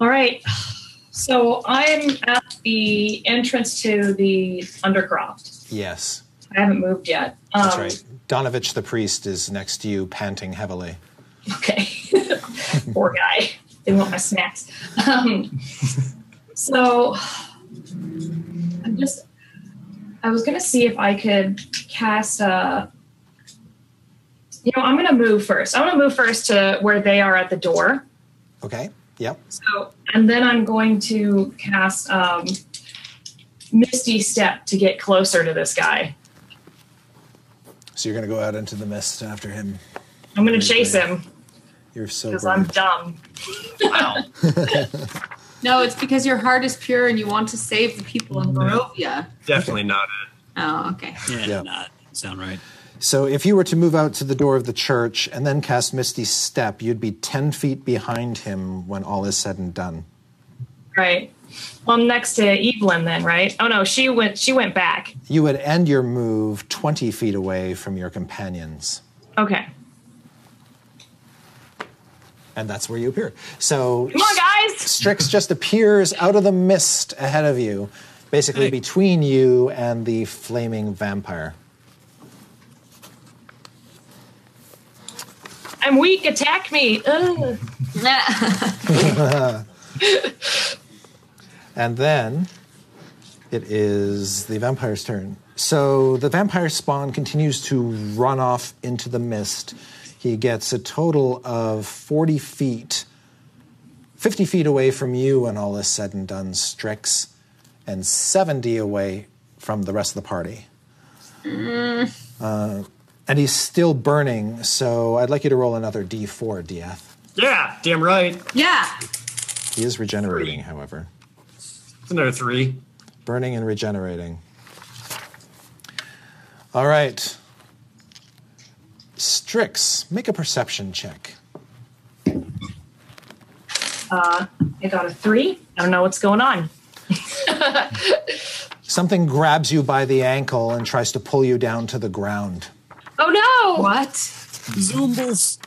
[SPEAKER 4] All right. So I'm at the entrance to the undercroft.
[SPEAKER 2] Yes.
[SPEAKER 4] I haven't moved yet. Um,
[SPEAKER 2] That's right. Donovich the priest is next to you, panting heavily.
[SPEAKER 4] (laughs) Okay. (laughs) Poor guy. They want my snacks.
[SPEAKER 2] (laughs)
[SPEAKER 4] Um, so I'm just, I was going to see if I could cast a. You know, I'm going to move first. I'm going to move first to where they are at the door.
[SPEAKER 2] Okay. Yep.
[SPEAKER 4] So, and then I'm going to cast um, Misty Step to get closer to this guy.
[SPEAKER 2] So you're going to go out into the mist after him.
[SPEAKER 4] I'm going to chase him
[SPEAKER 2] You're so
[SPEAKER 4] because I'm
[SPEAKER 2] brave.
[SPEAKER 4] dumb.
[SPEAKER 1] (laughs) wow.
[SPEAKER 6] no, it's because your heart is pure and you want to save the people in Barovia.
[SPEAKER 1] Definitely not it.
[SPEAKER 6] Oh, okay.
[SPEAKER 5] Yeah,
[SPEAKER 2] Yeah.
[SPEAKER 5] not sound right.
[SPEAKER 2] So if you were to move out to the door of the church and then cast Misty Step, you'd be 10 feet behind him when all is said and done.
[SPEAKER 4] Right. Well, I'm next to Evelyn then, right? Oh no, she went. She went back.
[SPEAKER 2] You would end your move 20 feet away from your companions.
[SPEAKER 4] Okay.
[SPEAKER 2] And that's where you appear. So
[SPEAKER 4] Come on, guys.
[SPEAKER 2] Strix just appears out of the mist ahead of you, basically
[SPEAKER 5] Hey.
[SPEAKER 2] between you and the flaming vampire.
[SPEAKER 4] I'm weak. Attack me. Ugh.
[SPEAKER 2] And then it is the vampire's turn. So the vampire spawn continues to run off into the mist. He gets a total of 40 feet, 50 feet away from you when all is said and done, Strix, and 70 away from the rest of the party. Uh, and he's still burning, so I'd like you to roll another d4, Diath.
[SPEAKER 1] Yeah, damn right.
[SPEAKER 6] Yeah.
[SPEAKER 2] He is regenerating, however.
[SPEAKER 1] It's another three.
[SPEAKER 2] burning and regenerating. All right. Strix, make a perception check.
[SPEAKER 4] Uh, I got a three. I don't know what's going on.
[SPEAKER 2] Something grabs you by the ankle and tries to pull you down to the ground.
[SPEAKER 4] Oh no!
[SPEAKER 3] What?
[SPEAKER 5] Zumbles.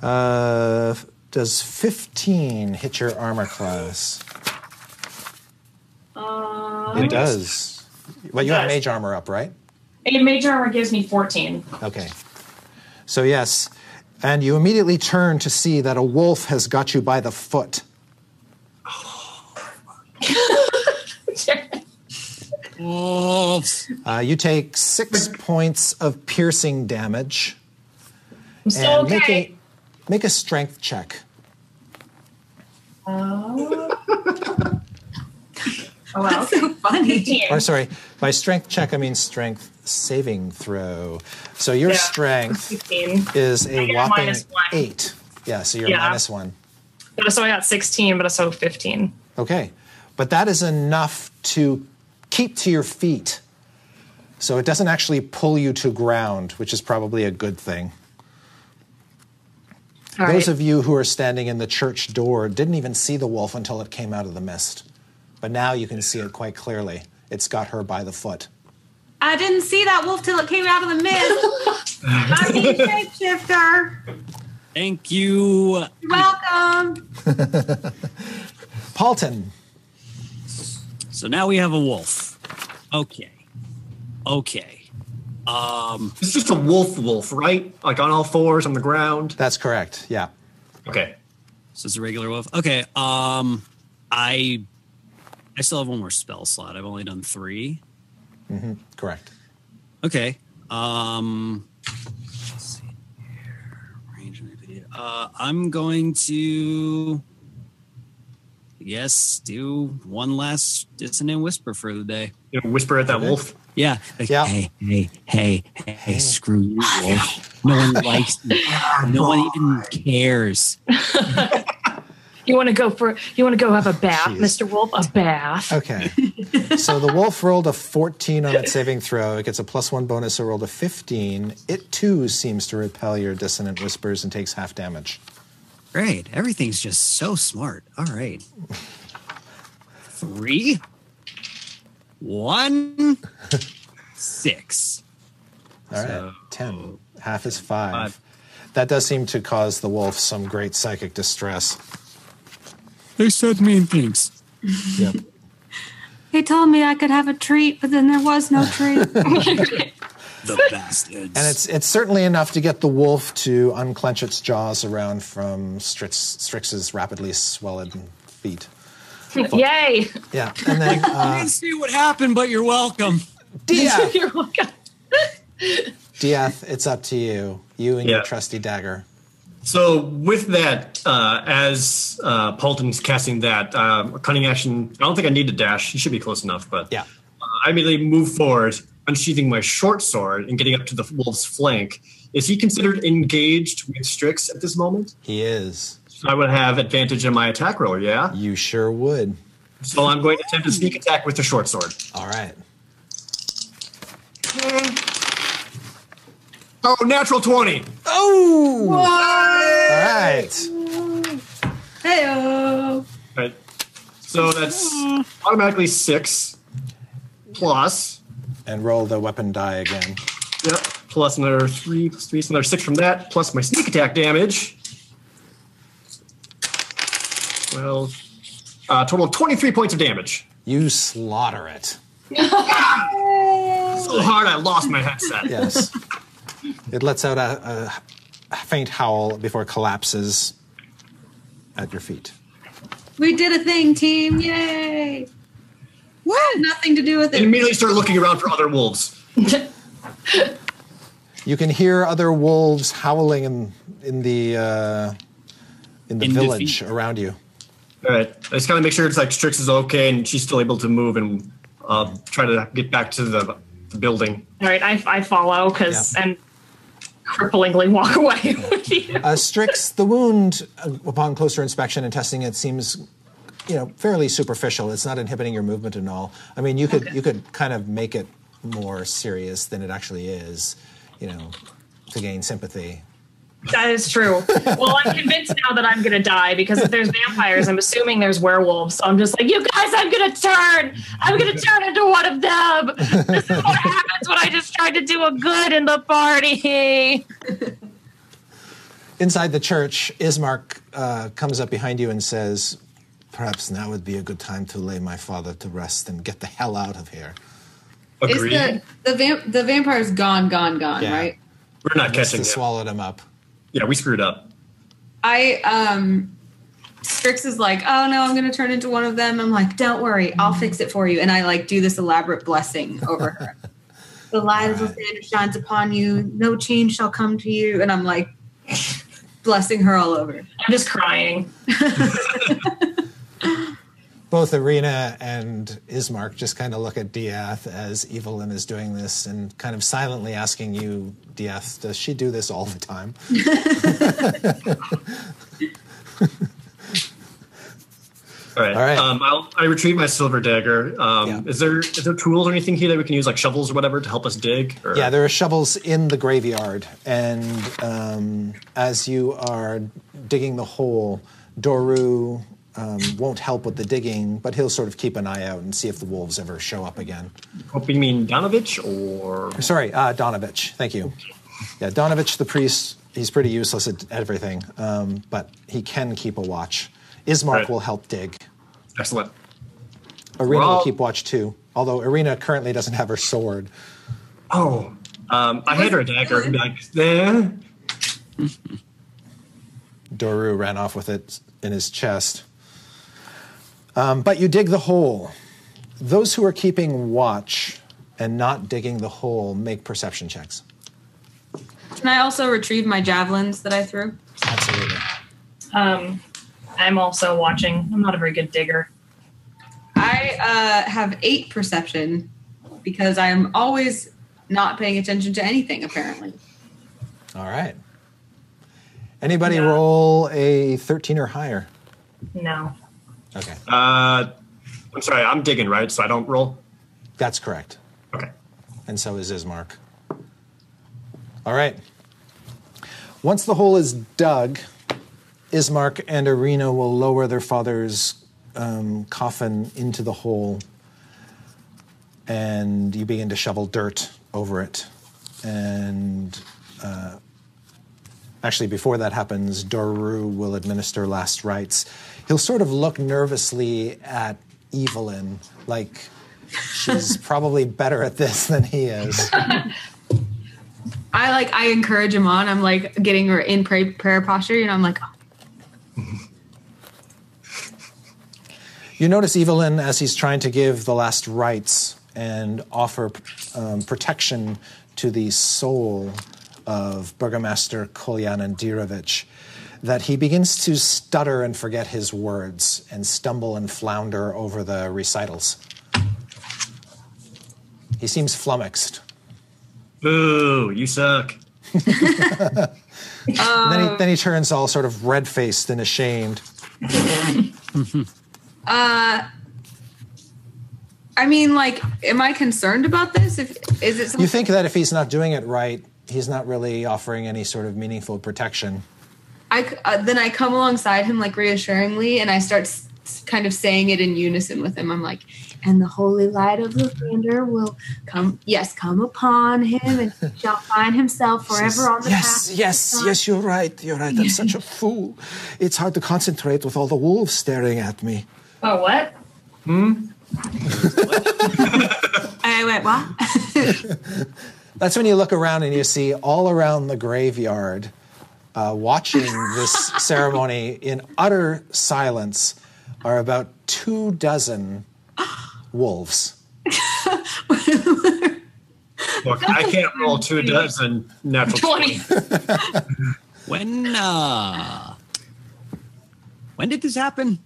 [SPEAKER 2] Uh, does 15 hit your armor class?
[SPEAKER 4] Uh,
[SPEAKER 2] It does. Well, you have mage armor up, right?
[SPEAKER 4] A major armor gives me (laughs) 14.
[SPEAKER 2] Okay. So, yes. And you immediately turn to see that a wolf has got you by the foot.
[SPEAKER 5] Wolves.
[SPEAKER 2] Uh, you take six points of piercing damage.
[SPEAKER 4] I'm still
[SPEAKER 2] and make
[SPEAKER 4] okay.
[SPEAKER 2] a, make a strength check.
[SPEAKER 6] Uh.
[SPEAKER 4] Oh.
[SPEAKER 6] (laughs)
[SPEAKER 4] oh, well.
[SPEAKER 6] so funny.
[SPEAKER 4] 15.
[SPEAKER 2] Or, sorry, by strength check, I mean strength saving throw. So, your
[SPEAKER 4] Yeah.
[SPEAKER 2] strength
[SPEAKER 4] (laughs) 15.
[SPEAKER 2] is
[SPEAKER 4] I
[SPEAKER 2] a
[SPEAKER 4] get a
[SPEAKER 2] whopping
[SPEAKER 4] minus one.
[SPEAKER 2] eight. Yeah, so you're
[SPEAKER 4] Yeah.
[SPEAKER 2] minus one.
[SPEAKER 4] So I got 16, but so 15.
[SPEAKER 2] Okay. But that is enough to keep to your feet. So it doesn't actually pull you to ground, which is probably a good thing.
[SPEAKER 4] All
[SPEAKER 2] Those
[SPEAKER 4] right.
[SPEAKER 2] of you who are standing in the church door didn't even see the wolf until it came out of the mist. But now you can see it quite clearly. It's got her by the foot.
[SPEAKER 6] I didn't see that wolf till it came out of the mist. I'm a shapeshifter.
[SPEAKER 5] Thank you.
[SPEAKER 6] You're welcome.
[SPEAKER 2] Paulton,
[SPEAKER 5] So now we have a wolf. Okay. Okay. Um,
[SPEAKER 1] It's just a wolf wolf, right? Like on all fours on the ground.
[SPEAKER 2] that's correct. Yeah.
[SPEAKER 1] Okay.
[SPEAKER 5] so it's a regular wolf. Okay. Um, I I still have one more spell slot. I've only done three.
[SPEAKER 2] Correct.
[SPEAKER 5] Okay. Um, let's see here. Range of the- uh, I'm going to, yes, do one last dissonant whisper for the day.
[SPEAKER 1] You know, whisper at that wolf.
[SPEAKER 5] Yeah. Like,
[SPEAKER 2] Yeah.
[SPEAKER 5] Hey, hey, hey, hey, screw you, Wolf. No one likes you. No one even cares.
[SPEAKER 4] You want to go for you want to go have a bath,
[SPEAKER 2] Jeez.
[SPEAKER 4] Mr. Wolf? A bath.
[SPEAKER 2] Okay. so the wolf rolled a 14 on its saving throw. It gets a plus one bonus. It rolled a 15. It too seems to repel your dissonant whispers and takes half damage.
[SPEAKER 5] Great. Everything's just so smart. All right. Three, one, six.
[SPEAKER 2] All right.
[SPEAKER 5] So-
[SPEAKER 2] 10. Half is five. That does seem to cause the wolf some great psychic distress.
[SPEAKER 5] They said mean things.
[SPEAKER 2] Yep.
[SPEAKER 6] He told me I could have a treat, but then there was no treat.
[SPEAKER 5] (laughs) The bastards.
[SPEAKER 2] And it's it's certainly enough to get the wolf to unclench its jaws around from Strix, Strix's rapidly swollen feet.
[SPEAKER 4] Yay!
[SPEAKER 2] Yeah. And then
[SPEAKER 5] (laughs) I
[SPEAKER 2] uh,
[SPEAKER 5] didn't see what happened, but you're welcome.
[SPEAKER 2] Diath,
[SPEAKER 4] (laughs) You're welcome.
[SPEAKER 2] Diath, it's up to you. You and your
[SPEAKER 1] Yeah.
[SPEAKER 2] trusty dagger.
[SPEAKER 1] So with that, uh, as uh, Paulton's casting that uh, cunning action, I don't think I need to dash. He should be close enough, but
[SPEAKER 2] Yeah.
[SPEAKER 1] uh, I immediately move forward, unsheathing my short sword and getting up to the wolf's flank. Is he considered engaged with Strix at this moment?
[SPEAKER 2] He is.
[SPEAKER 1] So I would have advantage in my attack roll, yeah.
[SPEAKER 2] You sure would.
[SPEAKER 1] So I'm going to attempt a sneak attack with the short sword.
[SPEAKER 2] All right.
[SPEAKER 1] Oh, natural twenty.
[SPEAKER 5] Oh!
[SPEAKER 2] All right.
[SPEAKER 6] Heyo.
[SPEAKER 1] Right. So that's automatically six plus.
[SPEAKER 2] And roll the weapon die again.
[SPEAKER 1] Yep. Plus another three, plus three, so another six from that, plus my sneak attack damage. Well, uh, total of 23 points of damage.
[SPEAKER 2] You slaughter it.
[SPEAKER 1] So hard I lost my headset.
[SPEAKER 5] (laughs)
[SPEAKER 2] Yes. it lets out a, a faint howl before it collapses at your feet.
[SPEAKER 6] We did a thing, team. Yay. What? Nothing to do with
[SPEAKER 1] And
[SPEAKER 6] it.
[SPEAKER 1] immediately start looking around for other wolves.
[SPEAKER 2] You can hear other wolves howling in, in the uh, in the
[SPEAKER 5] In
[SPEAKER 2] village
[SPEAKER 5] defeat.
[SPEAKER 2] around you.
[SPEAKER 1] All right. I just kind of make sure it's like Strix is okay and she's still able to move and uh, try to get back to the, the building.
[SPEAKER 4] All right, I, I follow because and cripplingly walk (laughs) away with you.
[SPEAKER 2] Uh, Strix, the wound uh, upon closer inspection and testing it seems, you know, fairly superficial. It's not inhibiting your movement and all. I mean, you could you could kind of make it more serious than it actually is, you know, to gain sympathy.
[SPEAKER 4] That is true. Well, I'm convinced now that I'm going to die because if there's vampires, I'm assuming there's werewolves. So I'm just like, you guys, I'm going to turn. I'm going to turn into one of them. This is what happens when I just try to do a good in the party. (laughs)
[SPEAKER 2] Inside the church, Ismark uh, comes up behind you and says, Perhaps now would be a good time to lay my father to rest and get the hell out of here.
[SPEAKER 6] Is the the, vamp- the vampire's gone, gone, gone,
[SPEAKER 2] Yeah.
[SPEAKER 6] right?
[SPEAKER 1] We're not
[SPEAKER 2] Unless
[SPEAKER 1] catching
[SPEAKER 2] they
[SPEAKER 1] him.
[SPEAKER 2] swallowed him up.
[SPEAKER 1] Yeah, we screwed up.
[SPEAKER 6] I um Strix is like, oh no, I'm gonna turn into one of them. I'm like, don't worry, I'll fix it for you. And I like do this elaborate blessing over her. the light of the Santa shines upon you, no change shall come to you. And I'm like (laughs) blessing her all over.
[SPEAKER 4] I'm just crying.
[SPEAKER 2] Both Arena and Ismark just kind of look at Diath as Evelyn is doing this and kind of silently asking you, Diath, does she do this all the time?
[SPEAKER 1] All right.
[SPEAKER 2] All right.
[SPEAKER 1] Um, I'll, I retrieve my silver dagger. Um, Is there is there tools or anything here that we can use, like shovels or whatever, to help us dig? Or,
[SPEAKER 2] Yeah, there are shovels in the graveyard, and um, as you are digging the hole, Doru um, won't help with the digging, but he'll sort of keep an eye out and see if the wolves ever show up again.
[SPEAKER 1] Hope you mean Donovich or
[SPEAKER 2] Sorry, uh, Donovich. Thank you. Yeah, Donovich the priest. He's pretty useless at everything, um, but he can keep a watch. Ismark
[SPEAKER 1] Right.
[SPEAKER 2] will help dig.
[SPEAKER 1] excellent.
[SPEAKER 2] Arena will
[SPEAKER 1] Well-
[SPEAKER 2] keep watch too. Although Arena currently doesn't have her sword.
[SPEAKER 1] Oh, um, I had her dagger. and be Like, eh.
[SPEAKER 2] Doru ran off with it in his chest. Um, but you dig the hole. Those who are keeping watch and not digging the hole make perception checks.
[SPEAKER 6] Can I also retrieve my javelins that I threw?
[SPEAKER 2] Absolutely.
[SPEAKER 4] Um, I'm also watching. I'm not a very good digger.
[SPEAKER 6] I uh, have eight perception because I am always not paying attention to anything apparently.
[SPEAKER 2] All right. Anybody roll a 13 or higher?
[SPEAKER 4] No.
[SPEAKER 2] Okay.
[SPEAKER 1] Uh, I'm sorry, I'm digging right, so I don't roll.
[SPEAKER 2] That's correct.
[SPEAKER 1] Okay.
[SPEAKER 2] and so is Ismark. All right. Once the hole is dug, Ismark and Arena will lower their father's um, coffin into the hole, and you begin to shovel dirt over it. And uh, actually, before that happens, Doru will administer last rites. He'll sort of look nervously at Evelyn, like she's probably better at this than he is.
[SPEAKER 6] I like I encourage him on. I'm like getting her in pray, prayer posture, and I'm like,
[SPEAKER 2] You notice Evelyn as he's trying to give the last rites and offer um, protection to the soul of Burgomaster Kolyanan Dirovich, that he begins to stutter and forget his words and stumble and flounder over the recitals. He seems flummoxed.
[SPEAKER 1] Boo! You suck.
[SPEAKER 2] And then, he, then he turns all sort of red faced and ashamed.
[SPEAKER 6] uh, I mean, like, am I concerned about this? If is it something
[SPEAKER 2] You think that if he's not doing it right, he's not really offering any sort of meaningful protection.
[SPEAKER 6] I c- uh, then I come alongside him like reassuringly, and I start s- s- kind of saying it in unison with him. I'm like, and the holy light of Lathander will come, yes, come upon him, and he shall find himself forever on the
[SPEAKER 2] yes,
[SPEAKER 6] path.
[SPEAKER 2] yes, yes, you're right. You're right. I'm
[SPEAKER 6] (laughs)
[SPEAKER 2] such a fool. It's hard to concentrate with all the wolves staring at me.
[SPEAKER 4] Oh, what? (laughs)
[SPEAKER 6] I went, what?
[SPEAKER 2] That's when you look around and you see all around the graveyard, uh, watching this
[SPEAKER 6] (laughs)
[SPEAKER 2] ceremony in utter silence, are about two dozen wolves.
[SPEAKER 1] Look, I can't roll two dozen natural
[SPEAKER 4] (laughs) Twenty.
[SPEAKER 5] When uh, when did this happen?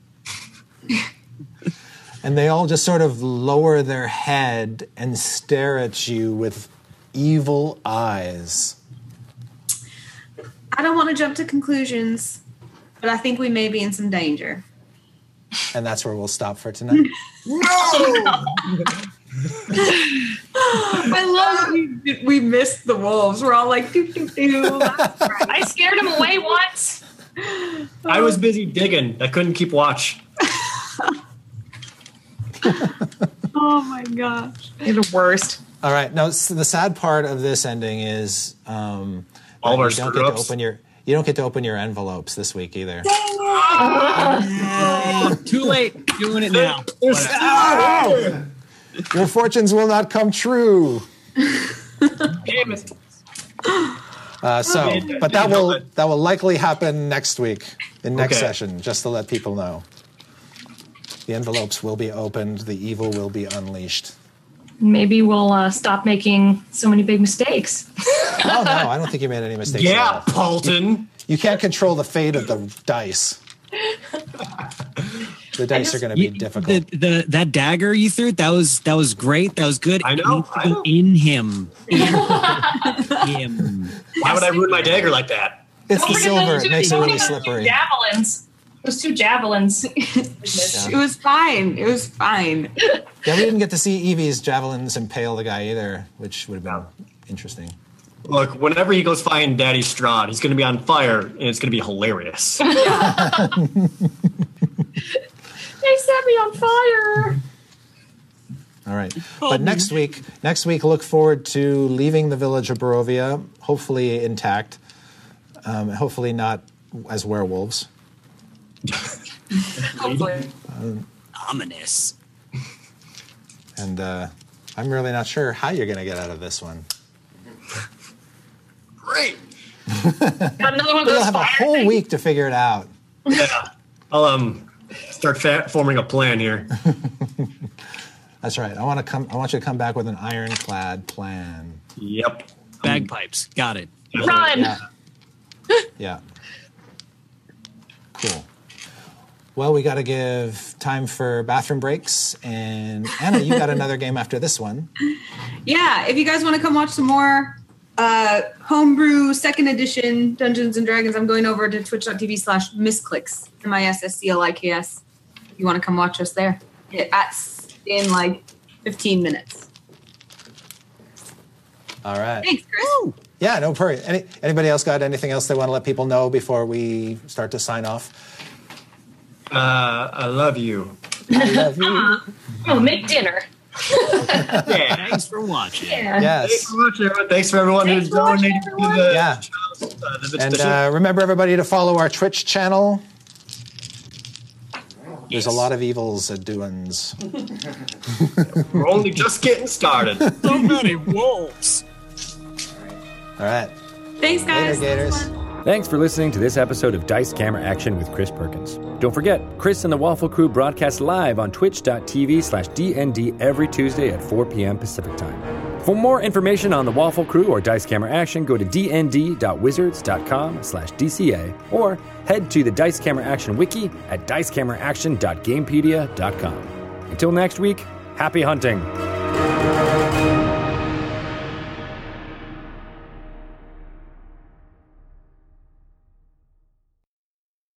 [SPEAKER 2] And they all just sort of lower their head and stare at you with evil eyes.
[SPEAKER 6] I don't want to jump to conclusions, but I think we may be in some danger.
[SPEAKER 2] And that's where we'll stop for tonight.
[SPEAKER 4] No.
[SPEAKER 6] I love that we, we missed the wolves. We're all like, doo, doo, doo.
[SPEAKER 4] I scared him away once.
[SPEAKER 1] I was busy digging. I couldn't keep watch.
[SPEAKER 6] Oh my gosh.
[SPEAKER 4] You're the worst.
[SPEAKER 2] All right. Now s the sad part of this ending is um,
[SPEAKER 1] All of
[SPEAKER 2] that
[SPEAKER 1] our
[SPEAKER 2] you don't get to
[SPEAKER 1] screw-ups.
[SPEAKER 2] open your you don't get to open your envelopes this week either.
[SPEAKER 5] Too late. Doing it now.
[SPEAKER 2] Your fortunes will not come true.
[SPEAKER 1] Damn it.
[SPEAKER 2] Uh, so,
[SPEAKER 1] Okay.
[SPEAKER 2] but
[SPEAKER 1] (laughs)
[SPEAKER 2] that will that will likely happen next week in next
[SPEAKER 1] Okay.
[SPEAKER 2] session. Just to let people know, the envelopes will be opened. The evil will be unleashed.
[SPEAKER 4] Maybe we'll uh, stop making so many big mistakes.
[SPEAKER 2] Oh no, I don't think you made any mistakes. at
[SPEAKER 1] Yeah,
[SPEAKER 2] all.
[SPEAKER 4] (laughs)
[SPEAKER 1] Paulton.
[SPEAKER 2] you can't control the fate of the dice. The dice are going to be
[SPEAKER 5] You-
[SPEAKER 2] difficult.
[SPEAKER 5] The, the that dagger you threw that was that was great. That was good.
[SPEAKER 1] I
[SPEAKER 5] It
[SPEAKER 1] know,
[SPEAKER 5] needs to
[SPEAKER 1] I
[SPEAKER 5] go
[SPEAKER 1] know.
[SPEAKER 5] in him. In (laughs) him.
[SPEAKER 1] Why would I ruin my dagger like that?
[SPEAKER 2] It's
[SPEAKER 4] Don't
[SPEAKER 2] the
[SPEAKER 4] forget those
[SPEAKER 2] silver. It
[SPEAKER 4] two-
[SPEAKER 2] makes it
[SPEAKER 4] Oh don't
[SPEAKER 2] really
[SPEAKER 4] forget those two
[SPEAKER 2] slippery.
[SPEAKER 4] Javelins. Those two (laughs) javelins.
[SPEAKER 6] (laughs) It was fine. It was fine.
[SPEAKER 2] Yeah, we didn't get to see Evie's javelins impale the guy either, which would have been
[SPEAKER 1] No.
[SPEAKER 2] interesting.
[SPEAKER 1] Look, whenever he goes find Daddy Strahd, he's going to be on fire and it's going to be
[SPEAKER 4] (laughs)
[SPEAKER 1] hilarious.
[SPEAKER 4] they set me on fire.
[SPEAKER 2] All right. But next week, next week, look forward to leaving the village of Barovia, hopefully intact, um, hopefully not as werewolves.
[SPEAKER 6] Hopefully.
[SPEAKER 5] Ominous.
[SPEAKER 2] And uh, I'm really not sure how you're going to get out of this one.
[SPEAKER 1] Great.
[SPEAKER 4] Got another one of
[SPEAKER 2] You'll
[SPEAKER 4] those
[SPEAKER 2] have a
[SPEAKER 4] fire
[SPEAKER 2] whole
[SPEAKER 4] things.
[SPEAKER 2] week to figure it out.
[SPEAKER 1] Yeah. I'll um, start fa- forming a plan
[SPEAKER 2] (laughs)
[SPEAKER 1] here.
[SPEAKER 2] That's right. I want to come. I want you to come back with an ironclad plan.
[SPEAKER 1] Yep.
[SPEAKER 5] Bagpipes. Got it.
[SPEAKER 4] Run.
[SPEAKER 2] Yeah. yeah. (laughs) Cool. Well, we got to give time for bathroom breaks. And Anna, you got another game after this one.
[SPEAKER 6] Yeah, if you guys want to come watch some more uh, homebrew second edition Dungeons and Dragons, I'm going over to twitch.tv slash misclicks, M I S S C L I K S. If you want to come watch us there, it, that's in like 15 minutes.
[SPEAKER 2] All right.
[SPEAKER 6] Thanks, Chris.
[SPEAKER 2] Yeah, no worry. Any, anybody else got anything else they want to let people know before we start to sign off?
[SPEAKER 1] Uh, I love
[SPEAKER 2] (laughs)
[SPEAKER 1] you.
[SPEAKER 2] I love you.
[SPEAKER 4] Oh, make dinner.
[SPEAKER 1] Yeah.
[SPEAKER 5] Thanks for watching.
[SPEAKER 4] Yeah.
[SPEAKER 1] Thanks
[SPEAKER 2] Yes.
[SPEAKER 1] for watching, everyone. Thanks for everyone
[SPEAKER 4] Thanks
[SPEAKER 1] who's
[SPEAKER 4] for watching,
[SPEAKER 1] donated to
[SPEAKER 4] everyone.
[SPEAKER 1] the,
[SPEAKER 2] Yeah.
[SPEAKER 1] uh, the, the,
[SPEAKER 2] And
[SPEAKER 1] the-
[SPEAKER 2] uh, remember, everybody, to follow our Twitch channel. There's a
[SPEAKER 5] Yes.
[SPEAKER 2] lot of evils at doings.
[SPEAKER 1] we're only just getting started.
[SPEAKER 2] (laughs)
[SPEAKER 5] So many wolves.
[SPEAKER 2] All right.
[SPEAKER 6] Thanks, guys.
[SPEAKER 2] Later, Gators.
[SPEAKER 10] Thanks for listening to this episode of Dice Camera Action with Chris Perkins. Don't forget, Chris and the Waffle Crew broadcast live on twitch.tv slash DND every Tuesday at 4 p.m. Pacific Time. For more information on the Waffle Crew or Dice Camera Action, go to dnd.wizards.com slash DCA or head to the Dice Camera Action wiki at dicecameraction.gamepedia.com. Until next week, happy hunting!